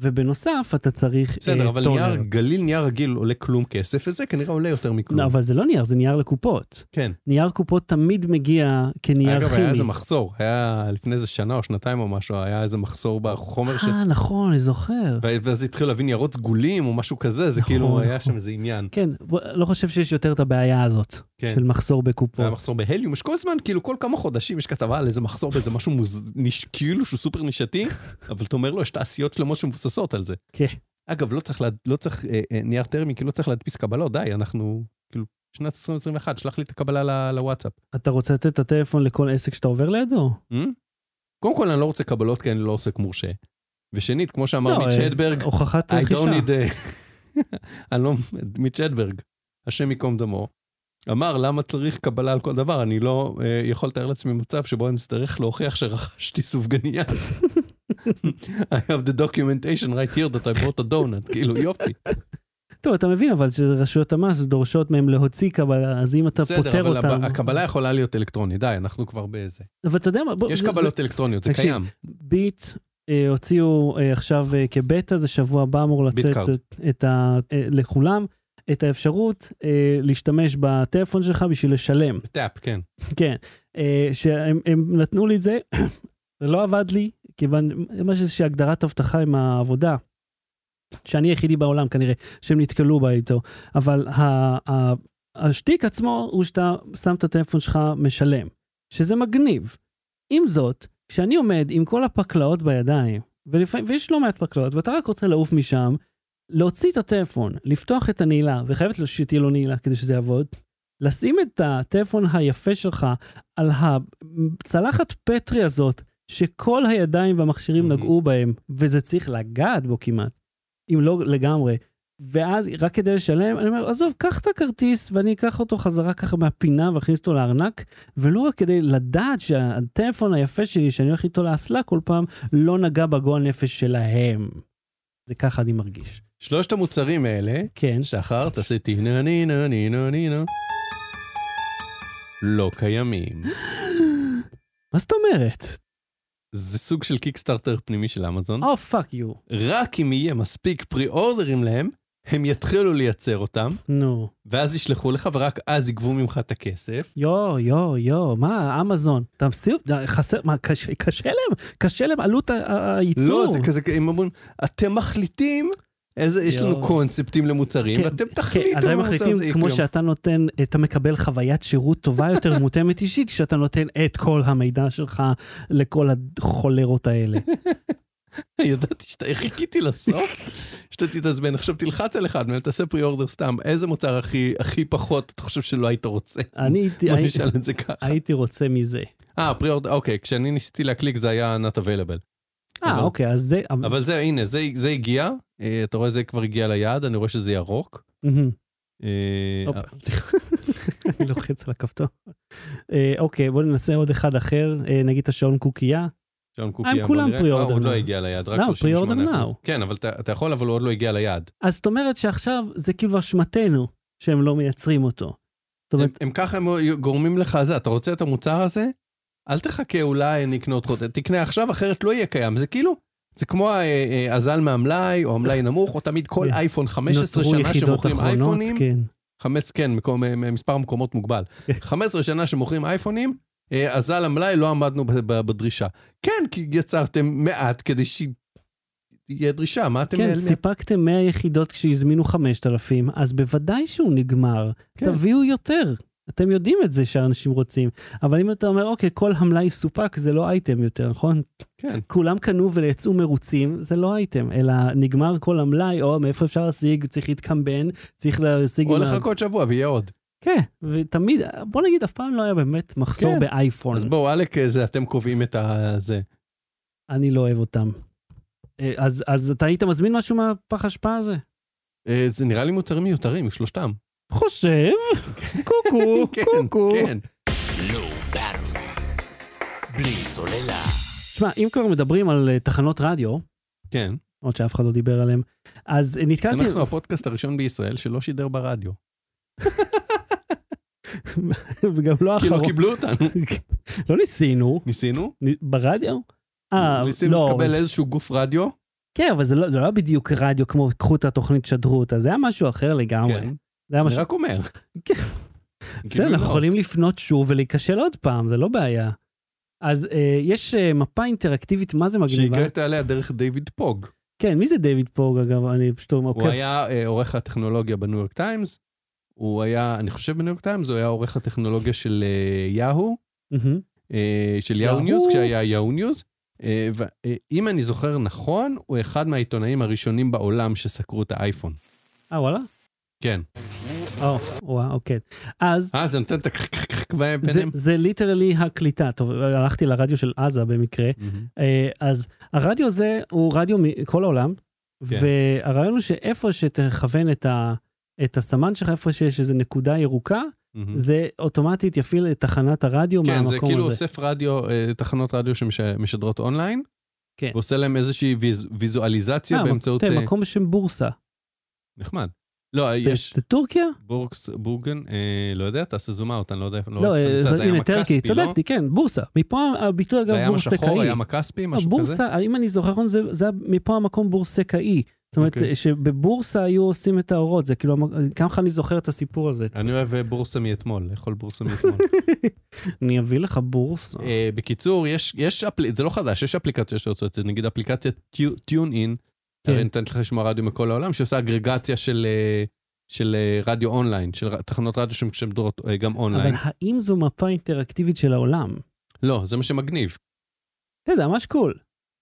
ובנוסף אתה צריך בסדר, אה, אבל טונר. נייר, גליל נייר רגיל עולה כלום כסף, וזה כנראה עולה יותר מכלום. לא, אבל זה לא נייר, זה נייר לקופות. כן. נייר קופות תמיד מגיע כנייר אגב, כימי. היה איזה מחסור, היה לפני איזה שנה או שנתיים או משהו, היה איזה מחסור בחומר ש... אה, נכון, אני זוכר. ו- ואז התחילו להביא ניירות סגולים או משהו כזה, זה נכון, כאילו היה נכון. שם איזה עניין. כן, בוא- לא חושב שיש יותר את הבעיה הזאת, כן. של מחסור היה בקופות. מחסור בהליום, יש כל זמן, כאילו כל כמה חודשים יש כתבה על איזה מחסור באיזה משהו מוז... נש... כאילו שהוא סופר נישתי, אבל אתה אומר לו, יש תעשיות שלמות שמבוססות על זה. כן. אגב, לא צריך, לה... לא צריך אה, אה, נייר תרמי, כי לא צריך להדפיס קבלות, די, אנחנו, כאילו, שנת 2021, שלח לי את הקבלה ל... לוואטסאפ. אתה רוצה לתת את הטלפון לכל עסק שאתה עובר לידו? Hmm? קודם כל, אני לא רוצה קבלות, כי אני לא עוסק מורשה. ושנית, כמו שאמר לא, אה, מיץ' הדברג, הוכחת I רכישה. don't need... a- אני לא... מיץ' אדברג, השם ייקום דמו, אמר למה צריך קבלה על כל דבר, אני לא אה, יכול לתאר לעצמי מצב שבו אני אצטרך להוכיח שרכשתי סופגניה. I have the documentation right here that I bought a donut, כאילו יופי. טוב, אתה מבין, אבל שרשויות המס דורשות מהם להוציא קבלה, אז אם אתה פוטר בסדר, אבל אותם... הב- הקבלה יכולה להיות אלקטרונית, די, אנחנו כבר בזה. אבל אתה יודע מה, בוא... יש לא, זה- קבלות אלקטרוניות, זה תקשיב, קיים. ביט אה, הוציאו אה, עכשיו אה, כבטא, זה שבוע הבא אמור לצאת ביטקארד. את, את ה, אה, לכולם, את האפשרות אה, להשתמש בטלפון שלך בשביל לשלם. טאפ, כן. כן, אה, שהם הם נתנו לי את זה, זה לא עבד לי, כיוון, יש איזושהי הגדרת אבטחה עם העבודה, שאני היחידי בעולם כנראה, שהם נתקלו בה איתו, אבל ה, ה, השטיק עצמו הוא שאתה שם את הטלפון שלך משלם, שזה מגניב. עם זאת, כשאני עומד עם כל הפקלאות בידיים, ולפעמים, ויש לא מעט פקלאות, ואתה רק רוצה לעוף משם, להוציא את הטלפון, לפתוח את הנעילה, וחייבת שתהיה לו נעילה כדי שזה יעבוד, לשים את הטלפון היפה שלך על הצלחת פטרי הזאת, שכל הידיים והמכשירים Mhm. נגעו בהם, וזה צריך לגעת בו כמעט, אם לא לגמרי. ואז רק כדי לשלם, אני אומר, עזוב, קח את הכרטיס ואני אקח אותו חזרה ככה מהפינה ואכניס אותו לארנק, ולא רק כדי לדעת שהטלפון היפה שלי, שאני הולך איתו לאסלה כל פעם, לא נגע בגועל נפש שלהם. זה ככה אני מרגיש. שלושת המוצרים האלה, כן. שחר, תעשה טינה נינה נינה נינה. לא קיימים. מה זאת אומרת? זה סוג של קיקסטארטר פנימי של אמזון. או פאק יו. רק אם יהיה מספיק פרי אורדרים להם, הם יתחילו לייצר אותם, נו. ואז ישלחו לך, ורק אז יגבו ממך את הכסף. יו, יו, יו, מה, אמזון, תמציאו, חסר, מה, קשה- קשה להם? קשה להם עלות ה- ה- הייצור. לא, זה כזה, הם אומרים, אתם מחליטים איזה, יש לנו יואו. קונספטים למוצרים, כן, ואתם כן, תחליטו אתם מה המוצר מחליטים, הזה כמו יקרה. שאתה נותן, אתה מקבל חוויית שירות טובה יותר, מותאמת אישית, שאתה נותן את כל המידע שלך לכל החולרות האלה. ידעתי שאתה, חיכיתי לסוף, שאתה תתעצבן. עכשיו תלחץ על אחד מהם, תעשה פרי אורדר סתם. איזה מוצר הכי, הכי פחות אתה חושב שלא היית רוצה? אני הייתי- בוא הי- נשאל את זה ככה. הייתי רוצה מזה. אה, פרי אורדר, אוקיי, כשאני ניסיתי להקליק זה היה not available. אה, אבל- אוקיי, אז זה... אבל זה, הנה, זה, זה הגיע, אה, אתה רואה, זה כבר הגיע ליעד, אני רואה שזה ירוק. מהמם. אה, הופ. אני לוחץ על הכפתור. אה, אוקיי, בואו ננסה עוד אחד אחר, אה, נגיד את השעון קוקייה. שעון קוקי, הם בוא כולם נראה. pre-order אה, הוא עוד לא now. הגיע ליעד, רק לא, 38 pre-order now. כן, אבל אתה, אתה יכול, אבל הוא עוד לא הגיע ליעד. אז זאת אומרת שעכשיו זה כאילו אשמתנו שהם לא מייצרים אותו. זאת הם, אומרת, הם ככה הם גורמים לך זה, אתה רוצה את המוצר הזה? אל תחכה אולי נקנות חוטא, תקנה עכשיו, אחרת לא יהיה קיים. זה כאילו, זה כמו אה, אה, הזל מהמלאי, או המלאי נמוך, או תמיד כל כן. אייפון 15 נותרו שנה יחידות שמוכרים אחרונות, אייפונים, כן. 15, כן, מקום, אה, מספר מקומות מוגבל. 15 שנה שמוכרים אייפונים, אה, אז על המלאי לא עמדנו ב- ב- בדרישה. כן, כי יצרתם מעט כדי שיהיה דרישה, מה אתם כן, נעלמים? סיפקתם 100 יחידות כשהזמינו 5,000, אז בוודאי שהוא נגמר. כן. תביאו יותר. אתם יודעים את זה שאנשים רוצים, אבל אם אתה אומר, אוקיי, כל המלאי סופק, זה לא אייטם יותר, נכון? כן. כולם קנו ויצאו מרוצים, זה לא אייטם, אלא נגמר כל המלאי, או מאיפה אפשר להשיג, צריך להתקמבן, צריך להשיג... או עם ה- לחכות שבוע ויהיה עוד. כן, ותמיד, בוא נגיד, אף פעם לא היה באמת מחסור כן. באייפון. אז בואו, עלק, אה, זה, אתם קובעים את ה- זה. אני לא אוהב אותם. אה, אז, אז אתה היית מזמין משהו מהפח אשפה הזה? אה, זה נראה לי מוצרים מיותרים, שלושתם. חושב, קוקו, כן, קוקו. כן. לא battle. בלי סוללה. שמע, אם כבר מדברים על אה, תחנות רדיו, כן. עוד שאף אחד לא דיבר עליהן, אז אה, נתקלתי... אנחנו הפודקאסט הראשון בישראל שלא שידר ברדיו. וגם לא כי לא האחרון. קיבלו אותנו. לא ניסינו, ניסינו? נ- ברדיו? אה, ניסינו לא, לקבל אבל- איזשהו גוף רדיו. כן, אבל זה לא זה לא היה בדיוק רדיו כמו קחו את התוכנית, שדרו אותה, זה היה משהו אחר לגמרי. כן. זה היה אני משהו... רק אומר. כאילו, לא. כן. בסדר, גילוי אנחנו נאות. יכולים לפנות שוב ולהיכשל עוד פעם, זה לא בעיה. אז אה, יש אה, מפה אינטראקטיבית, מה זה מגניבה? שהגעת עליה דרך דיוויד פוג. כן, מי זה דיוויד פורג אגב? אני פשוט אומר, הוא אוקיי. היה אה, עורך הטכנולוגיה בניו יורק טיימס. הוא היה, אני חושב בניו יורק טיימס, הוא היה עורך הטכנולוגיה של אה, יאהו, מהמם. אה, של יאהו. יאהו ניוז, כשהיה יאהו ניוז. אה, ואם אני זוכר נכון, הוא אחד מהעיתונאים הראשונים בעולם שסקרו את האייפון. אה, וואלה? כן. או, וואו, אוקיי. אז אה, זה נותן את הקחקחק זה- ביניהם? זה ליטרלי הקליטה. טוב, הלכתי לרדיו של עזה במקרה. מהמם. אה, אז הרדיו הזה הוא רדיו מכל העולם, כן. והרעיון הוא שאיפה שתכוון את ה... את הסמן שלך, איפה שיש איזו נקודה ירוקה, מהמם. זה אוטומטית יפעיל את תחנת הרדיו Mm-hmm. כן, מהמקום זה הזה. כאילו אוסף רדיו, אה, תחנות רדיו שמשדרות אונליין, כן. ועושה להם איזושהי ויז- ויזואליזציה אה, באמצעות... תראה, אה, מקום בשם בורסה. נחמד. לא, זה- יש זה טורקיה? בורקס, בורגן, אה, לא יודע, תעשה זום אאוט, אני לא יודע איפה... לא, איפה אתה נמצא, אה, זה היה הנה עמק טרקי, כספי, לא? צדקתי, כן, בורסה. מפה הביטוי אגב לא, זה היה בורסקאי. משחור, היה מכספי, משהו כזה? הבורסה, אם אני זוכר נכון, זה- זה היה מפה המקום בורסקאי. זאת אומרת, אוקיי. שבבורסה היו עושים את האורות, זה כאילו, המק- ככה אני זוכר את הסיפור הזה. אני אוהב אה, בורסה מאתמול, לאכול בורסה מאתמול. אני אביא לך בורסה. אה, בקיצור, יש, יש אפל... זה לא חדש, יש אפליקציה שעושה את זה, נגיד אפליקציית טיון אין, כן. הרי נותנת לך לשמוע רדיו מכל העולם, שעושה אגרגציה של, אה, של אה, רדיו אונליין, של ר- תחנות רדיו שמשדרות אה, גם אבל אונליין. האם זו מפה אינטראקטיבית של העולם? לא, זה מה שמגניב. אתה יודע, זה ממש קול.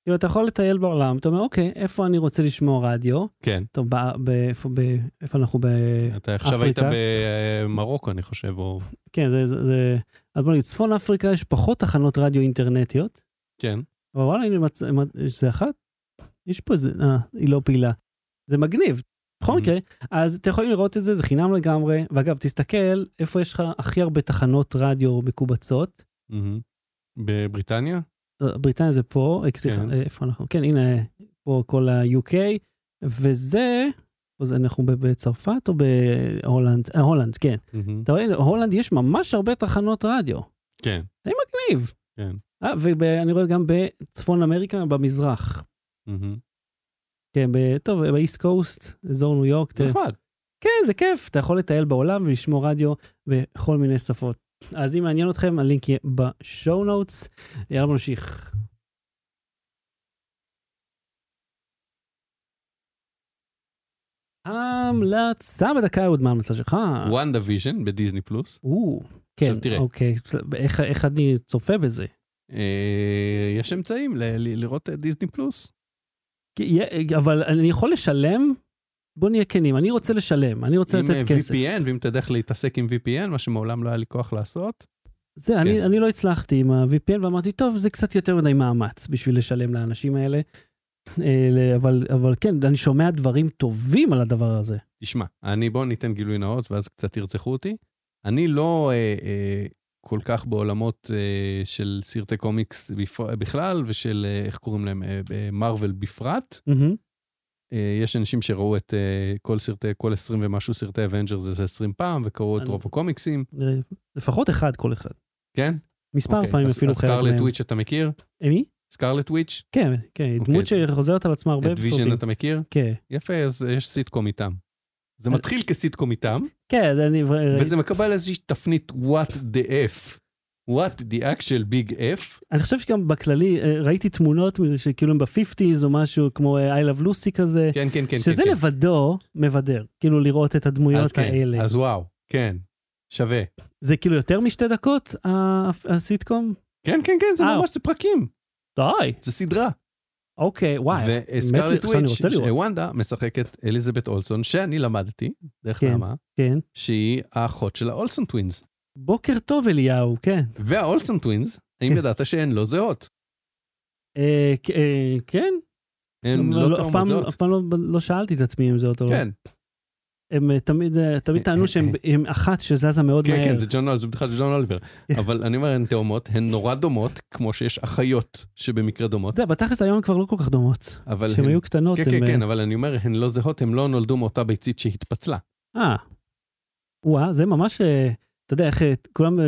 כאילו, אתה יכול לטייל בעולם, אתה אומר, אוקיי, איפה אני רוצה לשמוע רדיו? כן. טוב, ב- ב- איפה ב- איפה אנחנו ב... אתה עכשיו היית כן. אפריקה. במרוקו, אני חושב, או... כן, זה- זה... זה- אז בוא נגיד, צפון אפריקה יש פחות תחנות רדיו אינטרנטיות, כן. אבל וואלה, הנה, מצ... מצ- זה אחת? יש פה איזה... אה, היא לא פעילה. זה מגניב. בכל Mhm. מקרה, אז אתם יכולים לראות את זה, זה חינם לגמרי. ואגב, תסתכל איפה יש לך הכי הרבה תחנות רדיו מקובצות. מהמם. בבריטניה? לא, בריטניה זה פה, אה, סליחה, כן. אה, איפה אנחנו? כן, הנה, פה כל ה-UK, וזה, אז אנחנו ב- בצרפת או בהולנד? אה, הולנד, כן. מהמם. אתה רואה, הולנד יש ממש הרבה תחנות רדיו. כן. זה מגניב. כן. אה, ואני רואה גם בצפון אמריקה, במזרח. מהמם. כן, ב- טוב, באיסט קוסט, אזור ניו יורק. אתה- זה נחמד. כן, זה כיף, אתה יכול לטייל בעולם ולשמוע רדיו בכל מיני שפות. אז אם מעניין אתכם, הלינק יהיה בשואו נוטס. יאללה, בוא נמשיך. המלצה בדקה, עוד מה ההמלצה שלך? וואן דוויז'ן בדיסני פלוס. וואו. כן, עכשיו תראה. אוקיי, איך, איך אני צופה בזה? אה, יש אמצעים ל- ל- לראות אה, דיסני פלוס. כי יה- אבל אני יכול לשלם? בוא נהיה כנים, אני רוצה לשלם, אני רוצה עם אה, לתת כסף. VPN, ואם אתה יודע איך להתעסק עם VPN, מה שמעולם לא היה לי כוח לעשות. זה, אני, כן. אני לא הצלחתי עם ה-VPN ואמרתי, טוב, זה קצת יותר מדי מאמץ בשביל לשלם לאנשים האלה. אה, ל- אבל, אבל כן, אני שומע דברים טובים על הדבר הזה. תשמע, אני בוא ניתן גילוי נאות ואז קצת ירצחו אותי. אני לא אה, אה, כל כך בעולמות אה, של סרטי קומיקס בפ- בכלל ושל אה, איך קוראים להם, אה, אה, מארוול בפרט. מהמם. אה, יש אנשים שראו את אה, כל סרטי, כל 20 ומשהו סרטי אבנג'רס איזה 20 פעם וקראו את אני- רוב הקומיקסים, אה, לפחות אחד כל אחד. כן? מספר אוקיי, פעמים אז- אפילו אז חלק מהם. סקארלט וויץ' אתה מכיר? אה, מי? סקארלט וויץ'? כן, כן, היא אוקיי. דמות שחוזרת על עצמה הרבה את ויז'ן בסרטים. אתה מכיר? כן, יפה, אז יש סיטקום איתם. זה אני- מתחיל כסיטקום איתם, כן, אה, אני... וזה מקבל איזושהי תפנית what the f. what the actual big f. אני חושב שגם בכללי, אה, ראיתי תמונות מזה שכאילו הם ב-50's או משהו כמו אה, I Love Lucy כזה, כן, כן, כן. שזה כן, לבדו מבדר, כאילו לראות את כן. הדמויות אז כן, האלה. אז וואו, כן. שווה. זה כאילו יותר משתי דקות, ה- הסיטקום? כן, כן, כן, זה אה. ממש, זה פרקים. די. זה סדרה. אוקיי, וואי. מת לי, וסקארלט עכשיו אני וויץ', רוצה לראות. שוונדה משחקת אליזבת אולסון, שאני למדתי, דרך כן. נעמה, כן. שהיא האחות של האולסון טווינס. בוקר טוב, אליהו, כן. והאולסון טווינס, האם כן. ידעת שהן לא זהות? אה, כ- אה, כן? הן אף לא תאומות פעם- זהות. אף פעם לא- לא שאלתי את עצמי אם זה אותו. כן, הם אה, תמיד אה, תמיד טענו שהם הם אחת שזזה מאוד כן, מהר. כן, זה ג'ון אוליבר, זו בדיחה של ג'ון אוליבר. אבל אני אומר, הן תאומות, הן נורא דומות, כמו שיש אחיות שבמקרה דומות, זה, בתכלס היום הן כבר לא כל כך דומות. אבל כשהן הן- היו קטנות, כן, הן, כן, אה, כן, אבל אני אומר, הן לא זהות, הן לא נולדו מאותה ביצית שהתפצלה. אה. וואה, זה ממש, אה, אתה יודע איך, אה, כולם, אה,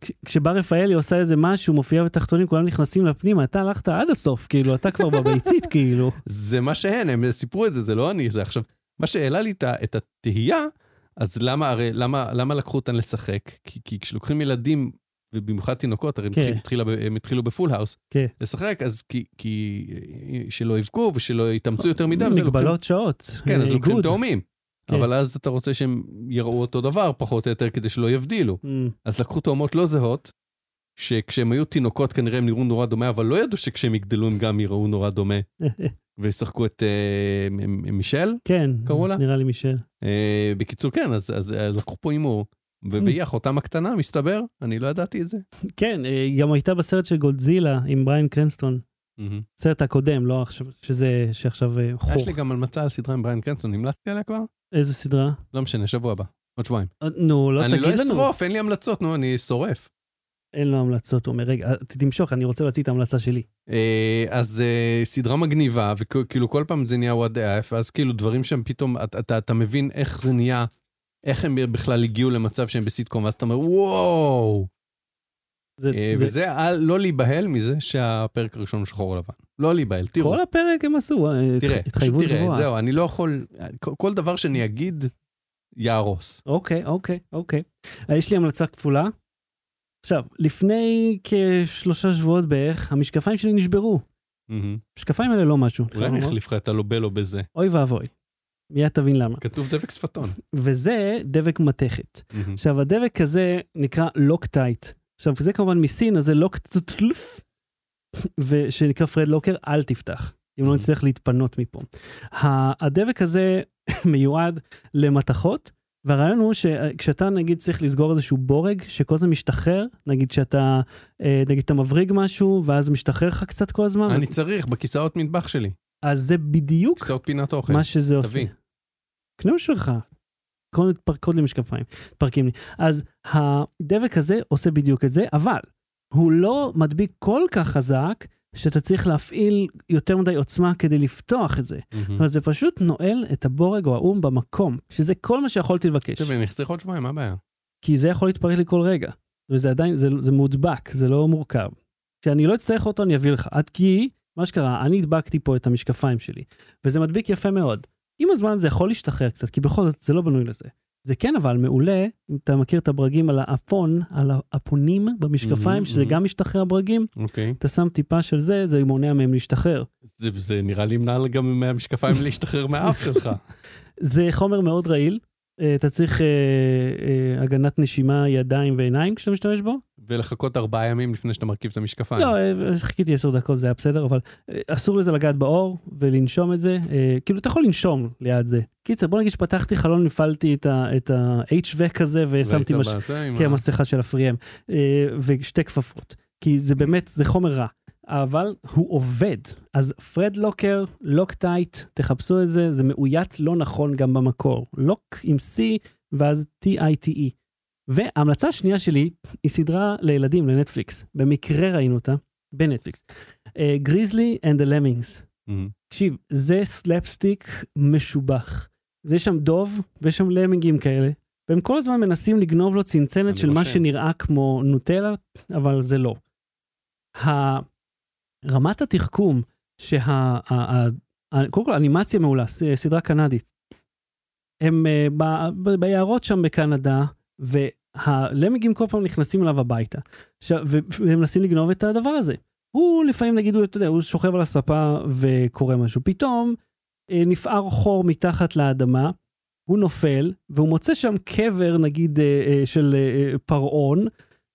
כש- כשבר רפאלי עושה איזה משהו, מופיע בתחתונים, כולם נכנסים לפנימה, אתה הלכת עד הסוף, כאילו, אתה כבר בביצית, כאילו. זה מה שהן, הם סיפרו את זה, זה לא אני, זה עכשיו. מה שהעלה לי את ה- את התהייה, אז למה הרי, למה, למה לקחו אותן לשחק? כי, כי כשלוקחים ילדים, ובמיוחד תינוקות, הרי הם כן. התחיל- התחילה ב- הם התחילו בפול האוס, כן. לשחק, אז כי, כי אה, שלא יבכו ושלא יתאמצו יותר מדי, וזה לוקחים- אה, מגבלות שעות. כן, אה, אז לוקחים איגוד. תאומים. כן. אבל אז אתה רוצה שהם יראו אותו דבר, פחות או יותר, כדי שלא יבדילו. אמ, אז לקחו תאומות לא זהות, שכשהם היו תינוקות כנראה הם נראו נורא דומה, אבל לא ידעו שכשהם יגדלו הם גם יראו נורא דומה. וישחקו את אה, מ- מ- מישל. אה, כן, קראו לה? נראה לי מישל. אה, בקיצור, כן, אז, אז אה, לקחו פה הימור. והיא אחותם הקטנה, מסתבר, אני לא ידעתי את זה. כן, אה, היא גם הייתה בסרט של גולדזילה עם בריין קרנסטון. הסרט הקודם, לא עכשיו, שזה, שעכשיו אה, יש חור. לי גם המלצה על סדרה עם בריין קרנסטון, המלצתי עליה כבר? איזה סדרה? לא משנה, שבוע הבא. עוד שבועיים. אה, נו, לא אני תגיד לא לנו. אשרוף, אין לי המלצות, נו, אני שורף. אין לו המלצות, הוא אומר, רגע, אה, תמשוך, אני רוצה להוציא את ההמלצה שלי. אה, אז אה, סדרה מגניבה, וכאילו כל פעם זה נהיה what if, אז כאילו דברים שהם פתאום, אתה- אתה אתה מבין איך זה נהיה, איך הם בכלל הגיעו למצב שהם בסיטקום, ואז אתה אומר, וואו. זה- אה, זה- וזה על- לא להיבהל מזה שהפרק הראשון הוא שחור לבן. לא להיבהל, תראו, כל הפרק הם עשו, אה, תראה, התח- פשוט התחייבות תראה, גבוהה. זהו, אני לא יכול, כל- כל דבר שאני אגיד, יהרוס. אוקיי, אוקיי, אוקיי. אה, יש לי המלצה כפולה. עכשיו, לפני כשלושה שבועות בערך, המשקפיים שלי נשברו. מהמם. המשקפיים האלה לא משהו. אולי אני אחליף לך את הלובלו בזה. אוי ואבוי. מיד תבין למה. כתוב דבק שפתון. וזה דבק מתכת. מהמם. עכשיו, הדבק הזה נקרא לוקטייט. עכשיו, זה כמובן מסין, אז זה לוקטטלף, שנקרא פרד לוקר, אל תפתח, אם לא Mhm. נצטרך להתפנות מפה. ה- הדבק הזה מיועד למתכות, והרעיון הוא שכשאתה נגיד צריך לסגור איזשהו בורג שכל הזמן משתחרר, נגיד שאתה, אה, נגיד אתה מבריג משהו, ואז משתחרר לך קצת כל הזמן, אני צריך, בכיסאות מטבח שלי, אז זה בדיוק כיסאות פינת האוכל. מה שזה עושה. תביא. קנה שלך. כל מיני פרקות לי משקפיים, פרקים לי. אז הדבק הזה עושה בדיוק את זה, אבל הוא לא מדביק כל כך חזק, שאתה צריך להפעיל יותר מדי עוצמה כדי לפתוח את זה. מהמם. זאת אומרת, זה פשוט נועל את הבורג או האום במקום, שזה כל מה שיכולתי לבקש. תקשיב, אני אחסך עוד שבועיים, מה הבעיה? כי זה יכול להתפרק לי כל רגע. וזה עדיין, זה, זה מודבק, זה לא מורכב. כשאני לא אצטרך אותו, אני אביא לך. עד כי, מה שקרה, אני הדבקתי פה את המשקפיים שלי, וזה מדביק יפה מאוד. עם הזמן זה יכול להשתחרר קצת, כי בכל זאת זה לא בנוי לזה. זה כן אבל מעולה, אם אתה מכיר את הברגים על האפון, על האפונים במשקפיים, Mhm, שזה mhm. גם משתחרר הברגים, אוקיי. אתה שם טיפה של זה, זה מונע מהם להשתחרר. זה, זה נראה לי ימנע גם מהמשקפיים להשתחרר מהאף שלך. זה חומר מאוד רעיל, אה, אתה צריך אה, אה, הגנת נשימה, ידיים ועיניים כשאתה משתמש בו, ולחכות ארבעה ימים לפני שאתה מרכיב את המשקפיים. לא, אה, חיכיתי עשר דקות, זה היה בסדר, אבל אה, אסור לזה לגעת באור ולנשום את זה. אה, כאילו, אתה יכול לנשום ליד זה. קיצר, בוא נגיד שפתחתי חלון, הפעלתי את ה- את ה-HVAC הזה ושמתי מש... כן, משקפיים. מסכה של הפריאם, אה, ושתי כפפות. כי זה באמת, זה חומר רע. אבל הוא עובד. אז פרד לוקר, לוקטייט, תחפשו את זה, זה מאוית לא נכון גם במקור. לוק עם C ואז T-I-T-E. E. וההמלצה השנייה שלי היא סדרה לילדים לנטפליקס. במקרה ראינו אותה, בנטפליקס. גריזלי and the Lemmings. תקשיב, זה סלפסטיק משובח. זה יש שם דוב ויש שם למינגים כאלה, והם כל הזמן מנסים לגנוב לו אני צנצנת של מה רושם. שנראה כמו נוטלה, אבל זה לא. ה- רמת התחכום, שה... ה- ה- ה- קודם כל, אנימציה מעולה, ס- סדרה קנדית. הם אה, ב- ב- ביערות שם בקנדה, והלמיגים כל פעם נכנסים אליו הביתה, ש... ו- והם מנסים לגנוב את הדבר הזה. הוא לפעמים, נגיד, הוא, אתה יודע, הוא שוכב על הספה וקורה משהו. פתאום אה, נפער חור מתחת לאדמה, הוא נופל, והוא מוצא שם קבר, נגיד, אה, אה, של אה, אה, פרעון,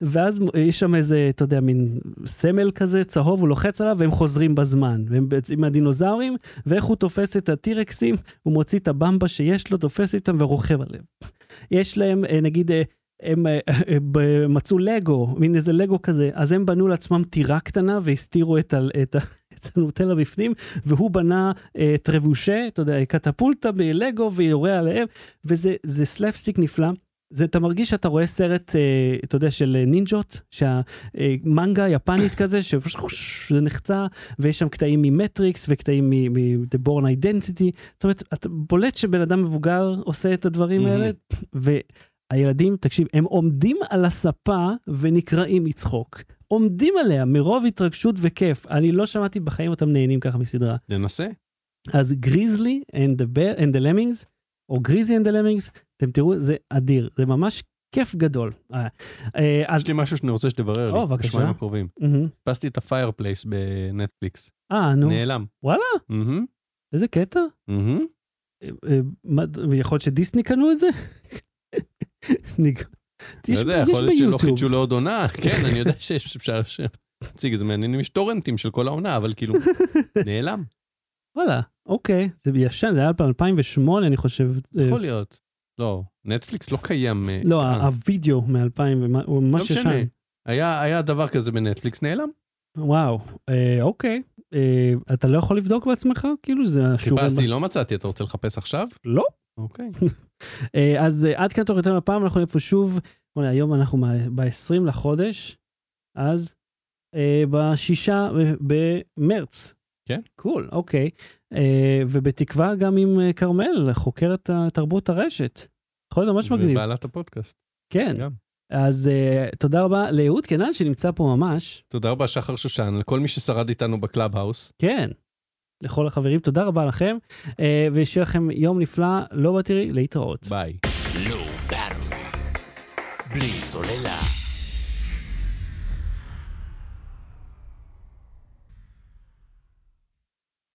ואז אה, יש שם איזה, אתה יודע, מין סמל כזה, צהוב, הוא לוחץ עליו, והם חוזרים בזמן. והם בעצם עם הדינוזאורים, ואיך הוא תופס את הטירקסים, הוא מוציא את הבמבה שיש לו, תופס איתם ורוכב עליהם. יש להם, אה, נגיד, אה, הם אה, אה, ב- מצאו לגו, מין איזה לגו כזה, אז הם בנו לעצמם טירה קטנה והסתירו את, ה- את, ה- את הנוטלה בפנים, והוא בנה אה, טרבושה, אתה יודע, קטפולטה בלגו ויורה עליהם, וזה זה סלפסטיק נפלא. זה, אתה מרגיש שאתה רואה סרט, אה, אתה יודע, של אה, נינג'ות, שהמנגה היפנית כזה, שזה נחצה, ויש שם קטעים ממטריקס וקטעים מ-The Born Identity. זאת אומרת, אתה בולט שבן אדם מבוגר עושה את הדברים מהמם. האלה, והילדים, תקשיב, הם עומדים על הספה ונקרעים מצחוק. עומדים עליה מרוב התרגשות וכיף. אני לא שמעתי בחיים אותם נהנים ככה מסדרה. ננסה. אז גריזלי and the, bear, and the Lemmings, או גריזלי and the Lemmings, אתם תראו, זה אדיר, זה ממש כיף גדול. אה, אה, אז, יש לי משהו שאני רוצה שתברר לי. או, בבקשה. בשבועיים הקרובים. מהמם. פסתי את הפיירפלייס בנטפליקס. אה, נו, נעלם. וואלה? מהמם, איזה קטע? מהמם. אה, אה, מה- יכול להיות שדיסני קנו את זה? ניג- לא יש- יודע, יש יכול להיות שלא ביוטיוב. חידשו לעוד עונה. כן, אני יודע שיש אפשר ש- להציג את זה מעניינים, יש טורנטים של כל העונה, אבל כאילו, נעלם. וואלה, אוקיי, זה ישן, זה היה ב-2008, אני חושב. אה, יכול להיות. לא, נטפליקס לא קיים. אה, לא, אה, ה- הווידאו מ-2000, הוא לא ממש משנה. ישן. היה היה דבר כזה בנטפליקס, נעלם. וואו, אה, אוקיי. אה, אתה לא יכול לבדוק בעצמך? כאילו זה השורה... חיפשתי, לא מצאתי, אתה רוצה לחפש עכשיו? לא. אוקיי. אה, אז אה, עד כאן תוכניתנו לפעם, אנחנו נהיה פה שוב, בוא'נה, היום אנחנו ב-20 לחודש, אז אה, בשישה ב- במרץ. כן. קול, אוקיי. אה, ובתקווה גם עם אה, כרמל, חוקרת ה- תרבות הרשת. יכול להיות ממש מגניב. ובעלת הפודקאסט. כן. גם. אז אה, תודה רבה לאהוד קנן שנמצא פה ממש. תודה רבה, שחר שושן, לכל מי ששרד איתנו בקלאב האוס. כן. לכל החברים, תודה רבה לכם, אה, ושיהיה לכם יום נפלא, לא בטירי, להתראות. ביי. Low Battery. בלי סוללה.